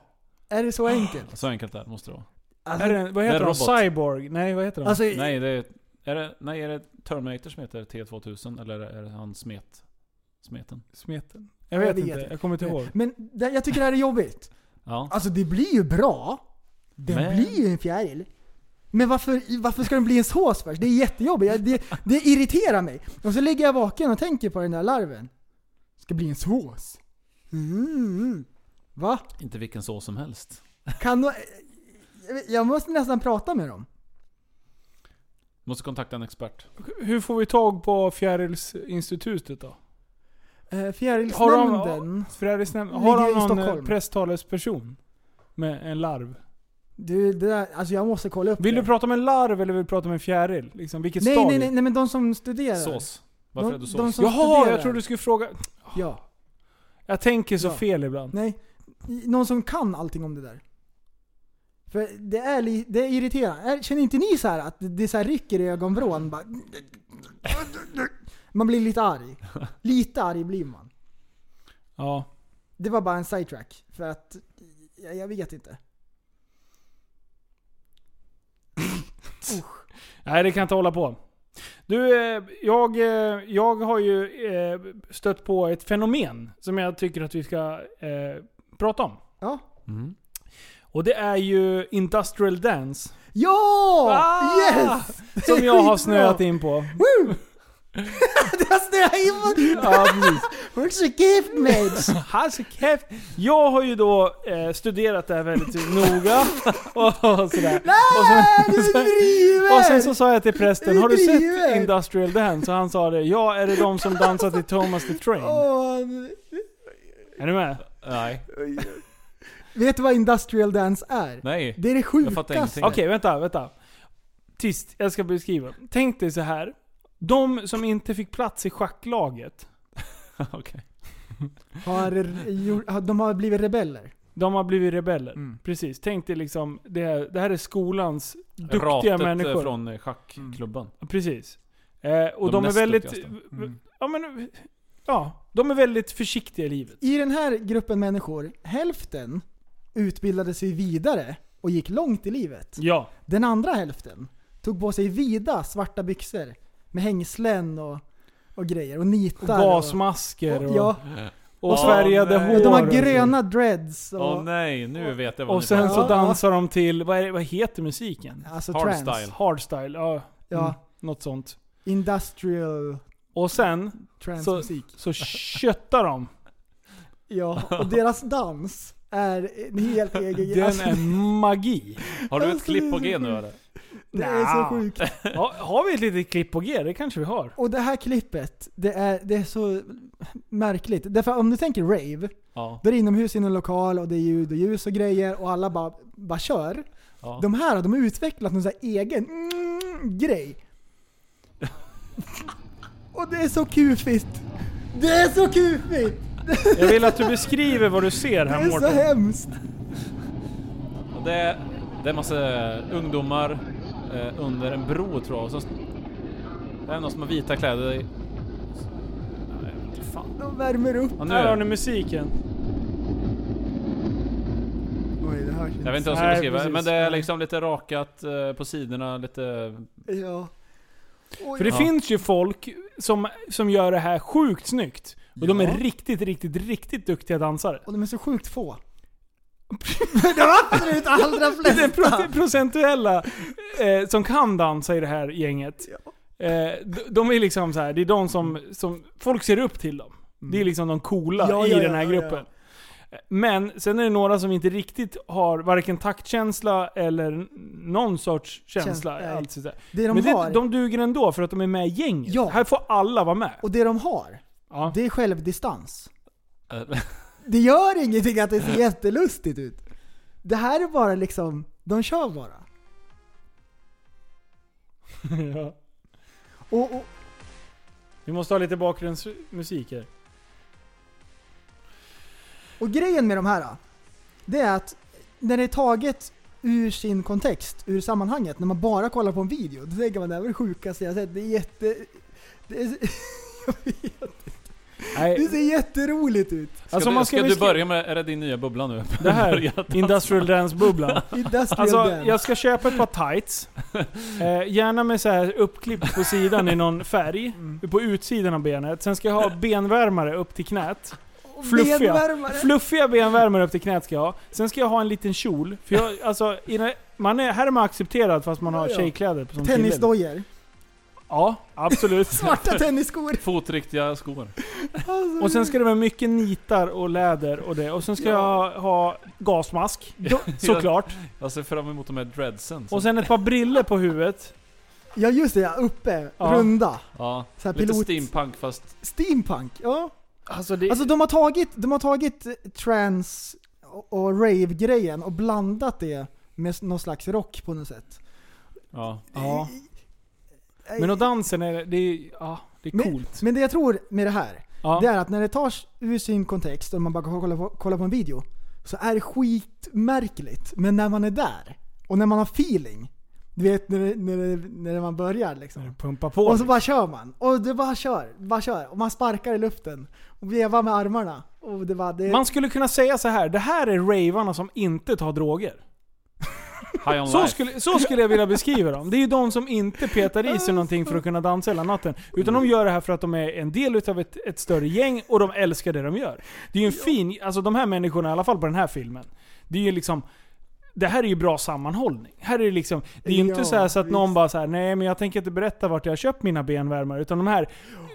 Speaker 8: Är det
Speaker 7: Ah.
Speaker 8: så enkelt?
Speaker 9: Så enkelt där måste det vara.
Speaker 7: Är det, vad
Speaker 9: det är
Speaker 7: heter de?
Speaker 9: robot.
Speaker 7: Cyborg? Nej, vad heter de?
Speaker 8: Alltså,
Speaker 9: Nej, det är, är det, nej, är det Terminator som heter T2000? Eller är det han smet? Smeten?
Speaker 7: Smeten. Jag
Speaker 8: Jag
Speaker 7: vet
Speaker 8: vet
Speaker 7: inte,
Speaker 8: inte.
Speaker 7: jag kommer inte ihåg.
Speaker 8: men det, jag tycker det här är jobbigt.
Speaker 9: Ja.
Speaker 8: Alltså det blir ju bra. Den
Speaker 9: Men-
Speaker 8: blir ju en fjäril. Men varför, varför ska den bli en sås först? Det är jättejobbigt. Jag, det, det irriterar mig. Och så ligger jag vaken och tänker på den där larven. Ska bli en sås? Mm. Va?
Speaker 9: Inte vilken sås som helst.
Speaker 8: Kan de, jag vet- Jag måste nästan prata med dem.
Speaker 9: Måste kontakta en expert.
Speaker 7: Hur får vi tag på Fjärilsinstitutet då?
Speaker 8: Eh,
Speaker 7: Har
Speaker 8: Fjärilsnämnden.
Speaker 7: Fjärilsnämnd,
Speaker 8: Ligger
Speaker 7: har
Speaker 8: i
Speaker 7: de någon eh,
Speaker 8: Stockholm.
Speaker 7: presstalesperson? Med en larv?
Speaker 8: Du, det där, alltså jag måste kolla upp
Speaker 7: Vill
Speaker 8: det.
Speaker 7: du prata med en larv eller vill du prata med en fjäril? Liksom, vilket
Speaker 8: nej,
Speaker 7: stadie?
Speaker 8: nej, nej, nej, men de som studerar.
Speaker 9: Sås. Varför
Speaker 8: de,
Speaker 9: är du
Speaker 8: De
Speaker 9: sås?
Speaker 8: som
Speaker 7: Jaha,
Speaker 8: studerar.
Speaker 7: jag trodde du skulle fråga.
Speaker 8: Ja.
Speaker 7: Jag tänker så
Speaker 8: Ja.
Speaker 7: fel ibland.
Speaker 8: Nej, någon som kan allting om det där. För det är, li- det är irriterande. Är- Känner inte ni så här att det så här rycker i ögonvrån? Bara... Man blir lite arg. Lite arg blir man.
Speaker 7: Ja.
Speaker 8: Det var bara en sidetrack. För att, jag, jag vet inte.
Speaker 7: Nej, det kan jag inte hålla på. Du, eh, jag, eh, jag har ju eh, stött på ett fenomen som jag tycker att vi ska eh, prata om.
Speaker 8: Ja,
Speaker 9: Mm.
Speaker 7: Och det är ju Industrial Dance.
Speaker 8: Ja!
Speaker 7: Ah!
Speaker 8: Yes!
Speaker 7: Som jag har snöat
Speaker 8: in.
Speaker 7: in på.
Speaker 8: Woo! det har snöat in på...
Speaker 7: Ja, precis.
Speaker 8: Where's the gift mage?
Speaker 7: Hans Kef. Jag har ju då eh, studerat det här väldigt noga. Och, och sådär. Och
Speaker 8: Nej, du driver!
Speaker 7: Och sen så sa jag till prästen,
Speaker 8: Du
Speaker 7: har du sett
Speaker 8: driver!"
Speaker 7: Industrial Dance? Och han sa det, ja är det de som dansar till Thomas the Train?
Speaker 8: Åh,
Speaker 7: Är du med?
Speaker 9: Nej.
Speaker 8: Vet du vad industrial dance är?
Speaker 9: Nej.
Speaker 8: Det är det
Speaker 9: Jag fattar
Speaker 8: sjukaste.
Speaker 9: ingenting.
Speaker 7: Okej, vänta, vänta. Tyst, jag ska beskriva. Tänk dig så här. De som inte fick plats i schacklaget,
Speaker 9: Okej.
Speaker 8: Har, gjort- har- de har blivit rebeller.
Speaker 7: de har blivit rebeller.
Speaker 8: Mm.
Speaker 7: Precis. Tänk dig liksom, det här, det här är skolans duktiga
Speaker 9: Ratet eh,
Speaker 7: människor.
Speaker 9: från eh, schackklubben.
Speaker 7: Precis. Eh, och
Speaker 9: De
Speaker 7: de, är
Speaker 9: näst
Speaker 7: väldigt...
Speaker 9: duktigaste.
Speaker 8: Mm.
Speaker 7: Ja, men, ja, de är väldigt försiktiga i livet.
Speaker 8: I den här gruppen människor, hälften utbildade sig vidare och gick långt i livet.
Speaker 7: Ja.
Speaker 8: Den andra hälften tog på sig vida svarta byxor med hängslen och, och grejer och nitar.
Speaker 7: Gasmasker och,
Speaker 8: och, ja,
Speaker 7: och
Speaker 9: Åh,
Speaker 7: färgade
Speaker 9: nej.
Speaker 7: hår.
Speaker 8: och de har
Speaker 7: och så.
Speaker 8: gröna dreads och
Speaker 9: Åh nej, nu vet jag vad
Speaker 7: Och
Speaker 9: ni
Speaker 7: sen
Speaker 9: pratar
Speaker 7: så
Speaker 9: om.
Speaker 8: Ja.
Speaker 7: dansar de till, vad, är, det- vad heter musiken?
Speaker 8: alltså
Speaker 9: Hardstyle.
Speaker 8: trans.
Speaker 7: Hardstyle, ja.
Speaker 8: Ja.
Speaker 7: Mm, något sånt.
Speaker 8: Industrial
Speaker 7: Och sen så,
Speaker 8: transmusik.
Speaker 7: så köttar de.
Speaker 8: Ja, och deras dans är en helt egen
Speaker 7: Den
Speaker 8: alltså,
Speaker 7: är magi.
Speaker 9: Har du ett klipp på G nu eller?
Speaker 8: Det är så
Speaker 7: Nja.
Speaker 8: sjukt.
Speaker 7: Ja, har vi ett litet klipp på G? Det kanske vi har.
Speaker 8: Och det här klippet, det är, det är så märkligt. Därför om du tänker rave,
Speaker 9: Ja.
Speaker 8: då är det inomhus i en lokal och det är ljud och ljus och grejer och alla bara, bara kör.
Speaker 9: ja.
Speaker 8: De här de har utvecklat någon sån här egen mm, grej. Och det är så kufigt. Det är så kufigt!
Speaker 7: Jag vill att du beskriver vad du ser
Speaker 8: Det
Speaker 7: här
Speaker 8: är så
Speaker 7: Mårten.
Speaker 8: hemskt.
Speaker 9: Och Det, är- det är massa ungdomar eh, under en bro tror jag. Och så, det är någon som har vita kläder. Nej, jag vet inte fan.
Speaker 8: De värmer upp.
Speaker 9: Ja, nu
Speaker 7: Där har
Speaker 9: är
Speaker 7: ni
Speaker 9: det.
Speaker 7: musiken.
Speaker 8: Oj, det hörs
Speaker 9: Jag
Speaker 8: inte.
Speaker 9: vet inte vad jag
Speaker 7: Nej,
Speaker 9: ska beskriva.
Speaker 7: precis.
Speaker 9: Men det är liksom lite rakat eh, på sidorna. Lite...
Speaker 8: Ja. Oj.
Speaker 7: För det
Speaker 9: Ja.
Speaker 7: finns ju folk som, som gör det här sjukt snyggt. Och de är riktigt, riktigt, riktigt duktiga dansare.
Speaker 8: Och de är så sjukt få. de absolut allra
Speaker 7: Den
Speaker 8: flesta!
Speaker 7: pro- procentuella eh, som kan dansa i det här gänget. Eh, de, de är liksom så här, det är de som, som folk ser upp till dem. Det är liksom de coola
Speaker 8: Mm. Ja,
Speaker 7: i
Speaker 8: ja,
Speaker 7: den här
Speaker 8: ja,
Speaker 7: gruppen. Men sen är det några som inte riktigt har varken taktkänsla eller n- någon sorts känsla.
Speaker 8: Känsla, nej.
Speaker 7: alls. Det,
Speaker 8: Det de
Speaker 7: Men det,
Speaker 8: har,
Speaker 7: de duger ändå för att de är med i gänget.
Speaker 8: Ja.
Speaker 7: Här får alla vara med.
Speaker 8: och det de har,
Speaker 7: Ja.
Speaker 8: det är självdistans.
Speaker 9: eh,
Speaker 8: Det gör ingenting att det ser jättelustigt ut. Det här är bara liksom, de kör bara.
Speaker 7: ja.
Speaker 8: Och, och
Speaker 7: Vi måste ha lite bakgrundsmusik här.
Speaker 8: Och grejen med de här, då, det är att när det är taget ur sin kontext, ur sammanhanget, när man bara kollar på en video, då tänker man det här var det sjukaste jag har sett. Det är jätte... Det, är, jag vet, det
Speaker 7: Nej,
Speaker 8: ser jätteroligt ut.
Speaker 9: Ska,
Speaker 7: alltså
Speaker 9: du,
Speaker 7: man
Speaker 9: ska,
Speaker 7: ska,
Speaker 9: du
Speaker 7: beskri-
Speaker 9: börja med, är det din nya bubbla nu?
Speaker 7: det här, industrial dance-bubblan.
Speaker 8: Industrial
Speaker 7: Alltså,
Speaker 8: dance.
Speaker 7: jag ska köpa ett par tights. Eh, gärna med så här uppklipp på sidan i någon färg.
Speaker 8: Mm.
Speaker 7: På utsidan av benet. Sen ska jag ha benvärmare upp till knät.
Speaker 8: Och
Speaker 7: fluffiga.
Speaker 8: benvärmare.
Speaker 7: Fluffiga benvärmare upp till knät ska jag ha. Sen ska jag ha en liten kjol. För jag, alltså, i den- man är, här är man accepterad fast man har
Speaker 8: Ja, ja.
Speaker 7: tjejkläder på som kille.
Speaker 8: Tennisdojor.
Speaker 7: Ja, absolut.
Speaker 8: Svarta tennisskor.
Speaker 9: Fotriktiga skor.
Speaker 8: Alltså,
Speaker 7: Och sen ska det vara mycket nitar och läder och det. Och sen ska jag ha gasmask. Såklart.
Speaker 9: Jag ser fram emot de här dreadsen.
Speaker 7: Och sen ett par briller på huvudet.
Speaker 8: Ja just det, ja, uppe.
Speaker 7: Ja.
Speaker 8: Runda.
Speaker 9: ja,
Speaker 8: Så här
Speaker 9: lite
Speaker 8: pilot...
Speaker 9: steampunk fast...
Speaker 8: Steampunk. Ja.
Speaker 7: Alltså det...
Speaker 8: Alltså de har tagit, de har tagit eh, trans och, och rave-grejen och blandat det med s- någon slags rock på något sätt.
Speaker 9: Ja.
Speaker 7: ja. Men och dansen är... Det är, ja, det är
Speaker 8: Men-
Speaker 7: coolt.
Speaker 8: Men det jag tror med det här,
Speaker 7: Ja.
Speaker 8: det är att när det tas ur sin kontext och man bara kollar på, kollar på en video, så är det skitmärkligt. Men när man är där, och när man har feeling, du vet när, det, när, det, när man börjar liksom.
Speaker 7: Pumpa på.
Speaker 8: Och så bara kör man. Och det bara kör, bara kör. Och man sparkar i luften. Och vevar med armarna. Och det bara, det,
Speaker 7: Man skulle kunna säga så här. det här är ravarna som inte tar droger.
Speaker 9: High on
Speaker 7: Så
Speaker 9: life.
Speaker 7: skulle, så skulle jag vilja beskriva dem. Det är ju de som inte petar i sig någonting för att kunna dansa hela natten. Utan de gör det här för att de är en del utav ett, ett större gäng och de älskar det de gör. Det är ju en fin... Alltså de här människorna, i alla fall på den här filmen. Det är ju liksom... det här är ju bra sammanhållning. Här är det liksom, det är ju inte
Speaker 8: Ja,
Speaker 7: så, här så att någon
Speaker 8: visst.
Speaker 7: bara så här, nej men jag tänker inte berätta vart jag har köpt mina benvärmare. Utan de här,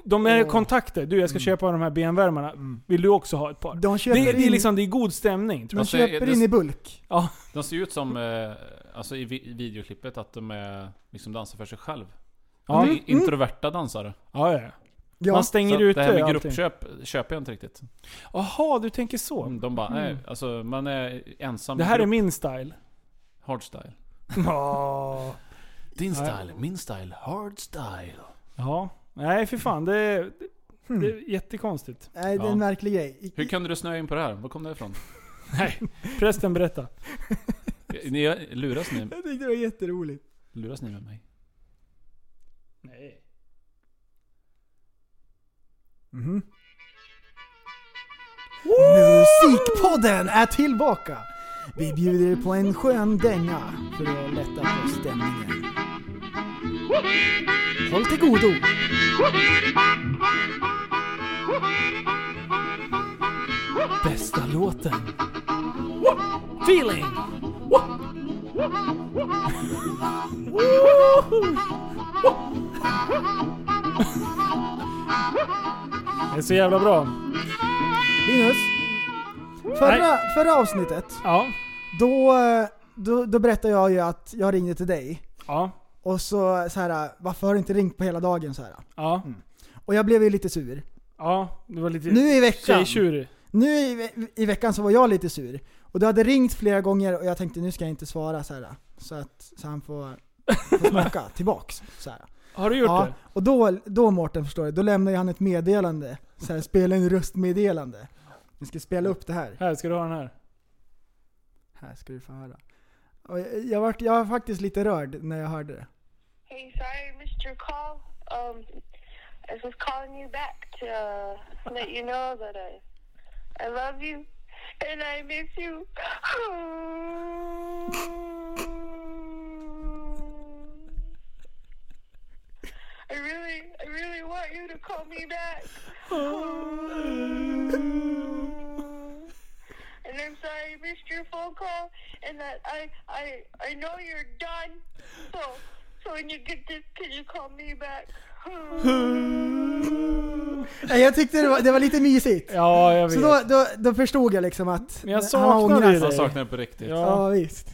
Speaker 7: de här kontakter, du
Speaker 8: Mm.
Speaker 7: jag ska köpa de här benvärmarna, vill du också ha ett par?
Speaker 8: De köper
Speaker 7: det, det är
Speaker 8: in-
Speaker 7: liksom, det är god stämning tror
Speaker 8: De
Speaker 7: jag.
Speaker 9: Fast det-
Speaker 8: köper
Speaker 9: det-
Speaker 8: in i bulk.
Speaker 7: Ja,
Speaker 9: De ser ju ut som, eh, alltså i vi- videoklippet, att de är, liksom dansar för sig själv.
Speaker 7: Ja.
Speaker 9: Ja. De är introverta dansare.
Speaker 7: ja, ja.
Speaker 8: Ja.
Speaker 7: Man stänger
Speaker 9: Mm. så
Speaker 7: ute
Speaker 9: det här med
Speaker 7: allting.
Speaker 9: gruppköp köper jag inte riktigt.
Speaker 7: Jaha, du tänker så.
Speaker 9: Mm, De bara, nej, alltså man är ensam
Speaker 7: Det här är min style.
Speaker 9: Hardstyle.
Speaker 7: Ja.
Speaker 9: Din
Speaker 7: style,
Speaker 9: min style, hardstyle.
Speaker 7: ja. Nej för fan, det är,
Speaker 9: Hmm.
Speaker 7: det är jättekonstigt.
Speaker 8: Nej, det är
Speaker 9: Ja.
Speaker 8: en märklig grej.
Speaker 9: Hur kunde du snöa in på det här? Var kom det ifrån?
Speaker 7: Nej. Prästen berätta.
Speaker 9: Ni, luras, ni,
Speaker 8: Jag tyckte det var jätteroligt.
Speaker 9: luras ni med mig?
Speaker 7: Nej.
Speaker 8: Musikpodden är tillbaka! Vi bjuder er på en skön dänga för att lätta på stämningen. Håll till godo!
Speaker 7: Bästa låten. Feeling. Det är så jävla bra.
Speaker 8: Linus, förra, förra avsnittet,
Speaker 7: Ja.
Speaker 8: då, eh, då, då berättade jag ju att jag ringde till dig.
Speaker 7: Ja.
Speaker 8: Och så, så här, varför har du inte ringt på hela dagen? Så här.
Speaker 7: Ja.
Speaker 8: Och jag blev ju lite sur.
Speaker 7: Ja. Det var lite...
Speaker 8: Nu i veckan,
Speaker 7: Tjejtjurig.
Speaker 8: nu i, ve- i veckan så var jag lite sur. Och du hade ringt flera gånger och jag tänkte nu ska jag inte svara så här. Så att så han får, får smaka tillbaks. Så här.
Speaker 7: Har du gjort
Speaker 8: ja,
Speaker 7: det?
Speaker 8: Och då, då Mårten förstår du, då lämnar ju han ett meddelande. Så här, spela en röstmeddelande. Vi ska spela upp det här.
Speaker 7: Här, ska du ha den här?
Speaker 8: Här ska du få höra. Och jag, jag, var, jag var faktiskt lite rörd när jag hörde det.
Speaker 10: Hey, sorry, I missed your call. Um, I was calling you back to uh, let you know that I, I love you and I miss you. I really, I really want you to call me back. And I'm sorry I missed your phone call and that I I I know you're done. So so when you get this can you call me back?
Speaker 8: Nej, Jag tyckte det var, det var lite mysigt.
Speaker 7: Ja, jag vet.
Speaker 8: Så då, då, då förstod jag liksom att
Speaker 7: Men jag
Speaker 8: han har
Speaker 7: saknar
Speaker 8: ångrat
Speaker 7: dig.
Speaker 9: Han
Speaker 8: sig.
Speaker 7: Nej.
Speaker 9: saknar det på riktigt.
Speaker 7: ja.
Speaker 8: Ja, visst.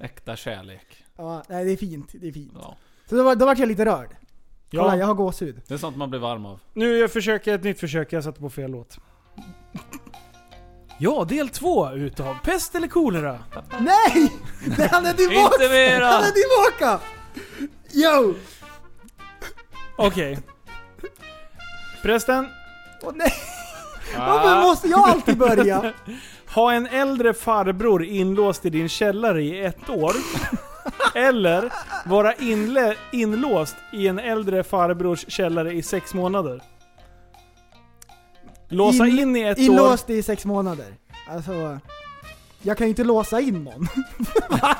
Speaker 9: Äkta kärlek.
Speaker 8: Ja, nej, det är fint. Det är fint.
Speaker 9: Ja.
Speaker 8: Så då, var- då vart jag lite rörd. Kolla, jag har gåshud.
Speaker 9: Det är sånt man blir varm av.
Speaker 7: Nu jag försöker jag ett nytt försök, jag satte på fel låt. Ja, del två utav Pest eller kolera.
Speaker 8: Nej! Nej, han är tillbaka!
Speaker 9: Inte mera!
Speaker 8: Han är tillbaka! Yo!
Speaker 7: Okej. Prästen,
Speaker 8: Åh nej! Varför måste jag alltid börja?
Speaker 7: ha en äldre farbror inlåst i din källare i ett år. eller vara inle- inlåst i en äldre farbrors källare i sex månader. Låsa in, i ett år.
Speaker 8: Inlåst i sex månader. Alltså... Jag kan ju inte låsa in någon. Va?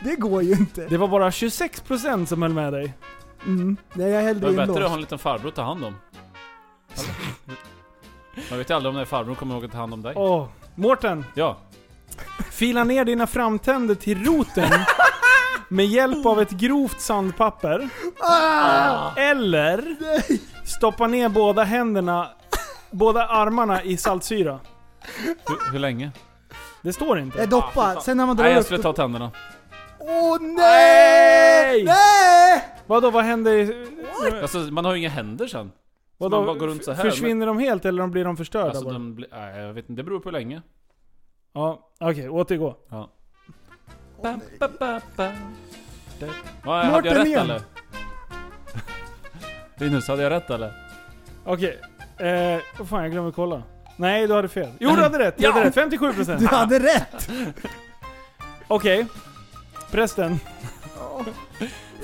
Speaker 8: det går ju inte.
Speaker 7: Det var bara 26% som höll med dig.
Speaker 8: Mm. Nej, jag är
Speaker 9: Det
Speaker 8: hellre
Speaker 9: är bättre att ha
Speaker 8: inlåst.
Speaker 9: en liten farbror att ta hand om. Man vet ju aldrig om den här farbrorn kommer ihåg att ta hand om dig.
Speaker 7: Åh, Mårten.
Speaker 9: Ja.
Speaker 7: Fila ner dina framtänder till roten med hjälp av ett grovt sandpapper. Eller stoppa ner båda händerna, båda armarna i saltsyra.
Speaker 9: Hur, hur länge?
Speaker 7: Det står
Speaker 8: Jag
Speaker 7: inte.
Speaker 8: doppar. Sen när man drar
Speaker 9: Nej jag
Speaker 8: upp...
Speaker 9: skulle ta tänderna.
Speaker 8: Åh
Speaker 7: Nej!
Speaker 8: nej! Nej!
Speaker 7: Vadå, vad händer? i-
Speaker 9: Alltså man har ju inga händer sen. Så
Speaker 7: Vadå,
Speaker 9: man bara går runt så här.
Speaker 7: Försvinner de helt eller de blir de förstörda
Speaker 9: men, alltså,
Speaker 7: bara?
Speaker 9: de blir, nej, jag vet inte, det beror på hur länge.
Speaker 7: Ja, okej, återgå.
Speaker 9: Ja. Ba, ba, ba, ba. Det- Vad, hade jag
Speaker 8: Mårten
Speaker 9: rätt
Speaker 8: igen.
Speaker 9: eller? Linus, hade jag rätt eller?
Speaker 7: Okej. Eh, vad fan, jag glömde kolla. Nej, du hade fel. Jo, du hade rätt. Du hade rätt. 57%.
Speaker 8: Du hade rätt!
Speaker 7: Okej. Prästen.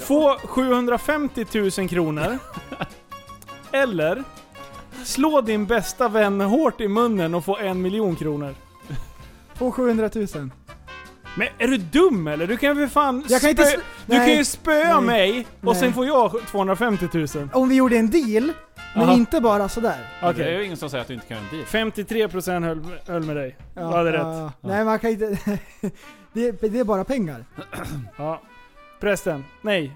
Speaker 7: Få 750 000 kronor. Eller slå din bästa vän hårt i munnen och få en miljon kronor.
Speaker 8: På 700 000.
Speaker 7: Men är du dum eller? Du kan ju för fan
Speaker 8: Jag kan inte
Speaker 7: spö-
Speaker 8: sl-
Speaker 7: Du kan
Speaker 8: nej,
Speaker 7: ju spöa
Speaker 8: nej,
Speaker 7: mig och
Speaker 8: nej.
Speaker 7: sen får jag 250 000.
Speaker 8: Om vi gjorde en deal Men
Speaker 7: Aha.
Speaker 8: inte bara sådär.
Speaker 7: Okej.
Speaker 9: Det är ju ingen som säger att du inte kan göra en deal.
Speaker 7: 53% höll, höll med dig. Du hade rätt.
Speaker 8: Nej, man kan inte... det, det är bara pengar.
Speaker 7: Ja. Prästen. Nej.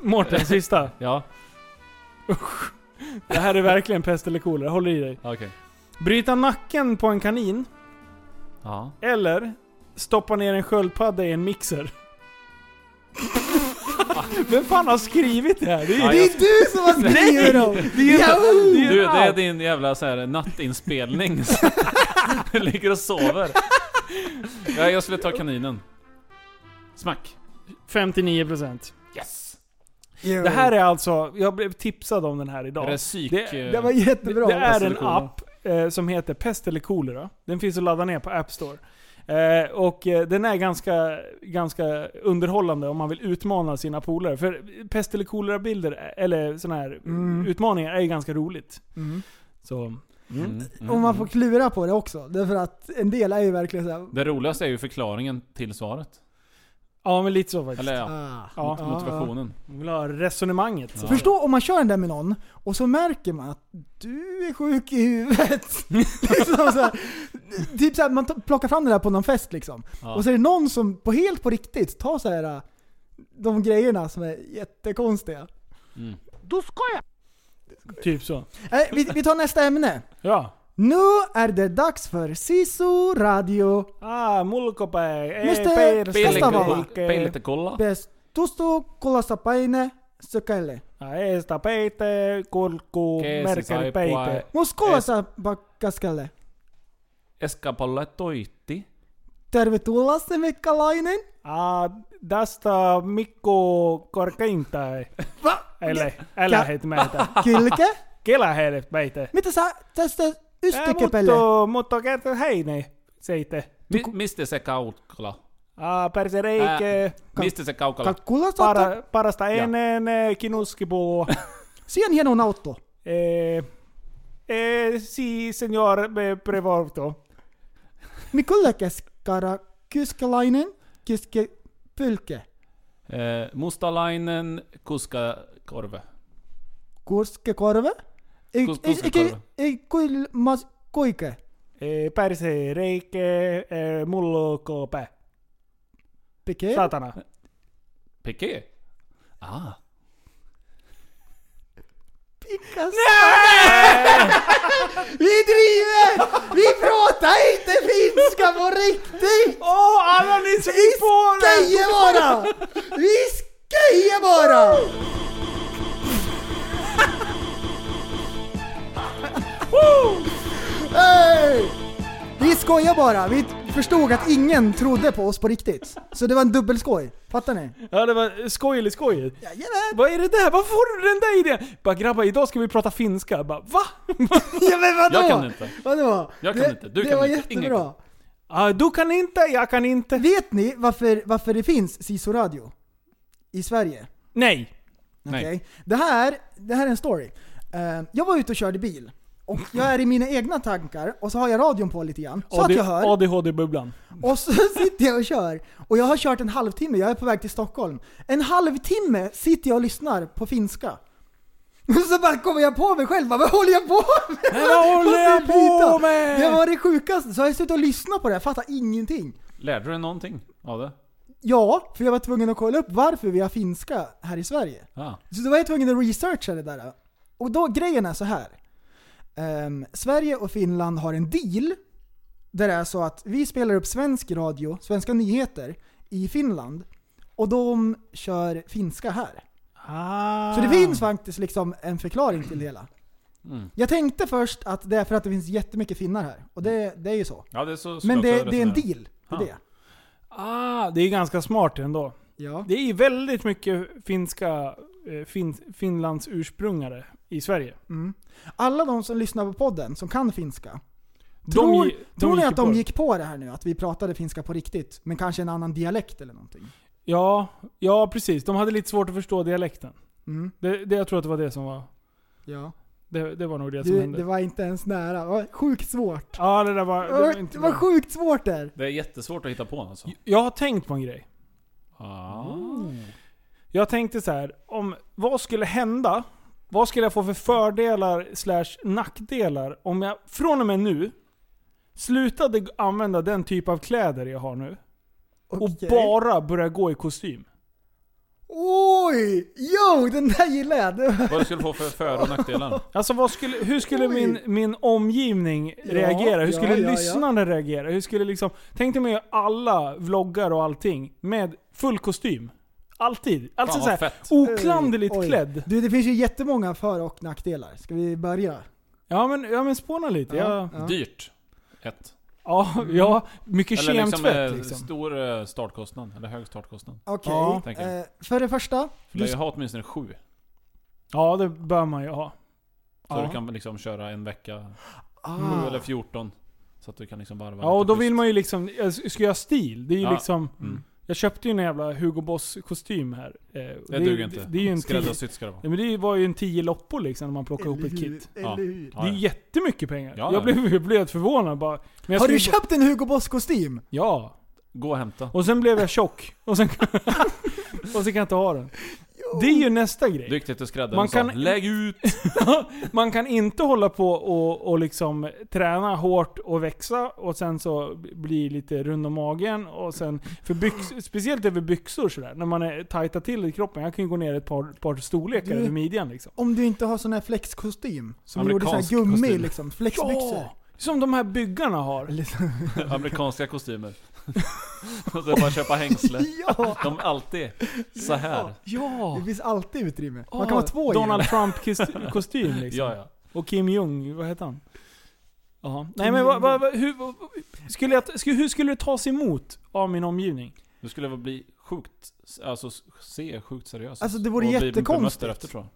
Speaker 7: Mårten, sista.
Speaker 9: Ja,
Speaker 7: Det här är verkligen pest eller kolera. Håll i dig.
Speaker 9: okej.
Speaker 7: Bryta nacken på en kanin.
Speaker 9: Ja.
Speaker 7: Eller stoppa ner en sköldpadda i en mixer. Vem fan har skrivit det här? Det är
Speaker 9: Ja,
Speaker 7: ju...
Speaker 8: Det är du som har skrivit dem!
Speaker 7: Det är ju... Det är
Speaker 9: Du,
Speaker 7: ju
Speaker 9: det är
Speaker 7: allt.
Speaker 9: din jävla så här, nattinspelning. du ligger och sover. Ja, jag skulle ta kaninen. Smack.
Speaker 7: 59%.
Speaker 9: Yes!
Speaker 8: Jo.
Speaker 7: Det här är alltså... Jag blev tipsad om den här
Speaker 9: Är
Speaker 7: idag.
Speaker 9: det psyk...
Speaker 7: Det-
Speaker 9: eh,
Speaker 8: Det var jättebra. Alltså,
Speaker 7: Det är
Speaker 9: Pest eller
Speaker 7: en
Speaker 9: kolera.
Speaker 7: app eh, som heter Pest eller kolera. Den finns att ladda ner på App Store. Eh, och eh, den är ganska, ganska underhållande om man vill utmana sina polare. För pest eller kolera-bilder, eh, eller sådana här
Speaker 8: Mm.
Speaker 7: utmaningar, är ju ganska roligt.
Speaker 8: Mm.
Speaker 7: Så,
Speaker 9: Mm, mm,
Speaker 8: Och man
Speaker 9: mm.
Speaker 8: får klura på det också. Därför att en del är ju verkligen såhär...
Speaker 9: Det roligaste är ju förklaringen till svaret.
Speaker 7: ja men lite så faktiskt.
Speaker 9: Eller ja,
Speaker 8: Ah.
Speaker 7: Ja.
Speaker 9: mot- motivationen.
Speaker 7: Man vill ha resonemanget.
Speaker 9: Ja.
Speaker 8: Förstå om man kör den där med någon och så märker man att du är sjuk i huvudet. liksom så här, typ så här, man t- plockar fram det där på någon fest liksom.
Speaker 9: Ja.
Speaker 8: Och så är det någon som på helt på riktigt tar så här äh, de grejerna som är jättekonstiga.
Speaker 7: Typ så.
Speaker 8: Äh, vi, vi tar nästa ämne.
Speaker 7: Ja.
Speaker 8: Nu är det dags för Sisu Radio
Speaker 7: Ah, mulkopäi. Ei,
Speaker 8: Mistä-
Speaker 7: perskasta
Speaker 8: Pelikolla.
Speaker 7: vaikee.
Speaker 9: Peilet kolla.
Speaker 8: Bestustu Kolasapaine Sökälle.
Speaker 7: Ah, Eestä peite, kurkku,
Speaker 9: Keesi
Speaker 7: merkeli
Speaker 9: saippuaa.
Speaker 7: peite.
Speaker 8: Mus Kolasapakaskälle.
Speaker 9: Eskapalle toitti.
Speaker 8: Tervetuloa se Mikkalainen.
Speaker 7: Ah, tästä Mikko korkeintai.
Speaker 8: Va?
Speaker 7: Älä, älä
Speaker 8: Kä-
Speaker 7: heitä meitä.
Speaker 8: Kylke?
Speaker 7: Kelä heidät meitä.
Speaker 8: Mitä sä tästä ystekepelle?
Speaker 7: Mutta, mutta kerta heine seite.
Speaker 9: Mi- mistä se kaukala?
Speaker 7: Ah, perse
Speaker 9: Ää,
Speaker 7: reike.
Speaker 9: mistä se kaukala?
Speaker 8: Kalkkula saattaa.
Speaker 7: Para, parasta ennen eh, kinuskipullo.
Speaker 8: Siihen hieno nautto.
Speaker 7: eh, eh, si, senior eh, prevorto.
Speaker 8: Mikulle keskara kyskelainen kyske pylke.
Speaker 9: Eh, mustalainen kuskakorve.
Speaker 8: Kurske korve. Ei,
Speaker 9: Kus-
Speaker 8: ei, ei,
Speaker 9: kuskakorve.
Speaker 8: ei kuil mas koike.
Speaker 7: Eh, perse reike,
Speaker 8: e,
Speaker 7: eh, mulko pä.
Speaker 8: Pike.
Speaker 7: Satana.
Speaker 9: Piké? Ah.
Speaker 8: Pikas. Vi driver! Vi pratar inte finska på riktigt!
Speaker 7: Åh, oh, alla ni som
Speaker 8: Vi skojar bara! Vi skojar bara! Hey! Vi skojar bara. Vi förstod att ingen trodde på oss på riktigt. Så det var en dubbelskoj. Fattar ni?
Speaker 7: Ja, det var skoj eller skoj.
Speaker 8: Jajamän!
Speaker 7: Vad är det där? Var får du den där idén? Bara grabbar, idag ska vi prata finska. Bara, va?
Speaker 8: Ja, men vadå?
Speaker 9: Jag kan inte.
Speaker 8: Vadå?
Speaker 9: Jag kan
Speaker 8: det,
Speaker 9: inte. Du
Speaker 8: det
Speaker 9: kan
Speaker 8: var
Speaker 9: inte. Ingen
Speaker 8: jättebra.
Speaker 7: Ah, du kan inte, jag kan inte.
Speaker 8: Vet ni varför, varför det finns SISO-radio i Sverige?
Speaker 7: Nej.
Speaker 9: Nej.
Speaker 8: Okej. Det, här, det här är en story. Eh, jag var ute och körde bil. Och jag är i mina egna tankar och så har jag radion på lite grann. Så att jag hör.
Speaker 7: ADHD-bubblan.
Speaker 8: Och så sitter jag och kör. Och jag har kört en halvtimme, jag är på väg till Stockholm. En halvtimme sitter jag och lyssnar på finska. Och så bara kommer jag på mig själv, bara, vad håller jag på med?
Speaker 7: vad håller jag
Speaker 8: Måste byta.
Speaker 7: på med?
Speaker 8: Det var det sjukaste, så har jag suttit och lyssnat på det, jag fattar ingenting.
Speaker 9: Lärde du dig någonting av det?
Speaker 8: Ja, för jag var tvungen att kolla upp varför vi har finska här i Sverige.
Speaker 9: Ah.
Speaker 8: Så då var jag tvungen att researcha det där. Och då, grejen är så här. Ehm, Sverige och Finland har en deal där det är så att vi spelar upp svensk radio, svenska nyheter, i Finland. Och de kör finska här.
Speaker 7: Ah.
Speaker 8: Så det finns faktiskt liksom en förklaring till det hela.
Speaker 9: Mm.
Speaker 8: Jag tänkte först att det är för att det finns jättemycket finnar här. Och det, det är ju så.
Speaker 9: Ja, det är Mm. så, så
Speaker 8: Men
Speaker 9: jag
Speaker 8: det,
Speaker 9: också
Speaker 8: det är en
Speaker 9: resonerar.
Speaker 8: deal. Det
Speaker 9: Ah.
Speaker 8: är det.
Speaker 7: Ah, det är ganska smart ändå.
Speaker 8: Ja.
Speaker 7: Det är ju väldigt mycket finska, eh, fin, Finlands ursprungare i Sverige.
Speaker 8: Alla de som lyssnar på podden, som kan finska,
Speaker 7: De
Speaker 8: Tror,
Speaker 7: gi- de
Speaker 8: tror ni
Speaker 7: gick
Speaker 8: att
Speaker 7: ju på
Speaker 8: de
Speaker 7: det.
Speaker 8: gick på det här nu? Att vi pratade finska på riktigt, men kanske en annan dialekt eller någonting?
Speaker 7: Ja, ja precis. De hade lite svårt att förstå dialekten.
Speaker 8: Mm.
Speaker 7: Det, det, jag tror att det var det som var...
Speaker 8: Ja.
Speaker 7: Det, det var nog det som
Speaker 8: Du,
Speaker 7: hände.
Speaker 8: det var inte ens nära. Vad Sjukt svårt.
Speaker 7: Ja, det där var... Det var inte
Speaker 8: Det var
Speaker 7: bra.
Speaker 8: sjukt svårt där.
Speaker 9: Det är jättesvårt att hitta på alltså.
Speaker 7: Jag har tänkt på en grej.
Speaker 9: Ah. Mm.
Speaker 7: Jag tänkte så här, om vad skulle hända Vad skulle jag få för fördelar slash nackdelar om jag från och med nu slutade g- använda den typ av kläder jag har nu? Och bara började gå i kostym.
Speaker 8: Oj! Jo, den där gillar jag!
Speaker 9: Vad du skulle få för för och nackdelar?
Speaker 7: Alltså vad skulle, hur skulle min, min omgivning reagera? Hur
Speaker 9: ja,
Speaker 7: skulle
Speaker 9: ja, ja.
Speaker 7: lyssnarna reagera? Hur skulle liksom... Tänk dig mig alla vloggar och allting med full kostym. Alltid. Alltså
Speaker 8: Fan,
Speaker 7: såhär
Speaker 8: vad fett.
Speaker 7: oklanderligt
Speaker 8: Oj.
Speaker 7: klädd.
Speaker 8: Du, det finns ju jättemånga för och nackdelar. Ska vi börja?
Speaker 7: Ja men, ja, men spåna lite. Ja, ja.
Speaker 9: Dyrt. Ett.
Speaker 7: Ja,
Speaker 9: Mm.
Speaker 7: ja, mycket
Speaker 9: Eller liksom,
Speaker 7: kemtvätt
Speaker 9: eh,
Speaker 7: liksom.
Speaker 9: Stor eh, startkostnad, eller hög startkostnad.
Speaker 8: Okej.
Speaker 9: Ja. tänker jag.
Speaker 8: Eh, för det första.
Speaker 9: För
Speaker 8: Du,
Speaker 9: jag har åtminstone sju.
Speaker 7: Ja, det bör man ju ha.
Speaker 9: Så
Speaker 7: Ja.
Speaker 9: du kan liksom köra en vecka.
Speaker 7: Ah.
Speaker 9: Sju eller 14. Så att du kan liksom varva
Speaker 7: Ja, och
Speaker 9: lite
Speaker 7: då vill man ju liksom... jag Ska jag ha stil? Det är ju
Speaker 9: Ja.
Speaker 7: liksom...
Speaker 9: Mm.
Speaker 7: Jag köpte ju en jävla Hugo Boss-kostym här. Eh, Det, är-
Speaker 9: duger inte.
Speaker 7: Det är ju en
Speaker 9: Skräddarsytt ska det vara.
Speaker 7: Ja, men det var ju en 10 loppor liksom när man plockade ihop ett kit.
Speaker 9: eller Ja. hur?
Speaker 7: Det är ju jättemycket pengar.
Speaker 9: Ja, ja.
Speaker 7: jag, blev, jag blev helt förvånad bara. Men jag
Speaker 8: har du
Speaker 7: skulle-
Speaker 8: köpt en Hugo Boss-kostym?
Speaker 7: Ja.
Speaker 9: Gå och hämta.
Speaker 7: Och sen blev jag tjock. Och sen, och sen kan jag inte ha den. Det är ju nästa grej.
Speaker 9: Duktigt att skräddaren
Speaker 7: Man
Speaker 9: sa
Speaker 7: kan-
Speaker 9: Lägg ut!
Speaker 7: Man kan inte hålla på och, och liksom träna hårt och växa och sen så bli lite rund om magen och sen... För byx, speciellt över byxor sådär. När man är tajta till i kroppen. Jag kan ju gå ner ett par, par storlekar
Speaker 8: Du-
Speaker 7: över midjan liksom.
Speaker 8: Om du inte har sån här flexkostym. Som gjorde
Speaker 9: Amerikansk
Speaker 8: sån här gummi
Speaker 9: kostym.
Speaker 8: liksom. Flexbyxor.
Speaker 7: Ja! Som de här byggarna har.
Speaker 9: Amerikanska kostymer. och så bara köpa hängsle. De är alltid så här.
Speaker 7: Ja!
Speaker 8: Det finns alltid utrymme.
Speaker 7: Ah,
Speaker 8: Man kan ha två i
Speaker 7: Donald
Speaker 8: den.
Speaker 7: Trump-kostym liksom.
Speaker 9: Ja, ja.
Speaker 7: Och Kim Jong, vad heter han? Jaha. Nej men vad, vad, vad, hur, vad, skulle jag, skulle, hur skulle det tas emot av min omgivning?
Speaker 9: Du skulle väl bli sjukt, alltså se sjukt seriös ut.
Speaker 7: Alltså, det vore
Speaker 9: Och bli
Speaker 7: jättekonstigt.
Speaker 9: bemött därefter, tror jag.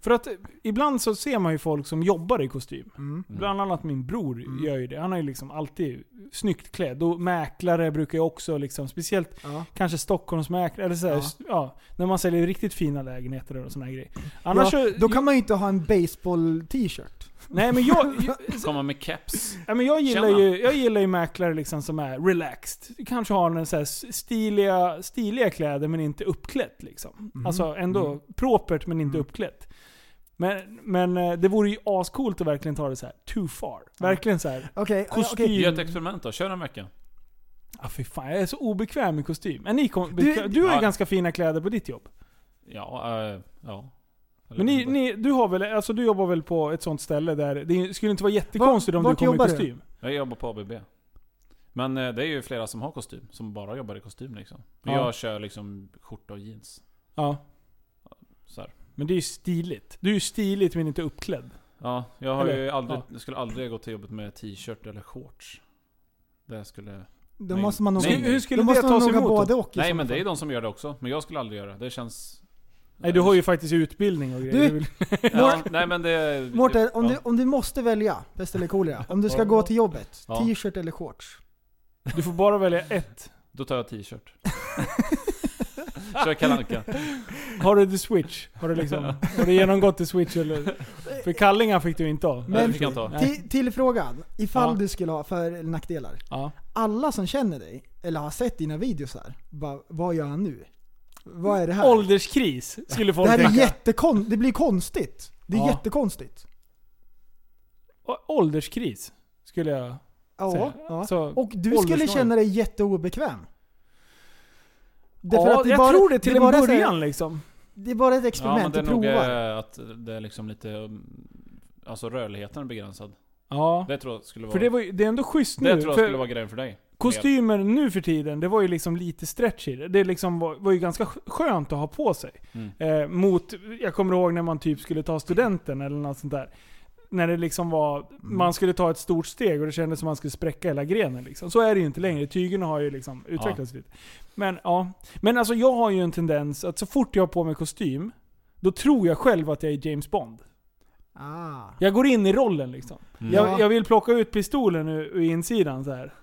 Speaker 7: För att eh, ibland så ser man ju folk som jobbar i kostym.
Speaker 8: Mm.
Speaker 7: Bland annat min bror gör ju det. Han är ju liksom alltid snyggt klädd. Och mäklare brukar ju också liksom, speciellt kanske Stockholmsmäklare, eller så här,
Speaker 8: Ja.
Speaker 7: s- ja, när man säljer riktigt fina lägenheter och såna här grejer. Annars
Speaker 8: ja,
Speaker 7: så,
Speaker 8: då kan man ju inte ha en baseball-t-shirt.
Speaker 7: Nej men jag,
Speaker 9: Komma med keps.
Speaker 7: Ja, men jag, gillar
Speaker 9: Tjena.
Speaker 7: ju, jag gillar ju mäklare liksom som är relaxed. Kanske har en så här stiliga, stiliga kläder men inte uppklätt.
Speaker 8: Mm.
Speaker 7: Liksom.
Speaker 9: Mhm.
Speaker 7: Alltså ändå propert men inte uppklätt. Men, men eh, det vore ju ascoolt att verkligen ta det så här too far. Verkligen så här.
Speaker 8: Okej,
Speaker 7: kostym.
Speaker 9: Gör ett experiment då. Kör en vecka.
Speaker 7: Ah, fy fan, jag är så obekväm i kostym. Är ni kom,
Speaker 9: Du-
Speaker 7: du, du har ju
Speaker 9: Ja.
Speaker 7: ganska fina kläder på ditt jobb.
Speaker 9: Ja, eh, ja.
Speaker 7: Men ni, ni, du, har väl, alltså, du jobbar väl på ett sånt ställe där det skulle inte vara jättekonstigt om du
Speaker 8: vart
Speaker 7: kom i
Speaker 8: jobbar du?
Speaker 7: kostym?
Speaker 9: Jag jobbar på ABB. Men eh, det är ju flera som har kostym. Som bara jobbar i kostym liksom. Men
Speaker 7: Ja.
Speaker 9: jag kör liksom skjorta och jeans.
Speaker 7: Ja.
Speaker 9: Så här.
Speaker 7: Men det är ju stiligt. Du är ju stiligt men inte uppklädd.
Speaker 9: Ja, jag har
Speaker 7: Eller?
Speaker 9: ju aldrig,
Speaker 7: Ja.
Speaker 9: jag skulle aldrig gå till jobbet med t-shirt eller shorts. Det skulle...
Speaker 8: Då måste man nog-
Speaker 7: Hur- hur skulle
Speaker 8: då
Speaker 7: det
Speaker 8: måste man
Speaker 7: tas
Speaker 8: nog ha
Speaker 7: emot då?
Speaker 8: både och i
Speaker 9: Nej
Speaker 8: så
Speaker 9: men det
Speaker 8: fall.
Speaker 9: är ju de som gör det också. Men jag skulle aldrig göra det. Det känns...
Speaker 7: Nej, du har ju faktiskt utbildning och grejer.
Speaker 8: Du-
Speaker 7: Du vill-
Speaker 9: Ja, nej men det...
Speaker 8: Mårten, om,
Speaker 9: ja.
Speaker 8: du, om du måste välja, pest eller kolera. Om du ska
Speaker 9: Ja.
Speaker 8: gå till jobbet,
Speaker 9: Ja.
Speaker 8: t-shirt eller shorts?
Speaker 7: Du får bara välja ett.
Speaker 9: Då tar jag t-shirt. Kör Kalle Anka.
Speaker 7: Har du the switch? Har du, liksom, har du genomgått the switch eller? För kallingar fick du inte ha.
Speaker 8: Men
Speaker 7: Nej.
Speaker 8: till, till frågan, ifall
Speaker 7: Ja.
Speaker 8: du skulle ha för eller nackdelar.
Speaker 7: Ja.
Speaker 8: Alla som känner dig, eller har sett dina videos här, bara, vad gör han nu? Vad är det här?
Speaker 7: Ålderskris skulle folk
Speaker 8: det här är
Speaker 7: tänka.
Speaker 8: jättekon- det blir konstigt. Det är
Speaker 7: Ja.
Speaker 8: jättekonstigt.
Speaker 7: Å- Ålderskris skulle jag
Speaker 8: Ja,
Speaker 7: säga.
Speaker 8: ja.
Speaker 7: Så,
Speaker 8: och du skulle
Speaker 7: åldersnoja.
Speaker 8: känna dig jätteobekväm. Därför
Speaker 7: Ja,
Speaker 8: att
Speaker 7: jag
Speaker 8: bara-
Speaker 7: tror det till
Speaker 8: är
Speaker 7: en
Speaker 8: bara så här-
Speaker 7: början liksom.
Speaker 8: Det är bara ett
Speaker 9: Ja men
Speaker 8: experiment,
Speaker 9: det är
Speaker 8: du
Speaker 9: nog
Speaker 8: provar.
Speaker 9: eh, att det är liksom lite... um, Alltså rörligheten är begränsad.
Speaker 7: Ja.
Speaker 9: Det tror jag skulle vara...
Speaker 7: För det, var, ju- det är ändå schysst
Speaker 9: Det
Speaker 7: nu.
Speaker 9: tror jag
Speaker 7: för
Speaker 9: skulle vara grejen för dig.
Speaker 7: Kostymer nu för tiden, det var ju liksom lite stretch i det. Det liksom var, var ju ganska skönt att ha på sig.
Speaker 9: Mm.
Speaker 7: Eh, mot, jag kommer ihåg när man typ skulle ta studenten eller något sånt där. När det liksom var, man skulle ta ett stort steg och det kändes som man skulle spräcka hela grenen. Liksom. Så är det ju inte längre. Tygerna har ju liksom utvecklats lite. Men ja. Men alltså jag har ju en tendens att så fort jag har på mig kostym, då tror jag själv att jag är James Bond.
Speaker 8: Ah.
Speaker 7: Jag går in i rollen liksom.
Speaker 8: Mm. Ja.
Speaker 7: Jag, jag vill plocka ut pistolen ur, ur insidan så här.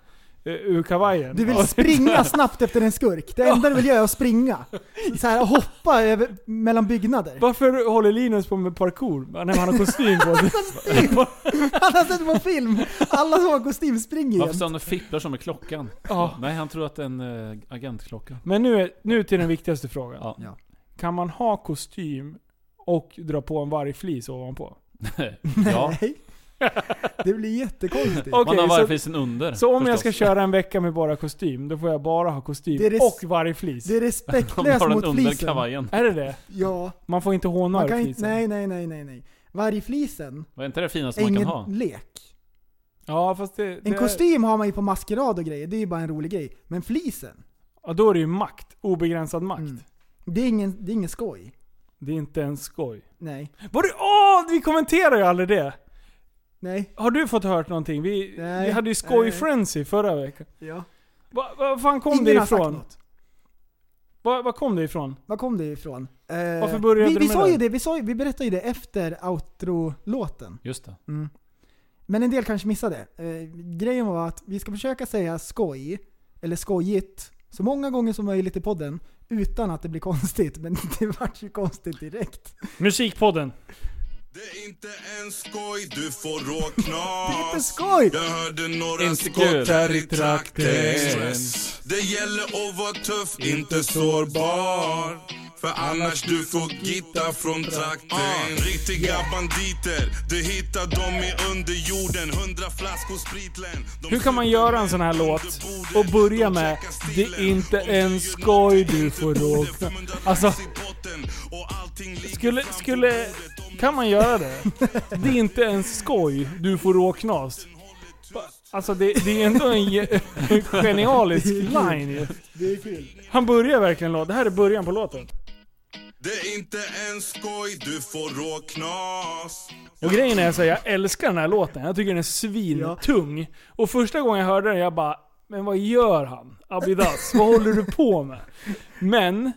Speaker 7: Ur- Ur kavajen. Ja.
Speaker 8: Du vill springa snabbt efter en skurk. Det enda du vill göra är att springa. Så här, hoppa över, mellan byggnader.
Speaker 7: Varför håller Linus på med parkour? Nej, men han har kostym på sig.
Speaker 8: Han har sett på film. Alla som har kostym springer
Speaker 9: Varför
Speaker 8: igen.
Speaker 9: står han och fipplar som med klockan?
Speaker 7: Ja.
Speaker 9: Nej han tror att det är en eh, agentklocka.
Speaker 7: Men nu, är, nu till den viktigaste frågan.
Speaker 9: Ja.
Speaker 7: Kan man ha kostym och dra på en vargflis ovanpå.
Speaker 9: ja.
Speaker 7: Det blir jättekonstigt.
Speaker 9: Man har vargflisen under,
Speaker 7: Så om jag
Speaker 9: förstås.
Speaker 7: ska köra en vecka med bara kostym, då får jag bara ha kostym
Speaker 8: Det är res-
Speaker 7: och vargflis.
Speaker 8: det är respektlöst Om man har den mot under flisen. kavajen.
Speaker 7: Är det det?
Speaker 8: Ja.
Speaker 7: Man får inte håna
Speaker 8: Man kan inte,
Speaker 7: flisen.
Speaker 8: nej, nej, nej, nej, nej. Vargflisen
Speaker 9: Var inte det finaste
Speaker 8: är
Speaker 9: man
Speaker 8: ingen
Speaker 9: kan ha?
Speaker 8: lek.
Speaker 7: Ja, fast det, det
Speaker 8: En kostym har man ju på maskerad och grejer, det är ju bara en rolig grej. Men flisen,
Speaker 7: Ja, då är det ju makt. Obegränsad makt.
Speaker 8: Mm. det är ingen, det är ingen skoj.
Speaker 7: Det är inte ens skoj.
Speaker 8: Nej.
Speaker 7: Var det, åh, vi kommenterar ju aldrig det!
Speaker 8: Nej.
Speaker 7: Har du fått hört någonting? Vi,
Speaker 8: Nej.
Speaker 7: vi hade ju
Speaker 8: Nej.
Speaker 7: skoj-frenzy förra veckan.
Speaker 8: Ja.
Speaker 7: Var fan kom
Speaker 8: Ingen
Speaker 7: det
Speaker 8: har sagt
Speaker 7: ifrån? Var, var kom det ifrån?
Speaker 8: Var kom det ifrån? Eh,
Speaker 7: Varför började
Speaker 8: vi,
Speaker 7: du
Speaker 8: vi
Speaker 7: med
Speaker 8: sa
Speaker 7: det?
Speaker 8: ju det, vi, sa, ju- vi berättade ju det efter outro-låten.
Speaker 9: Just det.
Speaker 8: Mm. Men en del kanske missade. Eh, grejen var att vi ska försöka säga skoj, eller skojigt, så många gånger som möjligt i podden utan att det blir konstigt. Men det vart ju konstigt direkt.
Speaker 7: Musikpodden.
Speaker 11: skoj, du får råknas.
Speaker 8: Det är inte skoj!
Speaker 11: Jag hörde några
Speaker 9: Inte kul.
Speaker 11: skott här i trakten.
Speaker 9: Stress.
Speaker 11: Det gäller att vara tuff, inte sårbar. För annars du får gitta från trakten. Ah, riktiga banditer, du hittar dem i underjorden. Hundra flaskor spritlän.
Speaker 7: Hur kan man göra en sån här låt och börja med Det är inte en skoj du får råkna. Alltså... Skulle, skulle... Kan man göra det? Det är inte en skoj du får råknas. Alltså det, det är ändå en ge- genialisk line ju.
Speaker 8: Det är kul.
Speaker 7: Han börjar verkligen låten. Det här är början på låten.
Speaker 11: Det är inte en skoj, du får råknas.
Speaker 7: Och grejen är så här, jag älskar den här låten. Jag tycker den är svintung. Och första gången jag hörde den, jag bara Men vad gör han? Abidas, vad håller du på med? Men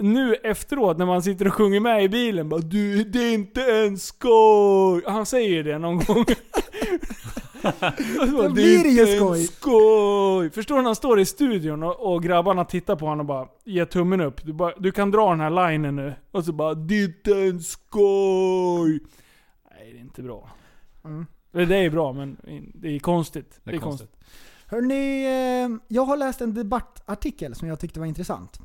Speaker 7: nu efteråt när man sitter och sjunger med i bilen bara Du, det är inte en skoj. Han säger ju det någon gång. Då
Speaker 8: blir det ju skoj."
Speaker 7: skoj. Förstår du när han står i studion och, och grabbarna tittar på honom och bara ger tummen upp. Du, bara, du kan dra den här linen nu. Och så bara Det är inte en skoj. Nej, det är inte bra.
Speaker 8: Mm.
Speaker 7: Eller Det är bra, men det är konstigt. Det är, konstigt.
Speaker 8: Hörrni, eh, jag har läst en debattartikel som jag tyckte var intressant.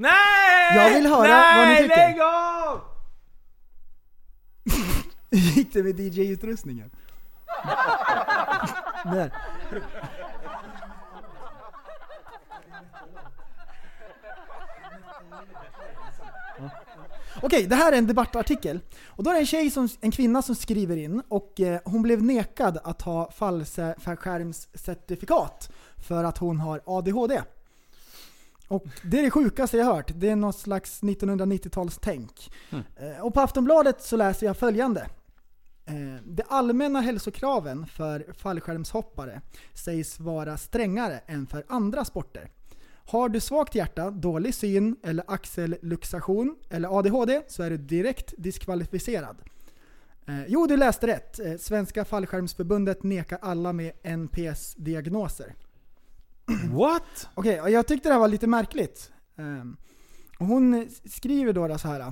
Speaker 7: Nej!
Speaker 8: Jag vill höra
Speaker 7: Nej,
Speaker 8: vad ni tycker.
Speaker 7: lägg av!
Speaker 8: Hur gick det med DJ-utrustningen? Där. Okej, det här är en debattartikel. Och då är det en tjej, som, en kvinna som skriver in och eh, hon blev nekad att ha fallskärmscertifikat för att hon har ADHD. Och det är det sjukaste jag hört. Det är något slags 1990-talstänk. Eh, Och på Aftonbladet så läser jag följande. Eh, De allmänna hälsokraven för fallskärmshoppare sägs vara strängare än för andra sporter. Har du svagt hjärta, dålig syn eller axelluxation eller ADHD så är du direkt diskvalificerad. Eh, Jo, du läste rätt. Eh, Svenska fallskärmsförbundet nekar alla med NPS-diagnoser.
Speaker 7: What?
Speaker 8: Okej, och jag tyckte det här var lite märkligt. Ehm, och Hon skriver då så här. eh,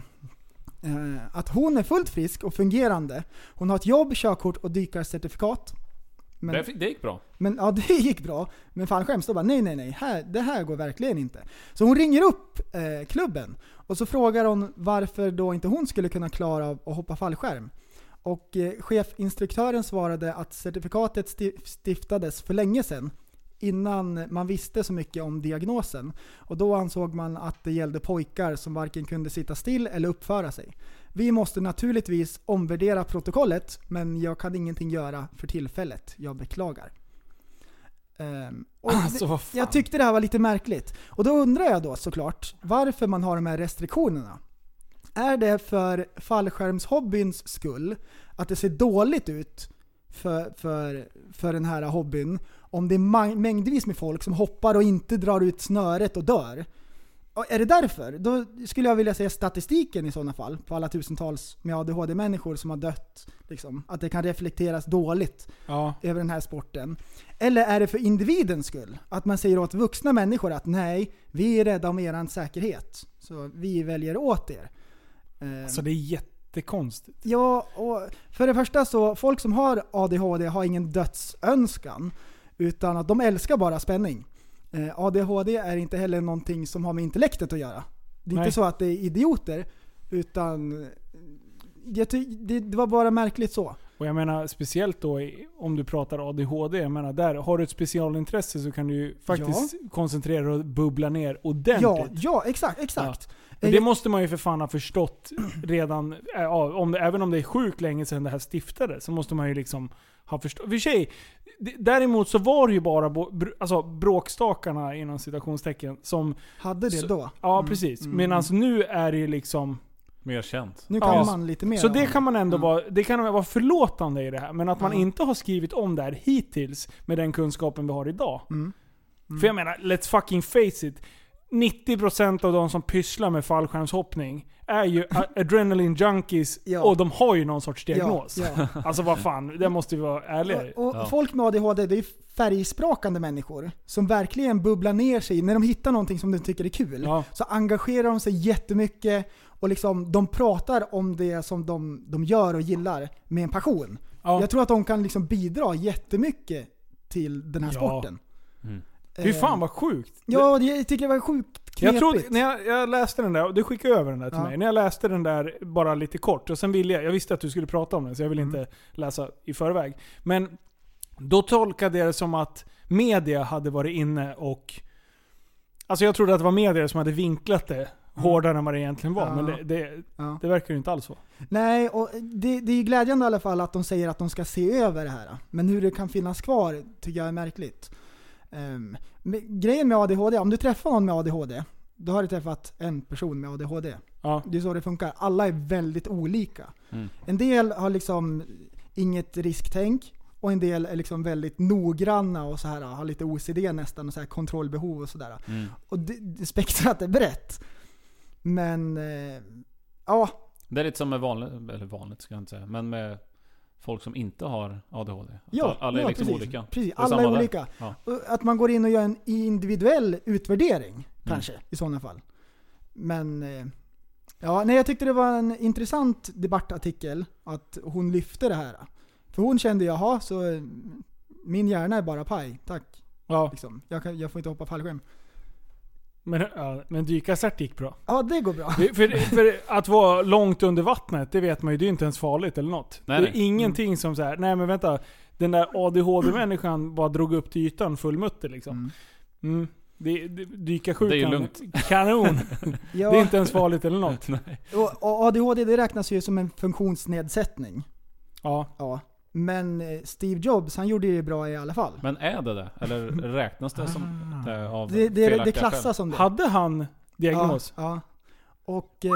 Speaker 8: Att hon är fullt frisk och fungerande. Hon har ett jobb, körkort och dykarcertifikat. Men-
Speaker 9: det, det gick bra.
Speaker 8: men ja, det gick bra. Men fallskärms då bara nej, nej, nej. Här, det här går verkligen inte. Så hon ringer upp eh, klubben och så frågar hon varför då inte hon skulle kunna klara av att hoppa fallskärm. Och eh, chefinstruktören svarade att certifikatet sti- stiftades för länge sedan. Innan man visste så mycket om diagnosen. Och då ansåg man att det gällde pojkar som varken kunde sitta still eller uppföra sig. Vi måste naturligtvis omvärdera protokollet, men jag kan ingenting göra för tillfället. Jag beklagar. Ehm, och
Speaker 7: Alltså,
Speaker 8: det-
Speaker 7: vad fan?
Speaker 8: jag tyckte det här var lite märkligt. Och då undrar jag då såklart varför man har de här restriktionerna. Är det för fallskärmshobbyns skull? Att det ser dåligt ut för, för, för den här hobbyn? Om det är ma- mängdvis med folk som hoppar och inte drar ut snöret och dör. Och Är det därför? Då skulle jag vilja se statistiken i sådana fall på alla tusentals med ADHD-människor som har dött. Liksom. Att det kan reflekteras dåligt
Speaker 7: Ja.
Speaker 8: över den här sporten. Eller är det för individens skull? Att man säger åt vuxna människor att nej, vi är rädda om er säkerhet. Så vi väljer åt er. Eh,
Speaker 7: Alltså det är jättekonstigt.
Speaker 8: Ja, och för det första så, folk som har ADHD har ingen dödsönskan. Utan att de älskar bara spänning. Eh, ADHD är inte heller någonting som har med intellektet att göra. Det är
Speaker 7: Nej.
Speaker 8: inte så att det är idioter, utan eh, jag ty, det, det var bara märkligt så.
Speaker 7: Och jag menar speciellt då i- om du pratar ADHD. Jag menar där, har du ett specialintresse så kan du ju faktiskt koncentrera dig och bubbla ner ordentligt.
Speaker 8: Ja, ja exakt, exakt.
Speaker 7: Och det måste man ju för fan ha förstått redan, eh, ja, om, det- även om det är sjukt länge sedan det här stiftades, så måste man ju liksom ha förstått. För sig, d- däremot så var det ju bara bo- br- alltså, bråkstakarna inom citationstecken som...
Speaker 8: Hade det
Speaker 7: så,
Speaker 8: då?
Speaker 7: Ja,
Speaker 8: Mm.
Speaker 7: precis.
Speaker 8: Mm.
Speaker 7: Medan nu är det ju liksom...
Speaker 9: Mer känt.
Speaker 8: Nu kan man lite mer
Speaker 7: Så
Speaker 8: om
Speaker 7: det
Speaker 8: det.
Speaker 7: kan man ändå vara, det kan vara förlåtande i det här. Men att man
Speaker 8: Mm. Ja.
Speaker 7: inte har skrivit om det här hittills med den kunskapen vi har idag.
Speaker 8: Mm.
Speaker 7: För jag menar, let's fucking face it. 90% av de som pysslar med fallskärmshoppning är ju a- adrenaline junkies och de har ju någon sorts diagnos.
Speaker 8: ja.
Speaker 7: Alltså vad fan, det måste vi vara ärliga i.
Speaker 8: Och folk med ADHD, det är färgsprakande människor som verkligen bubblar ner sig. När de hittar någonting som de tycker är kul så engagerar de sig jättemycket och liksom, de pratar om det som de, de gör och gillar med en passion. Jag tror att de kan liksom bidra jättemycket till den här
Speaker 7: Ja.
Speaker 8: sporten. Eh,
Speaker 7: Fy fan vad sjukt.
Speaker 8: Ja, det- jag tycker det var sjukt knepigt.
Speaker 7: Jag trodde, när jag, jag läste den där, och du skickade över den där till
Speaker 8: Ja.
Speaker 7: mig. När jag läste den där bara lite kort, och sen ville jag, jag visste att du skulle prata om den så jag ville
Speaker 8: Mm.
Speaker 7: inte läsa i förväg. Men då tolkade jag det som att media hade varit inne och... Alltså jag trodde att det var media som hade vinklat det hårdare än vad det egentligen var.
Speaker 8: Mm. Ja.
Speaker 7: Men det, det,
Speaker 8: Ja.
Speaker 7: det verkar ju inte alls vara.
Speaker 8: Nej, och det, det är ju glädjande i alla fall att de säger att de ska se över det här. Men hur det kan finnas kvar tycker jag är märkligt. Ehm, men grejen med ADHD, om du träffar någon med ADHD, då har du träffat en person med ADHD. Det är så det funkar. Alla är väldigt olika.
Speaker 12: Mm.
Speaker 8: En del har liksom inget risktänk och en del är liksom väldigt noggranna och så här har lite OCD nästan och så här kontrollbehov och sådär.
Speaker 9: Mm.
Speaker 8: Och det, det spektrat är brett. Men eh, ja,
Speaker 9: Det är lite som med vanligt, eller vanligt ska jag inte säga, men med folk som inte har ADHD. Att
Speaker 8: Ja,
Speaker 9: alla är
Speaker 8: ja,
Speaker 9: liksom
Speaker 8: precis,
Speaker 9: olika.
Speaker 8: Precis,
Speaker 9: Det
Speaker 8: alla
Speaker 9: samma
Speaker 8: är
Speaker 9: där.
Speaker 8: olika.
Speaker 9: Ja.
Speaker 8: Och Att man går in och gör en individuell
Speaker 9: Mm.
Speaker 8: utvärdering kanske i sådana fall. Men eh, ja, nej, jag tyckte det var en intressant debattartikel att hon lyfte det här. För hon kände, jaha, så eh, min hjärna är bara paj, tack.
Speaker 7: Ja.
Speaker 8: Liksom. Jag, kan, jag får inte hoppa fallskärm.
Speaker 7: Men, ja, men dykarsert gick bra.
Speaker 8: Ja, det går bra.
Speaker 7: Det- För, för att vara långt under vattnet, det vet man ju, det är ju inte ens farligt eller något.
Speaker 9: Nej,
Speaker 7: det är
Speaker 9: nej. Mm.
Speaker 7: ingenting som så här, nej men vänta. Den där ADHD-människan bara drog upp till ytan full mutter liksom. Mm. Det, det, dyka sjukan.
Speaker 9: Det är ju lugnt.
Speaker 7: Kanon.
Speaker 8: Ja.
Speaker 7: Det är inte ens farligt eller något.
Speaker 8: Och, och ADHD det räknas ju som en funktionsnedsättning.
Speaker 7: Ja.
Speaker 8: ja. Men eh, Steve Jobs, han gjorde det bra i alla fall.
Speaker 9: Men är det det? Eller räknas det som det av
Speaker 8: Det, det, det
Speaker 9: felaktiga skäl?
Speaker 8: klassas som det.
Speaker 7: Hade han diagnos?
Speaker 8: Ja. ja. Och, eh,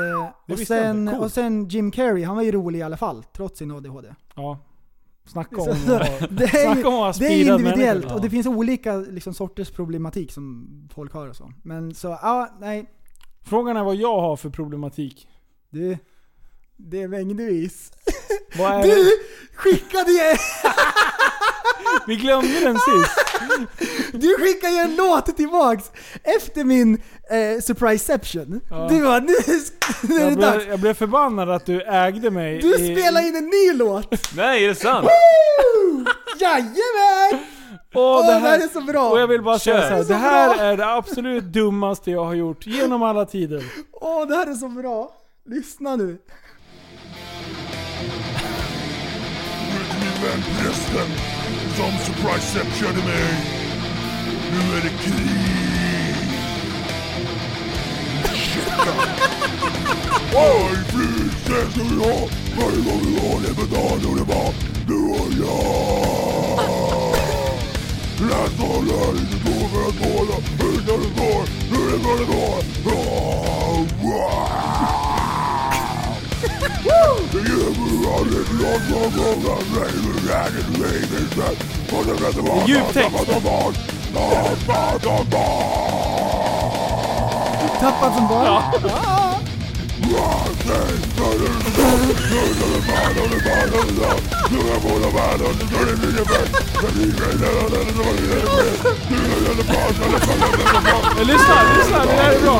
Speaker 7: Det
Speaker 8: och,
Speaker 7: visste jag
Speaker 8: sen,
Speaker 7: inte. Coolt.
Speaker 8: och sen Jim Carrey, han var ju rolig i alla fall, trots sin ADHD.
Speaker 7: Ja. Snacka om
Speaker 8: Så-
Speaker 7: att-
Speaker 8: det är, ju-
Speaker 7: snacka om att ha
Speaker 8: det är
Speaker 7: speedat
Speaker 8: individuellt
Speaker 7: människor.
Speaker 8: och det
Speaker 7: Ja.
Speaker 8: finns olika liksom, sorters problematik som folk har och så. Men så, ja, nej.
Speaker 7: Frågan är vad jag har för problematik.
Speaker 8: Du, det är mängdvis.
Speaker 7: Vad är
Speaker 8: Du
Speaker 7: det?
Speaker 8: skickade ju...
Speaker 7: Vi glömde den sist.
Speaker 8: Du skickade ju en låt tillbaks efter min eh, surpriseception. Du bara, nu, nu är det
Speaker 7: Jag blev,
Speaker 8: dags.
Speaker 7: jag blev förbannad att du ägde mig
Speaker 8: Du
Speaker 7: i-
Speaker 8: spelar in en ny låt.
Speaker 9: Nej, är det sant?
Speaker 8: Woo! Jajamän!
Speaker 7: Åh,
Speaker 8: Åh,
Speaker 7: det här
Speaker 8: är så bra!
Speaker 7: Och jag vill bara säga
Speaker 8: Kör.
Speaker 7: så här, det här är det absolut dummaste jag har gjort genom alla tider.
Speaker 8: Åh, det här är så bra! Lyssna nu.
Speaker 11: Men prästen som surpriseceptionade mig. Nu är det krig. Ursäkta. Oj, prinsess som vi har. Varje gång vi har det med dagen och det var du och jag. Läs och lär inte gå för att tåla utan det går hur det går det går. Ah, wow. Det gör vi aldrig någon gång gången. Nej, men världen lever sig. Och det vet man.
Speaker 7: Djup text.
Speaker 8: Tappad som barn.
Speaker 7: Men lyssna, lyssna, det här är bra.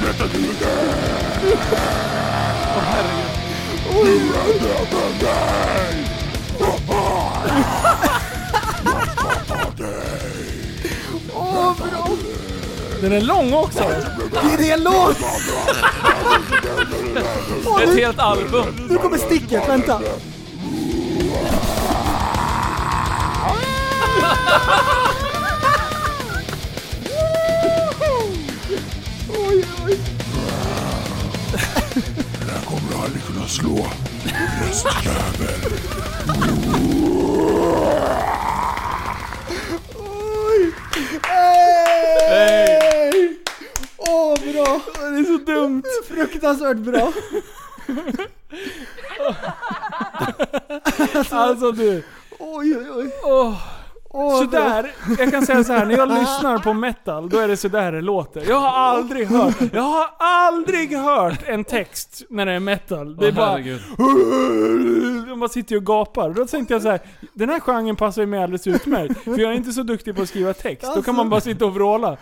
Speaker 11: Berätta du
Speaker 7: Den är lång också! Det är en låt!
Speaker 9: Det är ett helt album.
Speaker 8: Nu kommer sticket, vänta.
Speaker 12: Oj, oj. Den här kommer du aldrig kunna slå. Hästjävel.
Speaker 8: Oj! Hej! Åh, bra! Det är så dumt. Fruktansvärt bra.
Speaker 7: Alltså, alltså du.
Speaker 8: Oj, oj, oj.
Speaker 7: Åh.
Speaker 8: Åh,
Speaker 7: sådär.
Speaker 8: bra.
Speaker 7: Jag kan säga så här. när jag lyssnar på metal, då är det sådär det låter. Jag har aldrig hört, jag har aldrig hört en text när det är metal. Det är
Speaker 9: Åh,
Speaker 7: bara...
Speaker 9: herregud.
Speaker 7: De bara sitter och gapar. Då tänkte jag så här. den här genren passar ju mig alldeles utmärkt. För jag är inte så duktig på att skriva text. Då kan man bara sitta och vråla.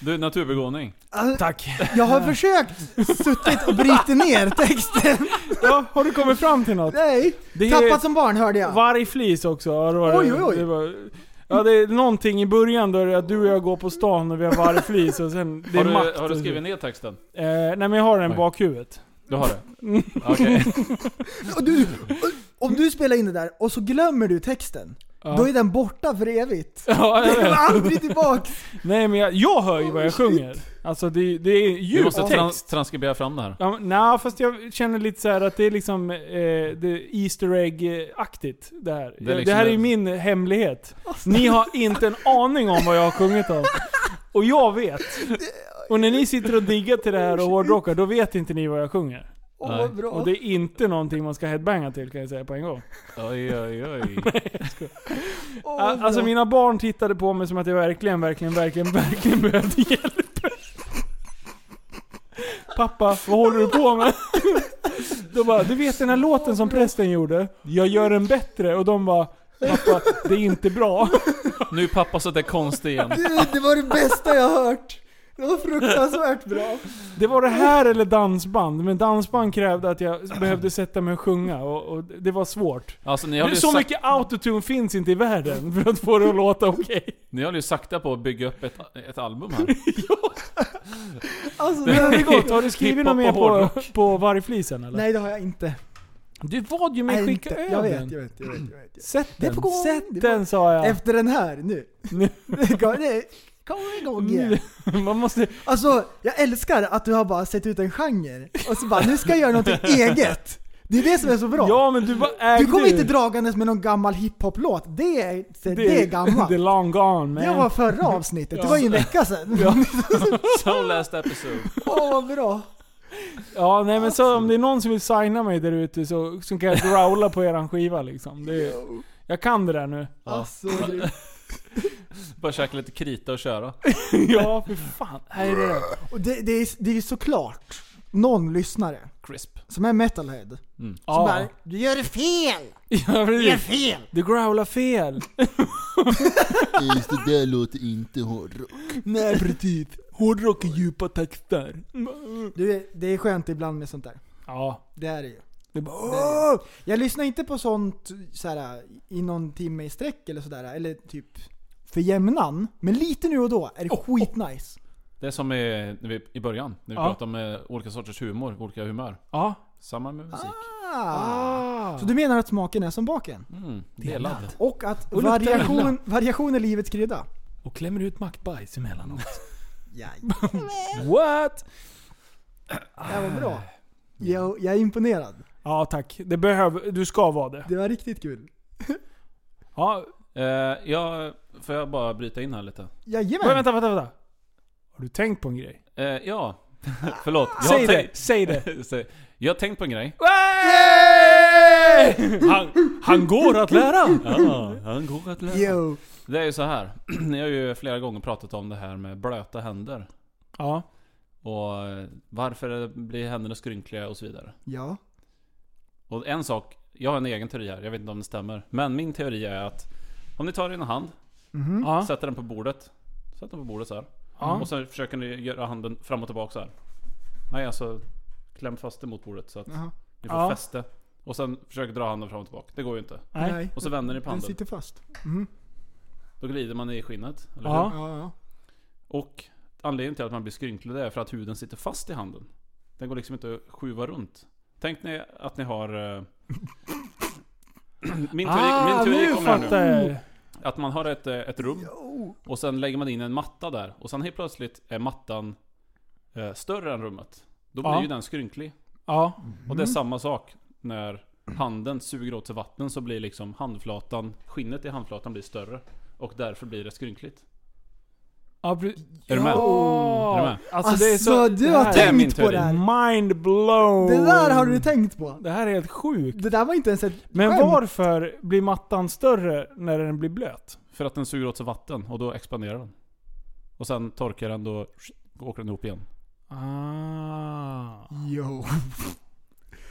Speaker 9: Du, naturbegåvning.
Speaker 7: Tack.
Speaker 8: Jag har försökt suttit och brutit ner texten.
Speaker 7: Ja, har du kommit fram till något?
Speaker 8: Nej.
Speaker 7: Det är-
Speaker 8: Tappat som barn hörde jag.
Speaker 7: Vargflis också. Ja, det var det.
Speaker 8: Oj, oj, oj.
Speaker 7: Det var, ja, det är någonting i början då är det att du och jag går på stan och vi har vargflis och sen... Det
Speaker 9: Har
Speaker 7: är
Speaker 9: du,
Speaker 7: makt.
Speaker 9: har du skrivit ner texten?
Speaker 7: Eh, nej men jag har den bakhuvudet.
Speaker 9: Du har det? Okej.
Speaker 8: Och du, om du spelar in det där och så glömmer du texten,
Speaker 7: Ja.
Speaker 8: då är den borta för evigt.
Speaker 7: Ja, jag
Speaker 8: den kommer
Speaker 7: vet.
Speaker 8: aldrig tillbaks.
Speaker 7: Nej men jag, jag hör ju vad jag sjunger. Alltså det, det är
Speaker 9: Du
Speaker 7: djup
Speaker 9: måste
Speaker 7: text.
Speaker 9: trans transkribera fram det här.
Speaker 7: Ja, men- Nej, fast jag känner lite så här att det är liksom eh, det är Easter Egg-aktigt det här.
Speaker 9: Det
Speaker 7: Det,
Speaker 9: är liksom
Speaker 7: här är ju
Speaker 9: det-
Speaker 7: min hemlighet. Ni har inte en aning om vad jag har sjungit om. Och jag vet. Och när ni sitter och diggar till det här och hårdrockar, då vet inte ni vad jag sjunger.
Speaker 9: Åh, vad bra.
Speaker 7: Och det är inte någonting man ska headbanga till kan jag säga på en gång.
Speaker 9: Oj, oj, oj.
Speaker 7: Al- alltså mina barn tittade på mig som att jag verkligen, verkligen, verkligen, verkligen behövde hjälp. Pappa, vad håller du på med? De bara, du vet den här låten som prästen gjorde? Jag gör den bättre. Och de bara, pappa, det är inte bra.
Speaker 9: Nu är pappa sådär konstig igen.
Speaker 8: Det, det var det bästa jag hört. Det var fruktansvärt bra.
Speaker 7: Det var det här eller dansband, men dansband krävde att jag behövde sätta mig och sjunga och, och det var svårt.
Speaker 9: Alltså, ni
Speaker 7: Det är
Speaker 9: håller,
Speaker 7: så
Speaker 9: ju sak
Speaker 7: mycket autotune finns inte i världen för att få det att låta okej.
Speaker 9: ni håller ju sakta på att bygga upp ett, ett album här.
Speaker 8: Alltså,
Speaker 7: Det är gott. Har du skrivit
Speaker 9: Hiphop
Speaker 7: något mer
Speaker 9: och
Speaker 7: på,
Speaker 9: hårdrock.
Speaker 7: på vargflisen eller?
Speaker 8: Nej det har jag inte.
Speaker 7: Du bad ju mig
Speaker 8: Nej,
Speaker 7: skicka
Speaker 8: inte.
Speaker 7: över
Speaker 8: Jag
Speaker 7: den.
Speaker 8: vet, jag vet, jag vet, jag vet.
Speaker 7: Sätt
Speaker 8: Det är
Speaker 7: den,
Speaker 8: på gång.
Speaker 7: sätt
Speaker 8: Det är på-
Speaker 7: den sa jag.
Speaker 8: Efter den här, nu. Det går- det Kommer igång igen.
Speaker 7: Mm. Man måste...
Speaker 8: Alltså, jag älskar att du har bara sett ut en genre och så bara nu ska jag göra någonting eget. Det är det som är så bra.
Speaker 7: Ja men du bara ägde
Speaker 8: Du kommer inte
Speaker 7: ju.
Speaker 8: dragandes med någon gammal hiphop-låt. Det är, det, är gammalt.
Speaker 7: Det är long gone man.
Speaker 8: Det var förra avsnittet, det var ju en vecka sedan.
Speaker 7: Ja.
Speaker 9: So last episode.
Speaker 8: Åh vad bra.
Speaker 7: Ja nej men så om det är någon som vill signa mig där ute så, så kan jag growla på eran skiva liksom. Det, är- jag kan det där nu.
Speaker 8: Alltså, du-
Speaker 9: Bara käka lite krita och köra.
Speaker 7: ja för fan. Här är det där.
Speaker 8: och det, det, är, det är såklart någon lyssnare
Speaker 9: Crisp.
Speaker 8: som är metalhead. Som
Speaker 7: Ja.
Speaker 8: bara, du gör det fel!
Speaker 7: Ja,
Speaker 8: Du gör
Speaker 7: precis.
Speaker 8: fel!
Speaker 7: Du growlar fel.
Speaker 12: Just det där låter inte hårdrock.
Speaker 7: Nej precis. Hårdrock är djupa texter.
Speaker 8: Du, det är skönt ibland med sånt där.
Speaker 7: Ja.
Speaker 8: Det är det ju.
Speaker 7: Det är bara,
Speaker 8: Åh! Jag lyssnar inte på sånt så här, i någon timme i sträck eller sådär. Eller typ för jämnan. Men lite nu och då är det skitnice.
Speaker 9: Det är som i, när vi, i början, när vi
Speaker 7: Ja.
Speaker 9: pratade om eh, olika sorters humor, olika humör.
Speaker 7: Ja.
Speaker 9: Samma med musik.
Speaker 8: Ah. Så du menar att smaken är som baken?
Speaker 9: Mm, delad.
Speaker 8: Och att
Speaker 7: Och luktar illa.
Speaker 8: variation, variation är livets krydda?
Speaker 7: Och klämmer ut mackbajs emellanåt.
Speaker 8: Ja,
Speaker 7: What?
Speaker 8: det var bra. Jag, jag är imponerad.
Speaker 7: Ja tack. Det behöver, du ska vara det.
Speaker 8: Det var riktigt kul.
Speaker 7: Ja.
Speaker 9: Eh, jag, får jag bara bryta in här lite?
Speaker 7: Men,
Speaker 8: Jajamän!
Speaker 7: vänta, vänta, vänta. Har du tänkt på en grej?
Speaker 9: Eh, ja. Förlåt. Jag har
Speaker 7: Säg det,
Speaker 9: tänkt-
Speaker 7: säg det.
Speaker 9: Säg- jag har tänkt på en grej.
Speaker 7: Han, han går att lära.
Speaker 9: Ja, han går att lära.
Speaker 8: Yo!
Speaker 9: Det är ju så här. Ni har ju flera gånger pratat om det här med blöta händer.
Speaker 7: Ja.
Speaker 9: Och eh, varför det blir händerna skrynkliga och så vidare.
Speaker 8: Ja.
Speaker 9: Och en sak, jag har en egen teori här, jag vet inte om det stämmer. Men min teori är att om ni tar er en hand,
Speaker 8: Mhm.
Speaker 7: Ja.
Speaker 9: sätter den på bordet. Sätter den på bordet så här.
Speaker 7: Ja.
Speaker 9: Och sen försöker ni göra handen fram och tillbaka så här. Nej alltså, kläm fast det mot bordet så att
Speaker 8: Jaha.
Speaker 9: ni får
Speaker 7: Ja.
Speaker 9: fäste. Och sen försöker dra handen fram och tillbaka. Det går ju inte.
Speaker 7: Nej.
Speaker 9: Och så vänder ni på
Speaker 8: Den
Speaker 9: handen.
Speaker 8: sitter fast.
Speaker 9: Då glider man i skinnet, eller
Speaker 7: Ja.
Speaker 9: hur?
Speaker 8: Ja, ja.
Speaker 9: Och anledningen till att man blir skrynklig det är för att huden sitter fast i handen. Den går liksom inte att skjuva runt. Tänk ni att ni har... eh, min teori,
Speaker 7: Ah,
Speaker 9: min teori
Speaker 7: nu
Speaker 9: kommer
Speaker 7: fattar
Speaker 9: här
Speaker 7: jag.
Speaker 9: nu. Att man har ett, eh, ett rum och sen lägger man in en matta där. Och sen helt plötsligt är mattan eh, större än rummet. Då blir
Speaker 7: Ja.
Speaker 9: ju den skrynklig.
Speaker 7: Ja.
Speaker 9: Och det är
Speaker 7: Mm.
Speaker 9: samma sak när handen suger åt sig vatten så blir liksom handflatan, skinnet i handflatan blir större. Och därför blir det skrynkligt.
Speaker 7: Ja, pre-
Speaker 9: Är du med?
Speaker 7: Ja.
Speaker 9: Är du med?
Speaker 7: Alltså, det är så,
Speaker 8: Alltså, du har
Speaker 7: här-
Speaker 8: tänkt Det är min på teori. det här.
Speaker 7: Mind blown.
Speaker 8: Det där har du tänkt på.
Speaker 7: Det här är helt sjukt.
Speaker 8: Det där var inte ens ett
Speaker 7: Men
Speaker 8: skämt.
Speaker 7: varför blir mattan större när den blir blöt?
Speaker 9: För att den suger åt sig vatten och då expanderar den. Och sen torkar den då åker den ihop igen.
Speaker 7: Ah.
Speaker 8: Jo.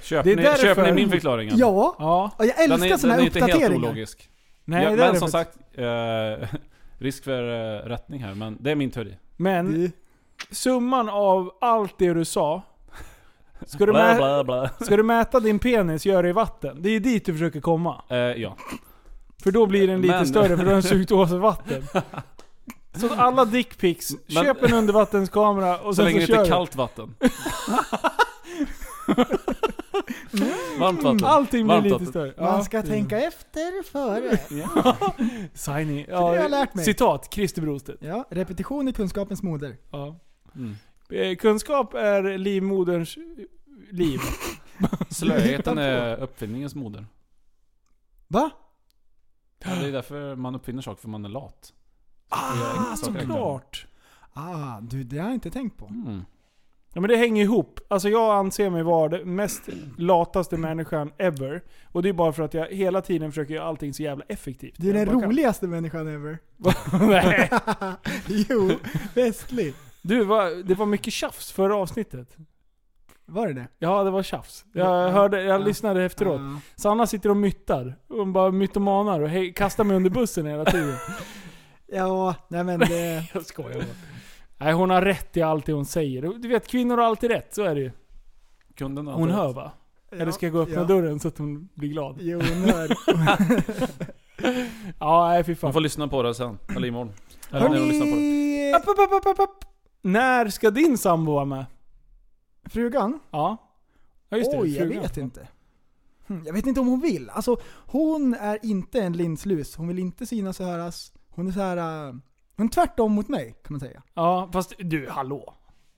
Speaker 9: Köper,
Speaker 7: Det är
Speaker 9: ni,
Speaker 7: därför-
Speaker 9: köper ni min förklaring? eller?
Speaker 8: Ja.
Speaker 7: Ja.
Speaker 8: Och jag älskar
Speaker 9: Den är-
Speaker 8: såna här
Speaker 9: Den är inte helt
Speaker 8: uppdateringar.
Speaker 9: ologisk.
Speaker 7: Nej,
Speaker 9: ja,
Speaker 7: det är
Speaker 9: men
Speaker 7: det
Speaker 9: som
Speaker 7: för-
Speaker 9: sagt, eh, risk för eh, rättning här. Men det är min teori.
Speaker 7: Men
Speaker 8: Mm.
Speaker 7: summan av allt det du sa. Ska du,
Speaker 9: Bla,
Speaker 7: mä-
Speaker 9: bla, bla.
Speaker 7: ska du mäta din penis, gör det i vatten. Det är dit du försöker komma.
Speaker 9: Eh, ja.
Speaker 7: För då blir den lite
Speaker 9: Men-
Speaker 7: större för då har den sugit åt sig vatten. Så att alla dickpics,
Speaker 9: Men-
Speaker 7: köp en undervattenskamera och
Speaker 9: Så
Speaker 7: sen
Speaker 9: länge det inte
Speaker 7: så kör
Speaker 9: är
Speaker 7: du.
Speaker 9: kallt vatten. Varmt vatten.
Speaker 7: Mm, Allting blir
Speaker 9: Varmt
Speaker 7: lite
Speaker 9: vatten.
Speaker 7: större.
Speaker 8: Man ska
Speaker 7: Ja. Mm.
Speaker 8: tänka efter före.
Speaker 7: Signing.
Speaker 8: det har jag lärt mig.
Speaker 7: Citat, Christer Brostedt.
Speaker 8: Ja, repetition är kunskapens moder.
Speaker 7: Ja.
Speaker 9: Mm.
Speaker 7: Eh, Kunskap är livmoderns liv.
Speaker 9: Slöheten är uppfinningens moder.
Speaker 8: Va?
Speaker 9: Ja, det är därför man uppfinner saker, för man är lat.
Speaker 8: Ah,
Speaker 9: saker enklare.
Speaker 7: såklart.
Speaker 8: Ah, du, det har jag inte tänkt
Speaker 7: Mm.
Speaker 8: på.
Speaker 9: Mm.
Speaker 7: Ja, men det hänger ihop. Alltså jag anser mig vara den mest lataste människan ever. Och det är bara för att jag hela tiden försöker göra allting så jävla effektivt.
Speaker 8: Du är
Speaker 7: Jag
Speaker 8: den
Speaker 7: bara kan.
Speaker 8: roligaste människan ever.
Speaker 7: Nej.
Speaker 8: jo, västlig.
Speaker 7: Du, vad- det var mycket tjafs förra avsnittet.
Speaker 8: Var det det?
Speaker 7: Ja, det var tjafs. Jag,
Speaker 8: Mm.
Speaker 7: hörde, jag lyssnade efteråt. Sanna sitter och myttar. Hon bara mytomanar och hej, kastar mig under bussen hela tiden.
Speaker 8: Ja, nej men det...
Speaker 7: jag skojar bara. Nej, hon har rätt i allt det hon säger. Du vet, kvinnor har alltid rätt. Så är det ju.
Speaker 9: Kunden har
Speaker 7: Hon
Speaker 9: alltid
Speaker 7: hör
Speaker 9: rätt.
Speaker 7: va?
Speaker 8: Ja,
Speaker 7: Eller ska jag gå och öppna
Speaker 8: ja.
Speaker 7: dörren så att hon blir glad?
Speaker 8: Jo, hon hör.
Speaker 7: ja, nej fy
Speaker 9: Man
Speaker 7: fan.
Speaker 9: får lyssna på det sen. Eller imorgon. Eller när du lyssnar på det.
Speaker 8: Hörni!
Speaker 7: Upp, upp, upp, upp, upp, upp. När ska din sambo vara med?
Speaker 8: Frugan?
Speaker 7: Ja. Ja just det,
Speaker 8: Oj, jag
Speaker 7: frugan.
Speaker 8: vet inte. Hm, Jag vet inte om hon vill. Alltså, hon är inte en linslus. Hon vill inte synas och höras. Hon är så här... äh, hon är tvärtom mot mig, kan man säga.
Speaker 7: Ja, fast du hallå.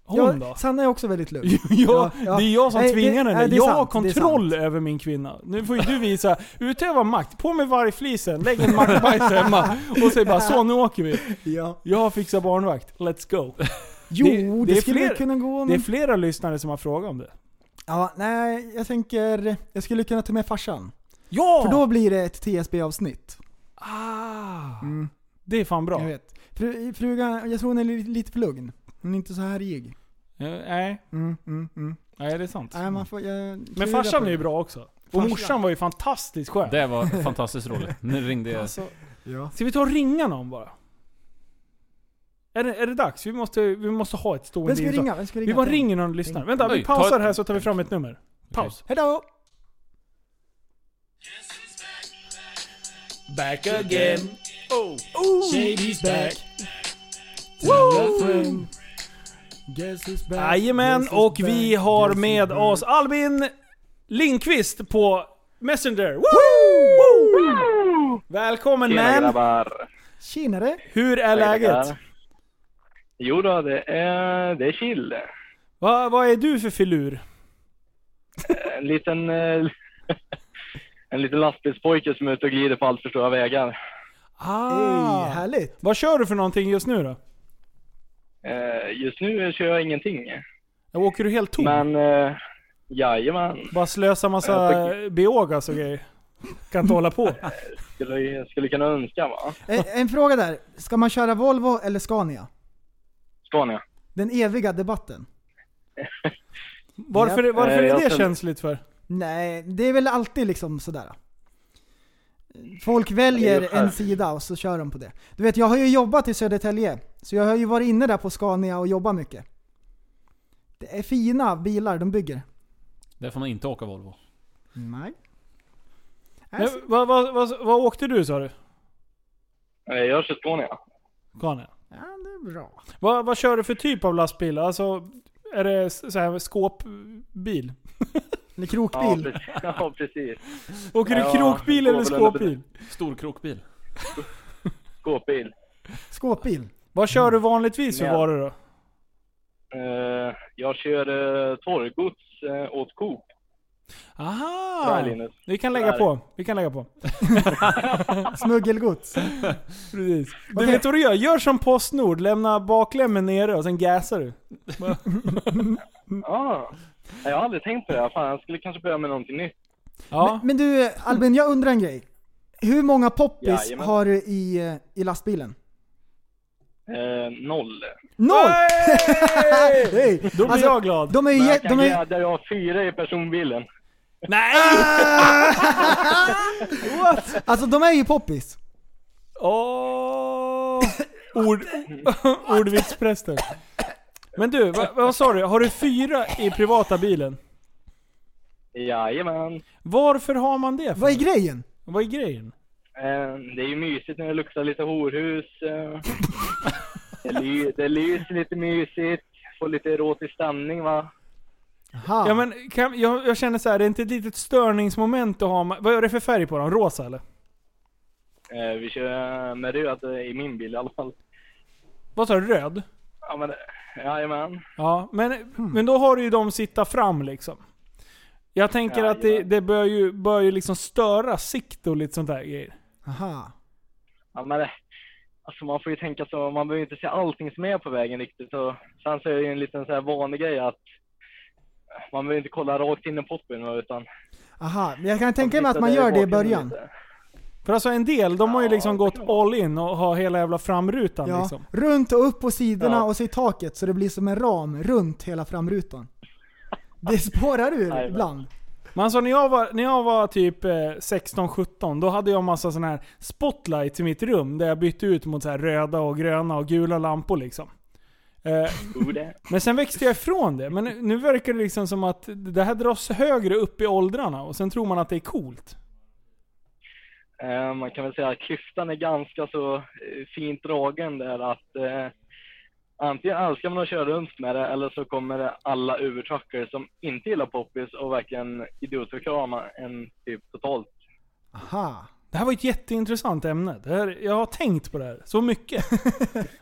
Speaker 7: Hon
Speaker 8: jag,
Speaker 7: då?
Speaker 8: Sanna är också väldigt lugn.
Speaker 7: Ja, det är jag som
Speaker 8: Nej, det-
Speaker 7: tvingar henne.
Speaker 8: nej, det är
Speaker 7: jag har
Speaker 8: sant, det är
Speaker 7: kontroll
Speaker 8: sant.
Speaker 7: över min kvinna. Nu får ju du visa. Utöva makt. På med vargflisen, lägg en mackbajs hemma och säg bara så nu åker vi.
Speaker 8: Ja.
Speaker 7: Jag fixar barnvakt, let's go.
Speaker 8: Jo, det,
Speaker 7: är
Speaker 8: skulle
Speaker 7: fler-
Speaker 8: kunna gå.
Speaker 7: Det är
Speaker 8: Men...
Speaker 7: flera lyssnare som har frågat om det.
Speaker 8: Ja, nej, jag tänker... Jag skulle kunna ta med farsan.
Speaker 7: Ja!
Speaker 8: För då blir det ett TSB-avsnitt.
Speaker 7: Ah, Det är fan bra.
Speaker 8: Jag vet. Fru, frugan, jag tror hon är li- lite för lugn. Hon är inte så här rig.
Speaker 7: Eh, nej,
Speaker 8: Mm, mm, mm.
Speaker 7: nej, det är sant.
Speaker 8: Nej, man får, jag,
Speaker 7: Men farsan är ju bra också. Och
Speaker 8: Farsan.
Speaker 7: morsan var ju fantastiskt skön.
Speaker 9: Det var fantastiskt roligt. Nu ringde jag.
Speaker 7: Alltså,
Speaker 8: Ja.
Speaker 7: ska vi ta och ringa någon bara? Är det, är det dags? Vi måste, vi måste ha ett stående
Speaker 8: Vem ska vi
Speaker 7: inslag.
Speaker 8: ringa? Vem ska vi
Speaker 7: Vi
Speaker 8: ringa?
Speaker 7: bara ringer någon och lyssnar.
Speaker 8: Ring.
Speaker 7: Vänta, vi
Speaker 9: Oj, ta
Speaker 7: pausar
Speaker 9: ett-
Speaker 7: här så tar vi fram ett nummer. Paus.
Speaker 8: Hejdå!
Speaker 2: Back again.
Speaker 8: Shady's back. Guess who's back.
Speaker 7: Jajamän,
Speaker 8: Guess who's
Speaker 7: och vi
Speaker 8: back.
Speaker 7: har
Speaker 8: Guess
Speaker 7: med
Speaker 8: who's
Speaker 7: oss Albin Lindqvist på Messenger. Woo! Woo! Välkommen
Speaker 13: Tjena
Speaker 7: man!
Speaker 13: grabbar!
Speaker 8: back. Tjenare!
Speaker 7: Hur är
Speaker 13: Tackar,
Speaker 7: läget?
Speaker 13: tackar. Jo då, det är, det är chill.
Speaker 7: Va, vad är du för filur?
Speaker 13: En liten, eh, en liten lastbilspojke som är ute och glider på allt för stora vägar.
Speaker 7: Ah.
Speaker 8: Ey, härligt!
Speaker 7: Vad kör du för någonting just nu då?
Speaker 13: Eh, Just nu kör jag ingenting.
Speaker 7: Åker du helt tom?
Speaker 13: Men eh, jajamän,
Speaker 7: Bara slösa massa
Speaker 13: Jag
Speaker 7: biogas och grejer? Kan inte hålla på.
Speaker 13: skulle, skulle kunna önska va?
Speaker 8: Eh, En fråga där. Ska man köra Volvo eller Scania?
Speaker 13: Scania.
Speaker 8: Den eviga debatten.
Speaker 7: Varför,
Speaker 8: Japp.
Speaker 7: varför
Speaker 13: Eh,
Speaker 7: är
Speaker 13: jag
Speaker 7: det
Speaker 13: ska-
Speaker 7: känsligt för?
Speaker 8: Nej, det är väl alltid liksom sådär. Folk
Speaker 13: Det är
Speaker 8: väljer
Speaker 13: ju
Speaker 8: en sida och så kör de på det. Du vet, jag har ju jobbat i Södertälje, så jag har ju varit inne där på Scania och jobbat mycket. Det är fina bilar de bygger.
Speaker 9: Där får man inte åka Volvo.
Speaker 8: Nej. Äh,
Speaker 7: Men, vad, vad, vad, vad åkte du sa du?
Speaker 13: Eh, Jag kör Scania.
Speaker 7: Scania?
Speaker 8: Ja, det är bra.
Speaker 7: Vad, vad kör du för typ av lastbil? Alltså, är det s- så här skåpbil?
Speaker 8: Eller
Speaker 13: Ja, precis. Ja, precis.
Speaker 7: Åker du
Speaker 13: Ja,
Speaker 7: krokbil
Speaker 13: går
Speaker 7: eller
Speaker 13: väl under
Speaker 7: skåpbil?
Speaker 9: Stor krokbil.
Speaker 13: Skåpbil.
Speaker 8: Skåpbil.
Speaker 7: Vad kör du vanligtvis för
Speaker 13: Nej.
Speaker 7: varor då?
Speaker 13: Eh, jag kör uh, torrgods eh, åt Coop.
Speaker 7: Aha!
Speaker 13: Bra, Linus.
Speaker 7: Vi kan lägga
Speaker 13: Där.
Speaker 7: på. Vi kan lägga på.
Speaker 8: Smuggelgods.
Speaker 7: Precis. Du
Speaker 8: Okej.
Speaker 7: vet vad du gör? Gör som Postnord. Lämna baklämmen nere och sen gasar du.
Speaker 13: Ja. Nej, Jag har aldrig tänkt på det. Fan, jag skulle kanske börja med någonting nytt.
Speaker 8: Men, men du Albin, jag undrar en grej. Hur många poppis
Speaker 13: Jajamän.
Speaker 8: har du i, eh, i lastbilen?
Speaker 13: Eh, noll.
Speaker 8: Noll! Hey! Då
Speaker 7: blir jag glad.
Speaker 8: De är ju...
Speaker 13: Men
Speaker 8: jä-
Speaker 13: jag kan
Speaker 8: De är, ju-
Speaker 13: glädja dig, jag har fyra i personbilen.
Speaker 7: Nej! What?
Speaker 8: alltså de är ju poppis.
Speaker 7: Åh! Ord, ordvitsprästen. Men du, vad, vad sa du? Har du fyra i privata bilen?
Speaker 13: Jajamän.
Speaker 7: Varför har man det? För?
Speaker 8: Vad är grejen?
Speaker 7: Vad är grejen?
Speaker 13: Eh, det är ju mysigt när det luktar lite horhus. Eh. det, ly- det lyser lite mysigt. Får lite erotisk stämning va.
Speaker 8: Aha.
Speaker 7: Ja, men kan, jag, jag känner så här, det är inte ett litet störningsmoment att ha... ma- Vad är det för färg på dem? Rosa eller?
Speaker 13: Eh, vi kör med röd eh, i min bil i alla fall.
Speaker 7: Vad sa du? Röd?
Speaker 13: Ja, men, jajamän.
Speaker 7: Ja, men,
Speaker 8: Hmm.
Speaker 7: men då har du ju dem sitta fram liksom. Jag tänker att det, det bör ju, bör ju liksom störa sikt och lite sånt där grejer.
Speaker 8: Aha.
Speaker 13: Ja, men, eh, alltså man får ju tänka så, man behöver inte se allting som är på vägen riktigt. Så, sen så är det ju en liten så här vanlig grej att man behöver inte kolla rakt in i poppen utan...
Speaker 8: Aha, men jag kan tänka
Speaker 13: Man
Speaker 8: mig att
Speaker 13: tittar
Speaker 8: man
Speaker 13: där
Speaker 8: gör det i
Speaker 13: bakifrån
Speaker 8: början.
Speaker 13: lite.
Speaker 7: För alltså en del, de har ju liksom gått all in och har hela jävla framrutan
Speaker 8: Ja,
Speaker 7: liksom.
Speaker 8: runt och upp på sidorna
Speaker 7: Ja.
Speaker 8: och så i taket så det blir som en ram runt hela framrutan. Det spårar ur ibland.
Speaker 7: Men alltså när jag var, när jag var typ eh, 16-17, då hade jag massa sådana här spotlights i mitt rum där jag bytte ut mot så här röda och gröna och gula lampor liksom. Eh, men sen växte jag ifrån det. Men nu- nu verkar det liksom som att det här dras högre upp i åldrarna och sen tror man att det är coolt.
Speaker 13: Eh, man kan väl säga att klyftan är ganska så eh, fint dragen där att eh, antingen älskar man att köra runt med det eller så kommer det alla övertrackare som inte gillar poppis och verkligen idiotförklara en typ totalt.
Speaker 8: Aha.
Speaker 7: Det här var ett jätteintressant ämne. Det här, jag har tänkt på det här så mycket.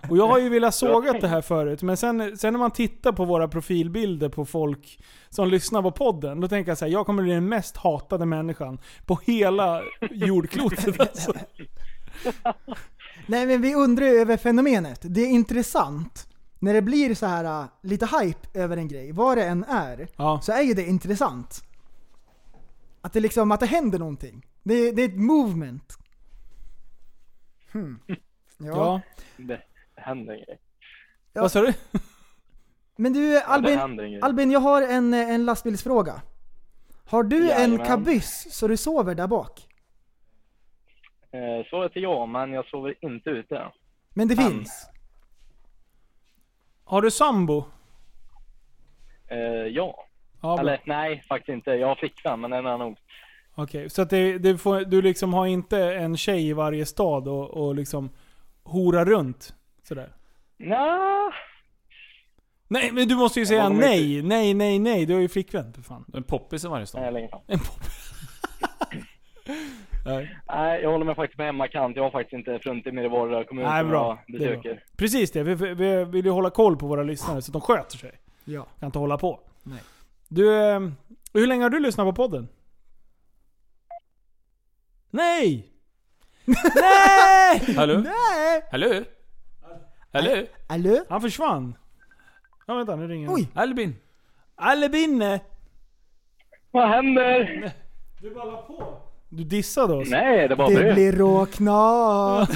Speaker 7: Och jag har ju velat
Speaker 13: Du har
Speaker 7: sågat
Speaker 13: tänkt.
Speaker 7: det här förut, men sen, sen när man tittar på våra profilbilder på folk som lyssnar på podden, då tänker jag så här: jag kommer bli den mest hatade människan på hela jordklotet alltså.
Speaker 8: Nej men vi undrar ju över fenomenet. Det är intressant när det blir så här äh, lite hype över en grej, vad det än är, så är ju det intressant. Att det liksom, att det händer någonting. Det, det är ett movement. Hmm.
Speaker 7: Ja.
Speaker 13: Det händer grejer.
Speaker 8: Ja.
Speaker 7: Vad sa du?
Speaker 8: Men du Albin,
Speaker 13: händer en grej.
Speaker 8: Albin jag har en, eh, en lastbilsfråga. Har du en
Speaker 13: Jajamän.
Speaker 8: kabyss så du sover där bak?
Speaker 13: Eh, svaret är ja, men jag sover inte ute.
Speaker 8: Men det finns?
Speaker 7: Har du sambo?
Speaker 13: Eh, ja.
Speaker 7: Ja, bra.
Speaker 13: eller nej, faktiskt inte. Jag har flickvän, men en annan ort.
Speaker 7: Okej, så att det, det får, du liksom har inte en tjej i varje stad och, och liksom horar runt? Sådär.
Speaker 13: Nja,
Speaker 7: Nej men du måste ju säga nej, nej, nej, nej. Du har ju flickvän för fan.
Speaker 9: En poppis i varje stad.
Speaker 13: nej, längre fram.
Speaker 7: En pop. Nej.
Speaker 13: Nej, jag håller mig faktiskt på hemmakant. Jag har faktiskt inte fruntimmer i vardera kommun
Speaker 7: Nej,
Speaker 13: som
Speaker 7: bra.
Speaker 13: jag
Speaker 7: Det är bra.
Speaker 13: besöker.
Speaker 7: Precis det, vi, vi- vi vill ju hålla koll på våra lyssnare så att de sköter sig.
Speaker 8: Ja.
Speaker 7: Kan inte hålla på.
Speaker 8: Nej.
Speaker 7: Du, eh, hur länge har du lyssnat på podden? Nej! Nej!
Speaker 9: Hallå?
Speaker 8: Nej!
Speaker 9: Hallå? Hallå?
Speaker 8: Hallå?
Speaker 7: Han försvann. Ja vänta, nu ringer
Speaker 8: Oj.
Speaker 9: Albin?
Speaker 7: Albin!
Speaker 13: Vad händer?
Speaker 7: Du bara la på. Du dissade oss.
Speaker 13: Nej, det var
Speaker 8: Det
Speaker 13: bröd.
Speaker 8: blir råknas.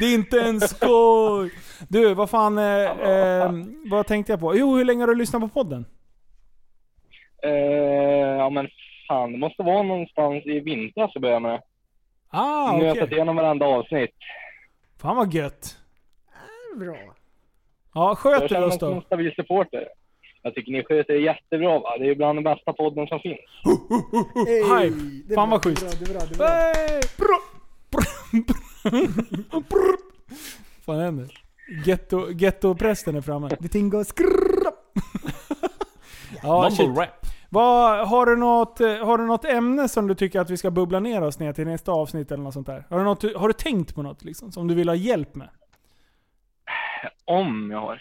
Speaker 7: Det är inte en skoj! Du, vad fan... Eh, eh, vad tänkte jag på? Jo, hur länge har du lyssnat på podden?
Speaker 13: Eh, ja, men fan, det måste vara någonstans i vintras jag började med.
Speaker 7: Ah,
Speaker 13: nu har
Speaker 7: okej.
Speaker 13: jag tagit igenom varenda avsnitt.
Speaker 7: Fan vad gött.
Speaker 8: Bra.
Speaker 7: Ja,
Speaker 13: Jag
Speaker 7: sköter
Speaker 13: känner
Speaker 7: du oss
Speaker 13: mig
Speaker 7: då?
Speaker 13: som en stabil supporter. Jag tycker ni sköter er jättebra. Va? Det är bland den bästa podden som finns.
Speaker 8: Hey,
Speaker 7: Hype.
Speaker 8: det är
Speaker 7: Fan
Speaker 8: bra,
Speaker 7: vad schysst.
Speaker 8: Det är bra, det är bra, det är bra.
Speaker 7: Hey! Brr. Brr. Brr. fan händer? Ghetto- Ghetto-prästen är framme.
Speaker 8: Tingo skrrrrrrrrrrrrrrrrrrrrrrrrrrrrrap.
Speaker 7: Ja,
Speaker 9: Mumble
Speaker 7: shit.
Speaker 9: rap.
Speaker 7: Vad, har, du något, eh, har du något ämne som du tycker att vi ska bubbla ner oss ner till nästa avsnitt eller något sånt där? Har du, något, har du tänkt på något liksom, som du vill ha hjälp med?
Speaker 13: Om jag har.
Speaker 7: Oj,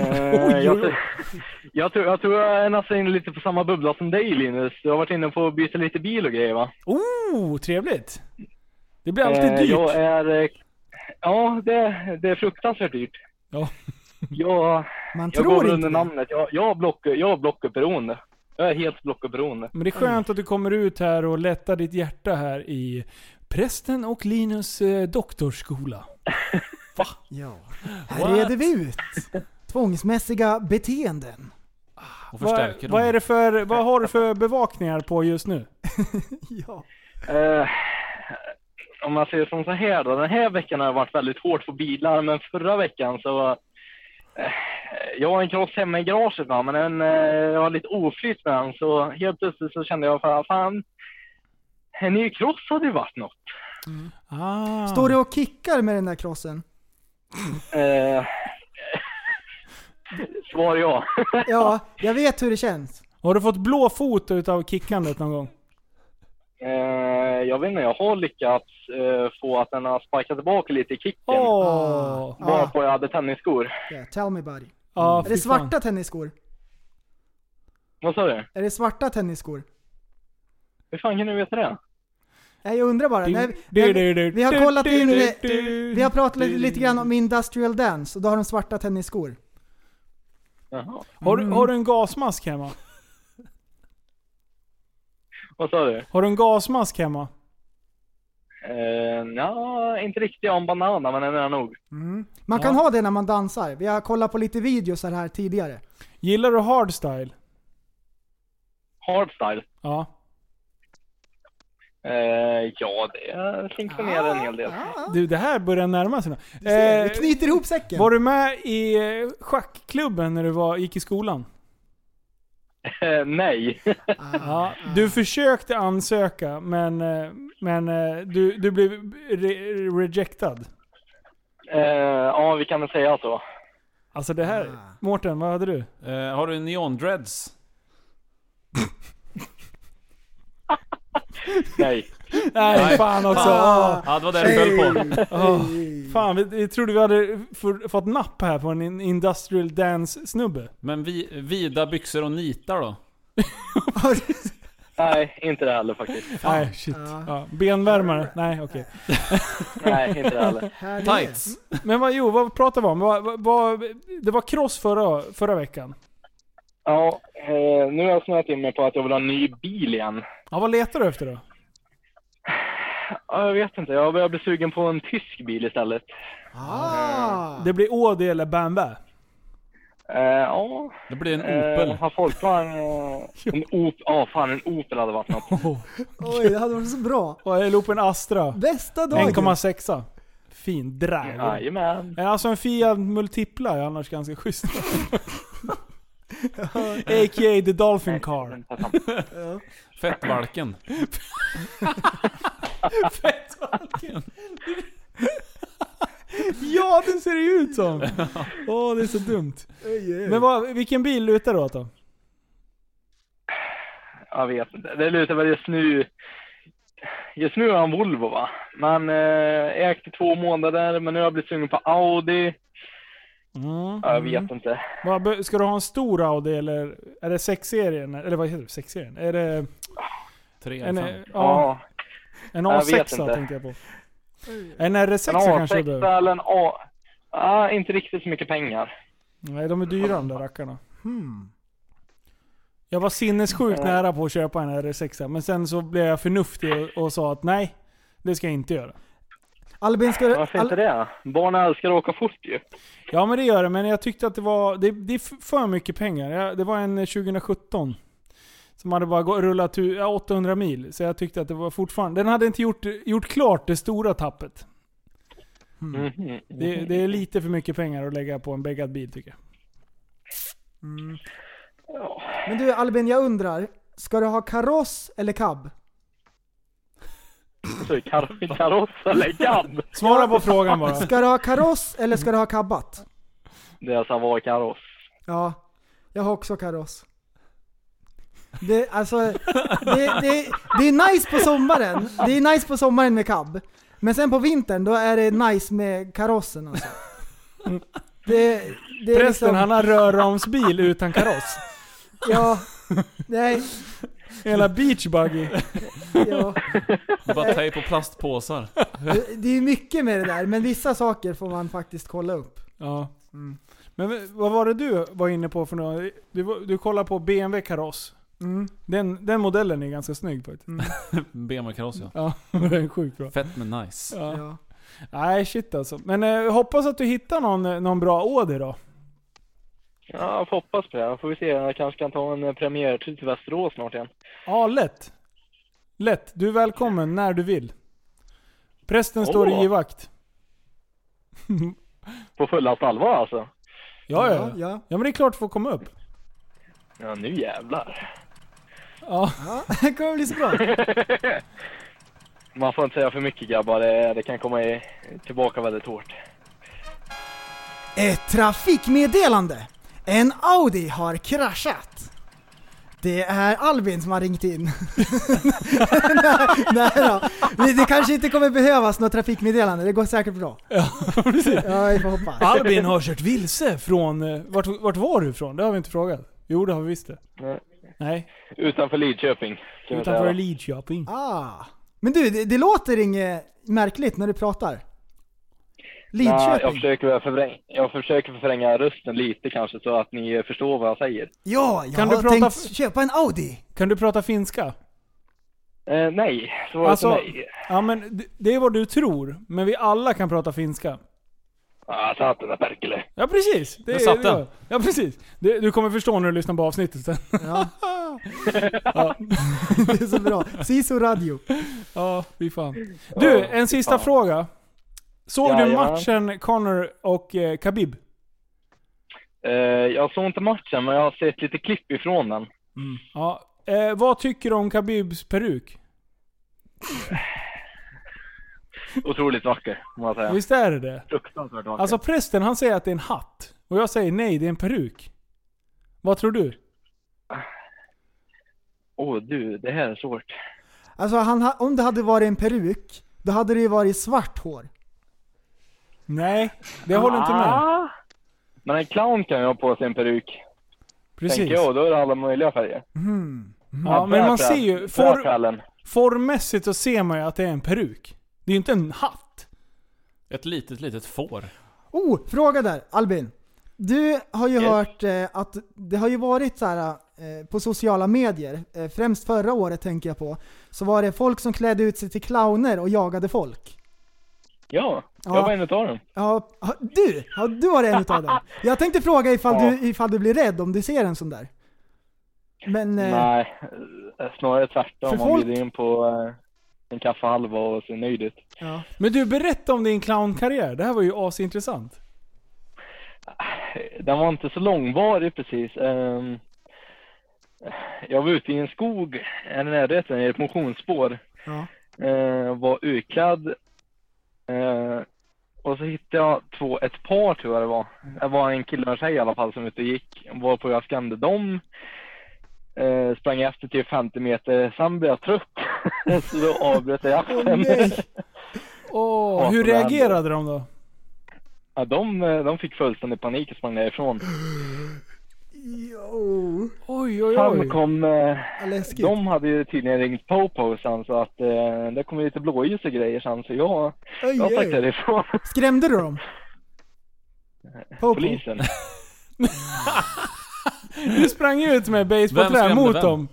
Speaker 13: Eh,
Speaker 7: oj,
Speaker 13: jag,
Speaker 7: oj.
Speaker 13: tror- jag, tror, jag tror jag är nästan inne lite på samma bubbla som dig Linus. Du har varit inne på att byta lite bil och grejer va?
Speaker 7: Oh, trevligt! Det blir alltid
Speaker 13: Eh,
Speaker 7: dyrt.
Speaker 13: Jag är, eh, ja, det, det är fruktansvärt dyrt.
Speaker 7: Ja.
Speaker 13: Jag,
Speaker 7: Man
Speaker 13: jag
Speaker 7: tror
Speaker 13: går
Speaker 7: inte
Speaker 13: under
Speaker 7: det.
Speaker 13: namnet. Jag, jag, är block, jag är blockuppberoende. Jag är helt blockuppberoende.
Speaker 7: Men det är skönt att du kommer ut här och lättar ditt hjärta här i prästen och Linus eh, doktorsskola.
Speaker 8: Ja. Här reder vi ut tvångsmässiga beteenden.
Speaker 9: Och
Speaker 7: Vad,
Speaker 9: förstärker
Speaker 7: vad,
Speaker 9: dem.
Speaker 7: är det för, vad har du för bevakningar på just nu?
Speaker 13: Eh, om man säger som så här då. Den här veckan har jag varit väldigt hårt på bilar, men förra veckan så... eh, jag har en kross hemma i garaget, va, men den, eh, jag har lite oflytt med den. Så helt plötsligt så kände jag, fan, fan en ny kross hade ju varit något.
Speaker 8: Står du och kickar med den där krossen?
Speaker 13: Eh, svar ja.
Speaker 8: Ja, jag vet hur det känns.
Speaker 7: Har du fått blå fot utav kickandet någon gång?
Speaker 13: Eh, jag vet inte, jag har lyckats eh, få att den har sparkat tillbaka lite i kicken.
Speaker 7: Åh.
Speaker 13: Bara på jag hade tennisskor.
Speaker 8: Yeah, tell me buddy.
Speaker 7: Ja, ah,
Speaker 8: är
Speaker 7: fy
Speaker 8: det svarta
Speaker 7: fan.
Speaker 8: tennisskor?
Speaker 13: Vad sa du?
Speaker 8: Är det svarta tennisskor?
Speaker 13: Hur fan kan du veta det?
Speaker 8: Nej, jag undrar bara.
Speaker 13: Du-
Speaker 8: Nej,
Speaker 13: du-
Speaker 8: vi-
Speaker 13: du-
Speaker 8: vi har
Speaker 13: du-
Speaker 8: kollat
Speaker 13: du-
Speaker 8: in...
Speaker 13: du-
Speaker 8: eh,
Speaker 13: du-
Speaker 8: Vi har pratat
Speaker 13: du-
Speaker 8: lite grann om industrial dance och då har de svarta tennisskor.
Speaker 7: Har, du- har du
Speaker 8: Mm.
Speaker 7: en gasmask hemma?
Speaker 13: Vad sa du?
Speaker 7: Har du en gasmask hemma?
Speaker 13: Eh, Nja, inte riktigt om banana, men den är nog.
Speaker 8: Man kan ha det när man dansar. Vi har kollat på lite videos här
Speaker 13: Eh,
Speaker 8: tidigare.
Speaker 7: Gillar du hardstyle?
Speaker 13: Hardstyle.
Speaker 7: Ja.
Speaker 13: Eh, ja, det slinker ner en hel del.
Speaker 7: Du, det här börjar närma sig nu. Eh,
Speaker 8: ser, vi knyter ihop säcken.
Speaker 7: Var du med i eh, schackklubben när du var, gick i skolan?
Speaker 13: Eh, nej.
Speaker 8: Ah,
Speaker 7: Ja, du försökte ansöka, men, eh, men eh, du, du blev re- rejectad.
Speaker 13: Eh, ja, vi kan väl säga så.
Speaker 7: Alltså det här...
Speaker 8: Ah.
Speaker 7: Mårten, vad hade du?
Speaker 9: Eh, har du neon dreads?
Speaker 13: Nej.
Speaker 7: Nej, fan också.
Speaker 9: Fan.
Speaker 7: Fan.
Speaker 8: Ah,
Speaker 9: Ja, det var det jag höll på.
Speaker 7: fan, vi, vi trodde vi hade f- fått napp här på en in- industrial dance-snubbe.
Speaker 8: Ah,
Speaker 9: Men vi, vida byxor och nitar då?
Speaker 13: Nej, inte det heller faktiskt.
Speaker 7: Nej, shit. Ja. Benvärmare? Nej, okej.
Speaker 13: Nej, inte det heller.
Speaker 8: Härligt.
Speaker 9: Tights.
Speaker 7: Men vad, jo, vad pratar vi om? Vad, vad, vad, det var cross förra, förra veckan.
Speaker 13: Ja, eh, nu har jag snöat in mig på att jag vill ha en ny bil igen.
Speaker 7: Ja, vad letar du efter då?
Speaker 13: Ja, jag vet inte, jag börjar bli sugen på en tysk bil istället.
Speaker 7: Det blir OD eller BMW?
Speaker 13: Eh, ja.
Speaker 9: Det blir en
Speaker 13: Eh, har folkvagn... eh, En Opel? Ja, fan en Opel hade varit något.
Speaker 8: Oj, det hade varit så bra.
Speaker 7: Och eller upp en Astra.
Speaker 8: Bästa dagen.
Speaker 7: 1,6. Fin drag.
Speaker 13: Jajamän.
Speaker 7: Alltså en Fiat Multipla är annars ganska schysst. A.k.a. The Dolphin Car.
Speaker 9: Fettvalken.
Speaker 7: Fettvalken. ja, det ser det ut som. Åh, det är så dumt. Men vad, vilken bil lutar du åt då?
Speaker 13: Jag vet inte. Det lutar väl just nu... Just nu är han Volvo va? Men eh, jag ägde två månader, men nu har jag blivit sugen på Audi.
Speaker 7: Mm.
Speaker 13: Ja, jag vet inte.
Speaker 7: Vad be- Ska du ha en stor Audi eller är det 6-serien? Eller vad heter det? 6-serien? Är det...
Speaker 9: Tre,
Speaker 7: En,
Speaker 9: fem.
Speaker 7: eh, ja,
Speaker 13: Ja.
Speaker 7: en
Speaker 13: Jag vet
Speaker 7: A6
Speaker 13: inte.
Speaker 7: tänkte jag på. En R6
Speaker 13: En
Speaker 7: kanske du
Speaker 13: A6
Speaker 7: behöver?
Speaker 13: eller en A... Ah, inte riktigt så mycket pengar.
Speaker 7: Nej, de är dyra de där rackarna. Hmm. Jag var sinnessjukt
Speaker 13: Mm.
Speaker 7: nära på att köpa en R6 men sen så blev jag förnuftig och, och sa att nej, det ska jag inte göra.
Speaker 8: Albin, ska
Speaker 7: Eh,
Speaker 8: du...
Speaker 13: Varför inte det? Barnen älskar att åka fort ju.
Speaker 7: Ja men det gör det, men jag tyckte att det var... Det, det är f- för mycket pengar. Jag, det var en eh, 2017. Som hade bara gå- rullat ur- ja, 800 mil. Så jag tyckte att det var fortfarande... Den hade inte gjort, gjort klart det stora tappet.
Speaker 13: Mhm.
Speaker 7: Mm. Det, det är lite för mycket pengar att lägga på en bäggad bil tycker jag.
Speaker 8: Men du Albin, jag undrar. Ska du ha kaross eller cab?
Speaker 13: motor, kar- kaross eller gabb?
Speaker 7: Svara på frågan bara.
Speaker 8: Ska du ha kaross eller ska du ha kabbat?
Speaker 13: Det är alltså Savoy-kaross.
Speaker 8: Ja, jag har också kaross. Det, alltså, det, det, det är nice på sommaren. Det är nice på sommaren med cab. Men sen på vintern, då är det nice med karossen alltså. Det, det är
Speaker 7: Prästen,
Speaker 8: liksom-
Speaker 7: han har rörramsbil utan kaross.
Speaker 8: Ja, nej.
Speaker 7: Hela beachbuggy.
Speaker 8: Ja.
Speaker 9: Det bara tejp och plastpåsar.
Speaker 8: Det- Det är mycket med det där, men vissa saker får man faktiskt kolla upp.
Speaker 7: Ja. Mm. Men vad var det du var inne på för något? Du, var- du kollade på BMW kaross.
Speaker 8: Mm.
Speaker 7: Den, den modellen är ganska snygg faktiskt.
Speaker 9: BMW-kaross ja.
Speaker 7: Ja, den är sjukt bra.
Speaker 9: Fett men nice.
Speaker 7: Ja. Nej shit alltså. Men eh, jag hoppas att du hittar någon, eh, någon bra åder då.
Speaker 13: Ja, jag får hoppas på det. Jag får vi se, jag kanske kan ta en eh, premiärtur till Västerås snart igen.
Speaker 7: Ja, lätt. Lätt. Du är välkommen när du vill. Prästen står
Speaker 13: Åh.
Speaker 7: i givakt.
Speaker 13: På fullaste allvar alltså.
Speaker 7: Ja, ja,
Speaker 13: Ja,
Speaker 7: ja. Ja, men det är klart du får komma upp.
Speaker 13: Ja, nu jävlar.
Speaker 7: Ja.
Speaker 8: Det kommer bli så bra.
Speaker 13: Man får inte säga för mycket grabbar, det, det kan komma i, tillbaka väldigt hårt.
Speaker 8: Ett trafikmeddelande. En Audi har kraschat. Det är Albin som har ringt in. nej, nej då. Det- Det kanske inte kommer behövas något trafikmeddelande, det går säkert bra.
Speaker 7: Ja, precis.
Speaker 8: Ja, vi får hoppas.
Speaker 7: Albin har kört vilse från... eh, Vart, vart var du ifrån? Det har vi inte frågat. Jo, det har vi visst det.
Speaker 13: Nej.
Speaker 7: Nej,
Speaker 13: Utanför Lidköping. kan vi säga.
Speaker 7: utanför Lidköping.
Speaker 8: Ah. Men du, det, det låter inget märkligt när du pratar.
Speaker 13: Nej, jag,
Speaker 8: Lidköping?
Speaker 13: försöker väl förvränga, jag försöker förvränga rösten lite kanske så att ni eh, förstår vad jag säger.
Speaker 8: Ja, jag
Speaker 7: Kan du
Speaker 8: har
Speaker 7: prata
Speaker 8: tänkt
Speaker 7: f-
Speaker 8: köpa en Audi.
Speaker 7: Kan du prata finska?
Speaker 13: Eh, nej, svaret
Speaker 7: Alltså,
Speaker 13: är nej.
Speaker 7: ja, men det, det är vad du tror. Men vi alla kan prata finska.
Speaker 13: Ah, satan där perkele.
Speaker 7: Ja, precis. Det,
Speaker 9: Där satt
Speaker 7: det-
Speaker 9: den.
Speaker 7: Ja, precis. Det, du kommer förstå när du lyssnar på avsnittet sen.
Speaker 8: Ja. det är så bra. Sisu Radio.
Speaker 7: Ja, fy fan. Du, en sista fråga. Såg du
Speaker 13: Jajamän.
Speaker 7: matchen Connor och eh, Khabib?
Speaker 13: Eh, jag såg inte matchen, men jag har sett lite klipp ifrån den.
Speaker 7: Ja. Eh, vad tycker du om Khabibs peruk?
Speaker 13: Otroligt vacker, må jag säga.
Speaker 7: Visst är det det?
Speaker 13: Fruktansvärt vacker.
Speaker 7: Alltså prästen han säger att det är en hatt. Och jag säger nej, det är en peruk. Vad tror du?
Speaker 13: Åh du, det här är svårt.
Speaker 8: Alltså han, ha- om det hade varit en peruk, då hade det ju varit svart hår.
Speaker 7: Nej, det håller inte med.
Speaker 13: Ah. Men en clown kan ju ha på sig en peruk.
Speaker 7: Precis.
Speaker 13: Tänker jag, och då är det alla möjliga färger.
Speaker 7: Ja, men man ser ju... For,
Speaker 13: För...
Speaker 7: formmässigt så ser man ju att det är en peruk. Det är ju inte en hatt.
Speaker 9: Ett litet, litet får.
Speaker 8: Oh, fråga där Albin. Du har ju
Speaker 9: Yes.
Speaker 8: hört eh, att det har ju varit så här eh, på sociala medier, eh, främst förra året tänker jag på, så var det folk som klädde ut sig till clowner och jagade folk.
Speaker 13: Ja, jag
Speaker 8: Ja.
Speaker 13: var en utav dem.
Speaker 8: Ja, ha- du! Har du varit en utav dem? Jag tänkte fråga ifall,
Speaker 13: Ja.
Speaker 8: du, ifall du blir rädd om du ser en sån där. Men... eh,
Speaker 13: Nej, eh, snarare
Speaker 8: För
Speaker 13: tvärtom. Man
Speaker 8: folk-
Speaker 13: bjuder in på eh, en kaffehalva och ser nöjd ut.
Speaker 8: Ja.
Speaker 7: Men du, berätta om din clownkarriär. Det här var ju asintressant.
Speaker 13: Den var inte så långvarig precis. Ehm, jag var ute i en skog här i närheten, i ett motionsspår.
Speaker 8: Ja.
Speaker 13: Eh, var utklädd. Eh, och så hittade jag två, ett par tror jag det var. Det var en kille och en tjej i alla fall som ute och gick. Var på jag skrämde dem. Eh, sprang efter till 50 meter, sen blev jag trött. så då avbröt jag
Speaker 7: Åh
Speaker 13: jakten.
Speaker 7: nej! Åh,
Speaker 13: Ja,
Speaker 7: hur
Speaker 13: men-
Speaker 7: reagerade de då?
Speaker 13: ja, de, eh, de fick fullständig panik och sprang därifrån.
Speaker 8: Jo.
Speaker 7: Oj, oj,
Speaker 13: Han
Speaker 7: oj.
Speaker 13: kom... Eh,
Speaker 8: Vad läskigt.
Speaker 13: de hade ju tydligen ringt Popo sen så att eh, det kom ju lite blåljus och grejer sen så jag,
Speaker 8: Oj,
Speaker 13: jag stack
Speaker 8: oj.
Speaker 13: därifrån.
Speaker 8: Skrämde du dem? Popo.
Speaker 13: Polisen.
Speaker 7: Du sprang ut
Speaker 9: Vem
Speaker 7: med basebollträ
Speaker 9: skrämde
Speaker 7: mot
Speaker 9: vem?
Speaker 7: dem.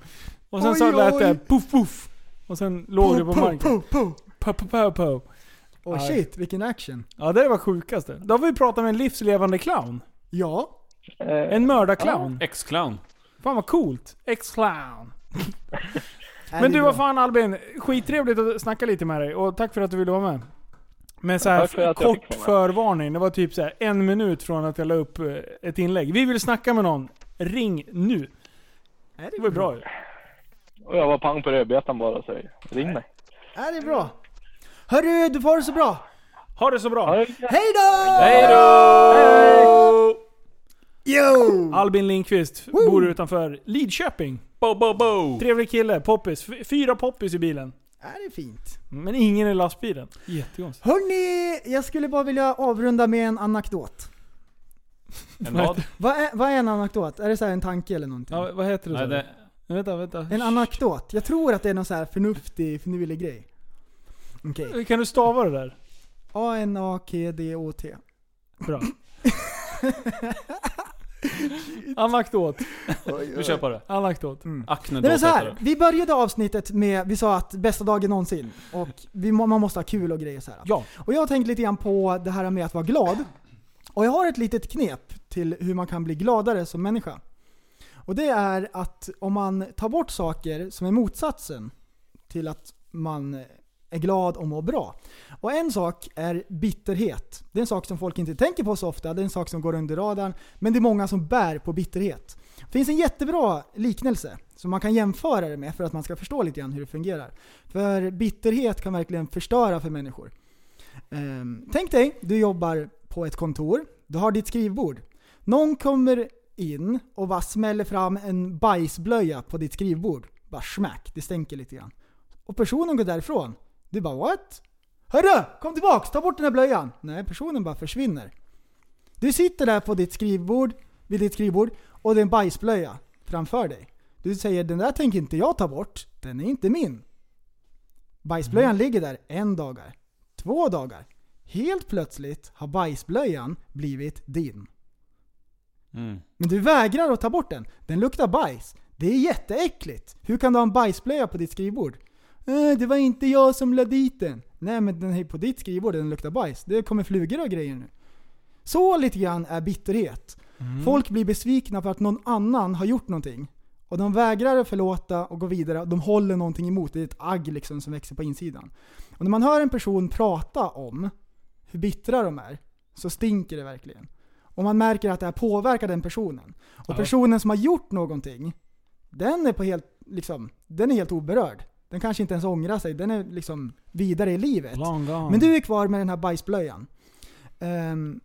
Speaker 7: Och sen
Speaker 8: Oj,
Speaker 7: så lät det
Speaker 8: oj.
Speaker 7: puff puff. Och sen låg du på
Speaker 8: Po, po,
Speaker 7: marken.
Speaker 8: po, po.
Speaker 7: Pa, pa, pa, pa.
Speaker 8: Åh
Speaker 7: Aj.
Speaker 8: shit, vilken action.
Speaker 7: Ja det var sjukaste. Då har vi pratat med en livslevande clown.
Speaker 8: Ja.
Speaker 13: Eh,
Speaker 7: En mördarclown.
Speaker 9: X-clown.
Speaker 7: Fan vad coolt. Ex-clown.
Speaker 8: det är
Speaker 7: Men du
Speaker 8: bra.
Speaker 7: vad fan Albin, skittrevligt att snacka lite med dig och tack för att du ville vara med. Med så här
Speaker 13: Tack för att jag fick
Speaker 7: kort
Speaker 13: vara med.
Speaker 7: förvarning, det var typ så här en minut från att jag la upp eh, ett inlägg. Vi vill snacka med någon, ring nu.
Speaker 8: Är
Speaker 7: Det var ju bra ju.
Speaker 13: och jag var pang på rödbetan bara så ring mig.
Speaker 8: Är det bra? Hörru, du får det så bra!
Speaker 7: Ha det så bra!
Speaker 8: Hej då!
Speaker 7: Hej då!
Speaker 8: Yo!
Speaker 7: Albin Lindqvist bor utanför Lidköping. Bo, bo, bo. Trevlig kille, poppis. F- Fyra poppis i bilen.
Speaker 8: Är det är fint?
Speaker 7: Men ingen i lastbilen. Jättekonstigt.
Speaker 8: Hörni, jag skulle bara vilja avrunda med en anekdot.
Speaker 9: En vad?
Speaker 8: Vad är, vad är en anekdot? Är det så här en tanke eller någonting?
Speaker 7: Ja, vad heter det?
Speaker 9: Nej,
Speaker 7: sa du?
Speaker 9: det-
Speaker 7: Men Vänta, vänta.
Speaker 8: En anekdot. Jag tror att det är någon så här förnuftig, finurlig grej. Okej.
Speaker 7: Kan du stava det där?
Speaker 8: A-N-A-K-D-O-T.
Speaker 7: Bra. Anekdot.
Speaker 9: Vi kör på det.
Speaker 7: Anekdot.
Speaker 9: Aknedot
Speaker 8: Nej, men så
Speaker 9: heter
Speaker 8: här,
Speaker 9: det.
Speaker 8: vi började avsnittet med, vi sa att bästa dagen någonsin. Och vi, må- man måste ha kul och grejer så här.
Speaker 7: Ja.
Speaker 8: Och jag har tänkt lite grann på det här med att vara glad. Och jag har ett litet knep till hur man kan bli gladare som människa. Och det är att om man tar bort saker som är motsatsen till att man är glad och mår bra. Och en sak är bitterhet. Det är en sak som folk inte tänker på så ofta, det är en sak som går under radarn. Men det är många som bär på bitterhet. Det finns en jättebra liknelse som man kan jämföra det med för att man ska förstå lite grann hur det fungerar. För bitterhet kan verkligen förstöra för människor. Ehm, tänk dig, du jobbar på ett kontor. Du har ditt skrivbord. Någon kommer in och bara smäller fram en bajsblöja på ditt skrivbord. Bara smack, det stänker lite grann. Och personen går därifrån. Du bara what? Hörru, kom tillbaks, ta bort den här blöjan. Nej, personen bara försvinner. Du sitter där på ditt skrivbord, vid ditt skrivbord och det är en bajsblöja framför dig. Du säger den där tänker inte jag ta bort, den är inte min. Bajsblöjan ligger där en dagar, två dagar. Helt plötsligt har bajsblöjan blivit din.
Speaker 9: Mm.
Speaker 8: Men du vägrar att ta bort den. Den luktar bajs. Det är jätteäckligt. Hur kan du ha en bajsblöja på ditt skrivbord? "Eh, Det var inte jag som la dit den. Nej men den är på ditt skrivbord, den luktar bajs. Det kommer flugor och grejer nu. Så lite grann är bitterhet. Folk blir besvikna för att någon annan har gjort någonting. Och de vägrar att förlåta och gå vidare. De håller någonting emot. Det är ett agg liksom som växer på insidan. Och när man hör en person prata om hur bittra de är, så stinker det verkligen. Och man märker att det här påverkar den personen. Och
Speaker 7: Ja.
Speaker 8: personen som har gjort någonting, den är, på helt, liksom, den är helt oberörd. Den kanske inte ens ångrar sig, den är liksom vidare i livet. Men du är kvar med den här bajsblöjan. Ehm,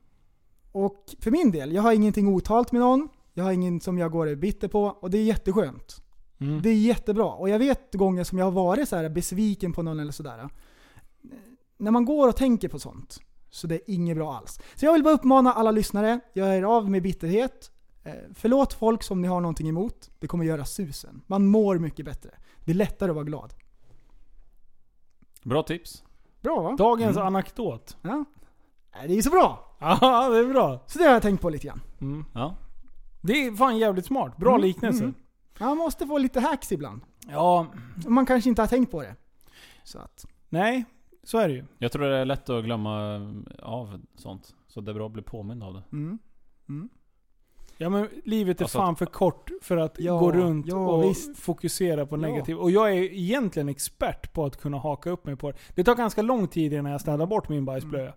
Speaker 8: och för min del, jag har ingenting otalt med någon. Jag har ingen som jag går och är bitter på. Och det är jätteskönt.
Speaker 7: Mm.
Speaker 8: Det är jättebra. Och jag vet gånger som jag har varit så här besviken på någon eller sådär. Eh, När man går och tänker på sånt, så det är inget bra alls. Så jag vill bara uppmana alla lyssnare, gör er av med bitterhet. Eh, Förlåt folk som ni har någonting emot. Det kommer göra susen. Man mår mycket bättre. Det är lättare att vara glad.
Speaker 9: Bra tips.
Speaker 8: Bra va?
Speaker 7: Dagens
Speaker 8: Mm.
Speaker 7: anekdot.
Speaker 8: Ja. Nej, Det är ju så bra!
Speaker 7: Ja, det är bra. Mm.
Speaker 8: Så det har jag tänkt på lite grann.
Speaker 9: Ja.
Speaker 7: Det är fan jävligt smart. Bra
Speaker 8: Mm,
Speaker 7: liknelse.
Speaker 8: mm. Man måste få lite hacks ibland.
Speaker 7: Ja.
Speaker 8: Man kanske inte har tänkt på det. Så att,
Speaker 7: Nej, så är det ju.
Speaker 9: Jag tror det är lätt att glömma eh, av sånt. Så det är bra att bli påmind av det.
Speaker 8: mm.
Speaker 7: Ja men livet är
Speaker 9: Alltså att-
Speaker 7: fan för kort för att
Speaker 8: Ja,
Speaker 7: gå runt
Speaker 8: ja,
Speaker 7: och
Speaker 8: visst.
Speaker 7: fokusera på
Speaker 8: Ja.
Speaker 7: negativt. Och jag är egentligen expert på att kunna haka upp mig på det. Det tar ganska lång tid innan jag städar bort min bajsblöja.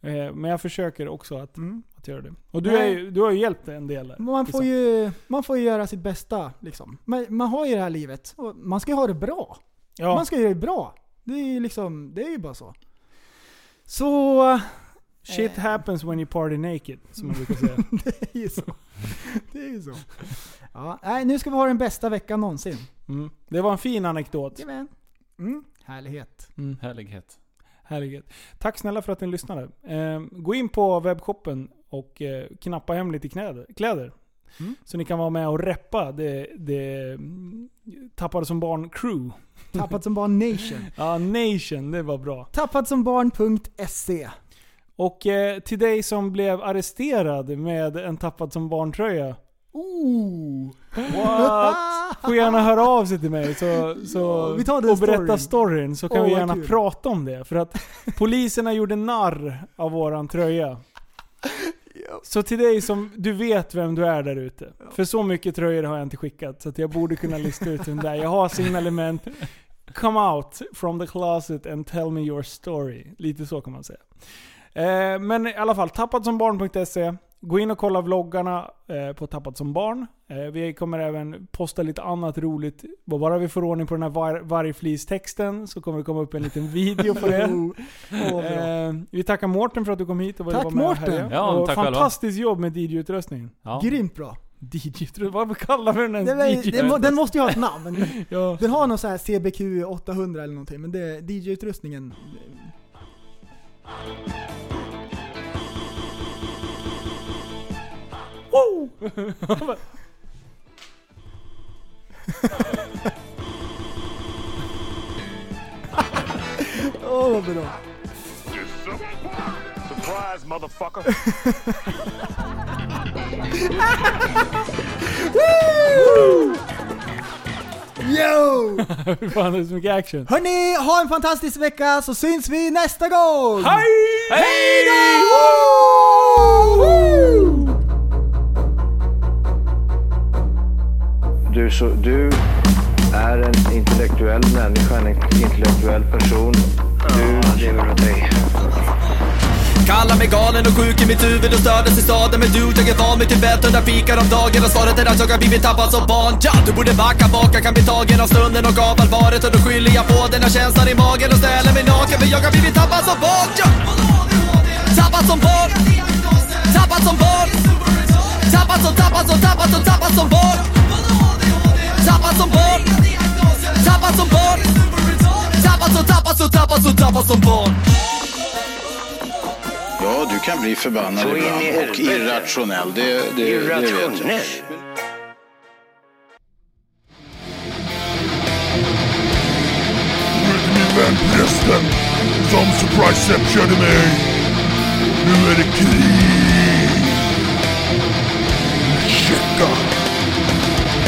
Speaker 7: Eh, Men jag försöker också att, att göra det. Och du, är,
Speaker 8: Mm. Nej. Mm.
Speaker 7: ju- du har ju hjälpt en del där.
Speaker 8: Man,
Speaker 7: liksom.
Speaker 8: får ju, man får ju göra sitt bästa. Liksom. Man, man har ju det här livet. Och man ska ju ha det bra.
Speaker 7: Ja.
Speaker 8: Man ska göra det bra. Det är ju liksom, det är ju bara så. Så... eh,
Speaker 7: Shit happens when you party naked, som man brukar säga.
Speaker 8: det är ju så. Det är ju så. Ja, nej, nu ska vi ha den bästa veckan någonsin.
Speaker 7: Mm. Det var en fin anekdot.
Speaker 8: Jajamän. Mm. Härlighet.
Speaker 9: Härlighet.
Speaker 7: Herregud. Tack snälla för att ni lyssnade. Eh, gå in på webbshoppen och eh, knappa hem lite knäder, kläder.
Speaker 8: Mm.
Speaker 7: Så ni kan vara med och reppa det, det mm, Tappade som barn crew.
Speaker 8: Tappat som barn nation.
Speaker 7: Ja, Nation, det var bra.
Speaker 8: Tappat som
Speaker 7: E.
Speaker 8: barn.se.
Speaker 7: Och eh, till dig som blev arresterad med en Tappad som barn-tröja.
Speaker 8: Ooh.
Speaker 7: What? Får gärna höra av sig till mig så, så,
Speaker 8: vi tar den
Speaker 7: och berätta
Speaker 8: storyn.
Speaker 7: storyn så kan
Speaker 8: Åh,
Speaker 7: vi
Speaker 8: vad
Speaker 7: gärna
Speaker 8: kul.
Speaker 7: prata om det. För att poliserna gjorde narr av våran tröja. Så till dig som, du vet vem du är där ute. För så mycket tröjor har jag inte skickat så att jag borde kunna lista ut vem det är. Jag har signalement. Come out from the closet and tell me your story. Lite så kan man säga. Eh, men i alla fall, tappatsombarn.se. Gå in och kolla vloggarna eh, på Tappat som barn. Eh, Vi kommer även posta lite annat roligt. Bara vi får ordning på den här var- vargflistexten så kommer det komma upp en liten video på det.
Speaker 8: Oh, bra.
Speaker 7: Eh, vi tackar Mårten för att du kom hit och var-
Speaker 8: Tack,
Speaker 7: var med här
Speaker 8: Mårten.
Speaker 7: igen.
Speaker 9: Ja,
Speaker 7: och
Speaker 9: tack själva.
Speaker 7: Fantastiskt jobb med DJ-utrustningen.
Speaker 9: Ja.
Speaker 8: Grymt bra.
Speaker 7: DJ-utrustning? Vad kallar vi den ens?
Speaker 8: Den, var- den, må-
Speaker 7: DJ-utrustning?
Speaker 8: den måste ju ha ett namn.
Speaker 7: ja.
Speaker 8: Den har någon sån här CBQ 800 eller någonting, men det DJ-utrustningen.
Speaker 7: Wow!
Speaker 8: Åh vad bra.
Speaker 14: Surprise, motherfucker.
Speaker 8: Woo! Yo!
Speaker 7: Hur fan är det så mycket action?
Speaker 8: Hörni, ha en fantastisk vecka så syns vi nästa gång!
Speaker 7: Hej!
Speaker 8: Hej då!
Speaker 1: Du, så, du är en intellektuell människa, en intellektuell person. Du lever åt dig.
Speaker 2: Kallar mig galen och sjuk i mitt huvud och stördes i staden Men du, jag är van vid Tibet och där fikar om dagen Och svaret är att jag har blivit tappad som barn ja, Du borde backa bak, jag kan bli tagen av stunden och av allvaret Och då skyller jag på den här känslan i magen och ställer mig naken För jag har blivit tappad som barn ja. Tappad som barn Tappad som barn Tappad som, tappad som, tappad som, tappad som barn Tappad som barn Tappad som barn Tappad som, tappad som, tappad som, tappad som barn
Speaker 3: Ja, du kan bli förbannad
Speaker 2: Så in i
Speaker 3: ibland och
Speaker 2: helvete.
Speaker 3: irrationell. Det, det, det vet jag.
Speaker 2: Irrationell.
Speaker 12: Min vän prästen, som surprise körde mig. Nu är det krig. Checka.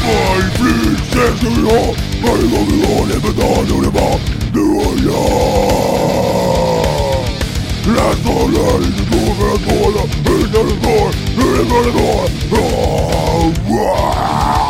Speaker 12: Varg flytsätt och jag. Varje gång vi går ner på dagen och det var du och jag. Läs och lär dig gå för att tåla hur det går, hur det går, det går. Ah, wow.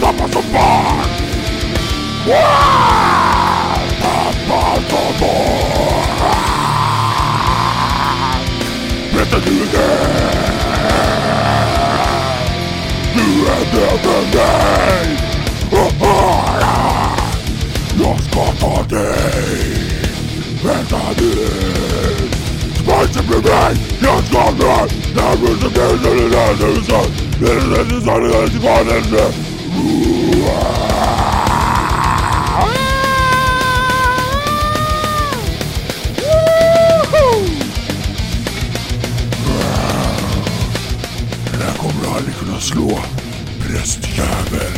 Speaker 12: Tappa som barn! Tappa som barn! Berätta du är död! Du är död för mig! Och bara, Jag ska ta dig! Vänta nu! Spice blir mig! Jag ska dö! Jag vill se dig när du läser huset! Det är det du sa, det är det var det nu! Den här kommer du aldrig kunna slå, prästjävel!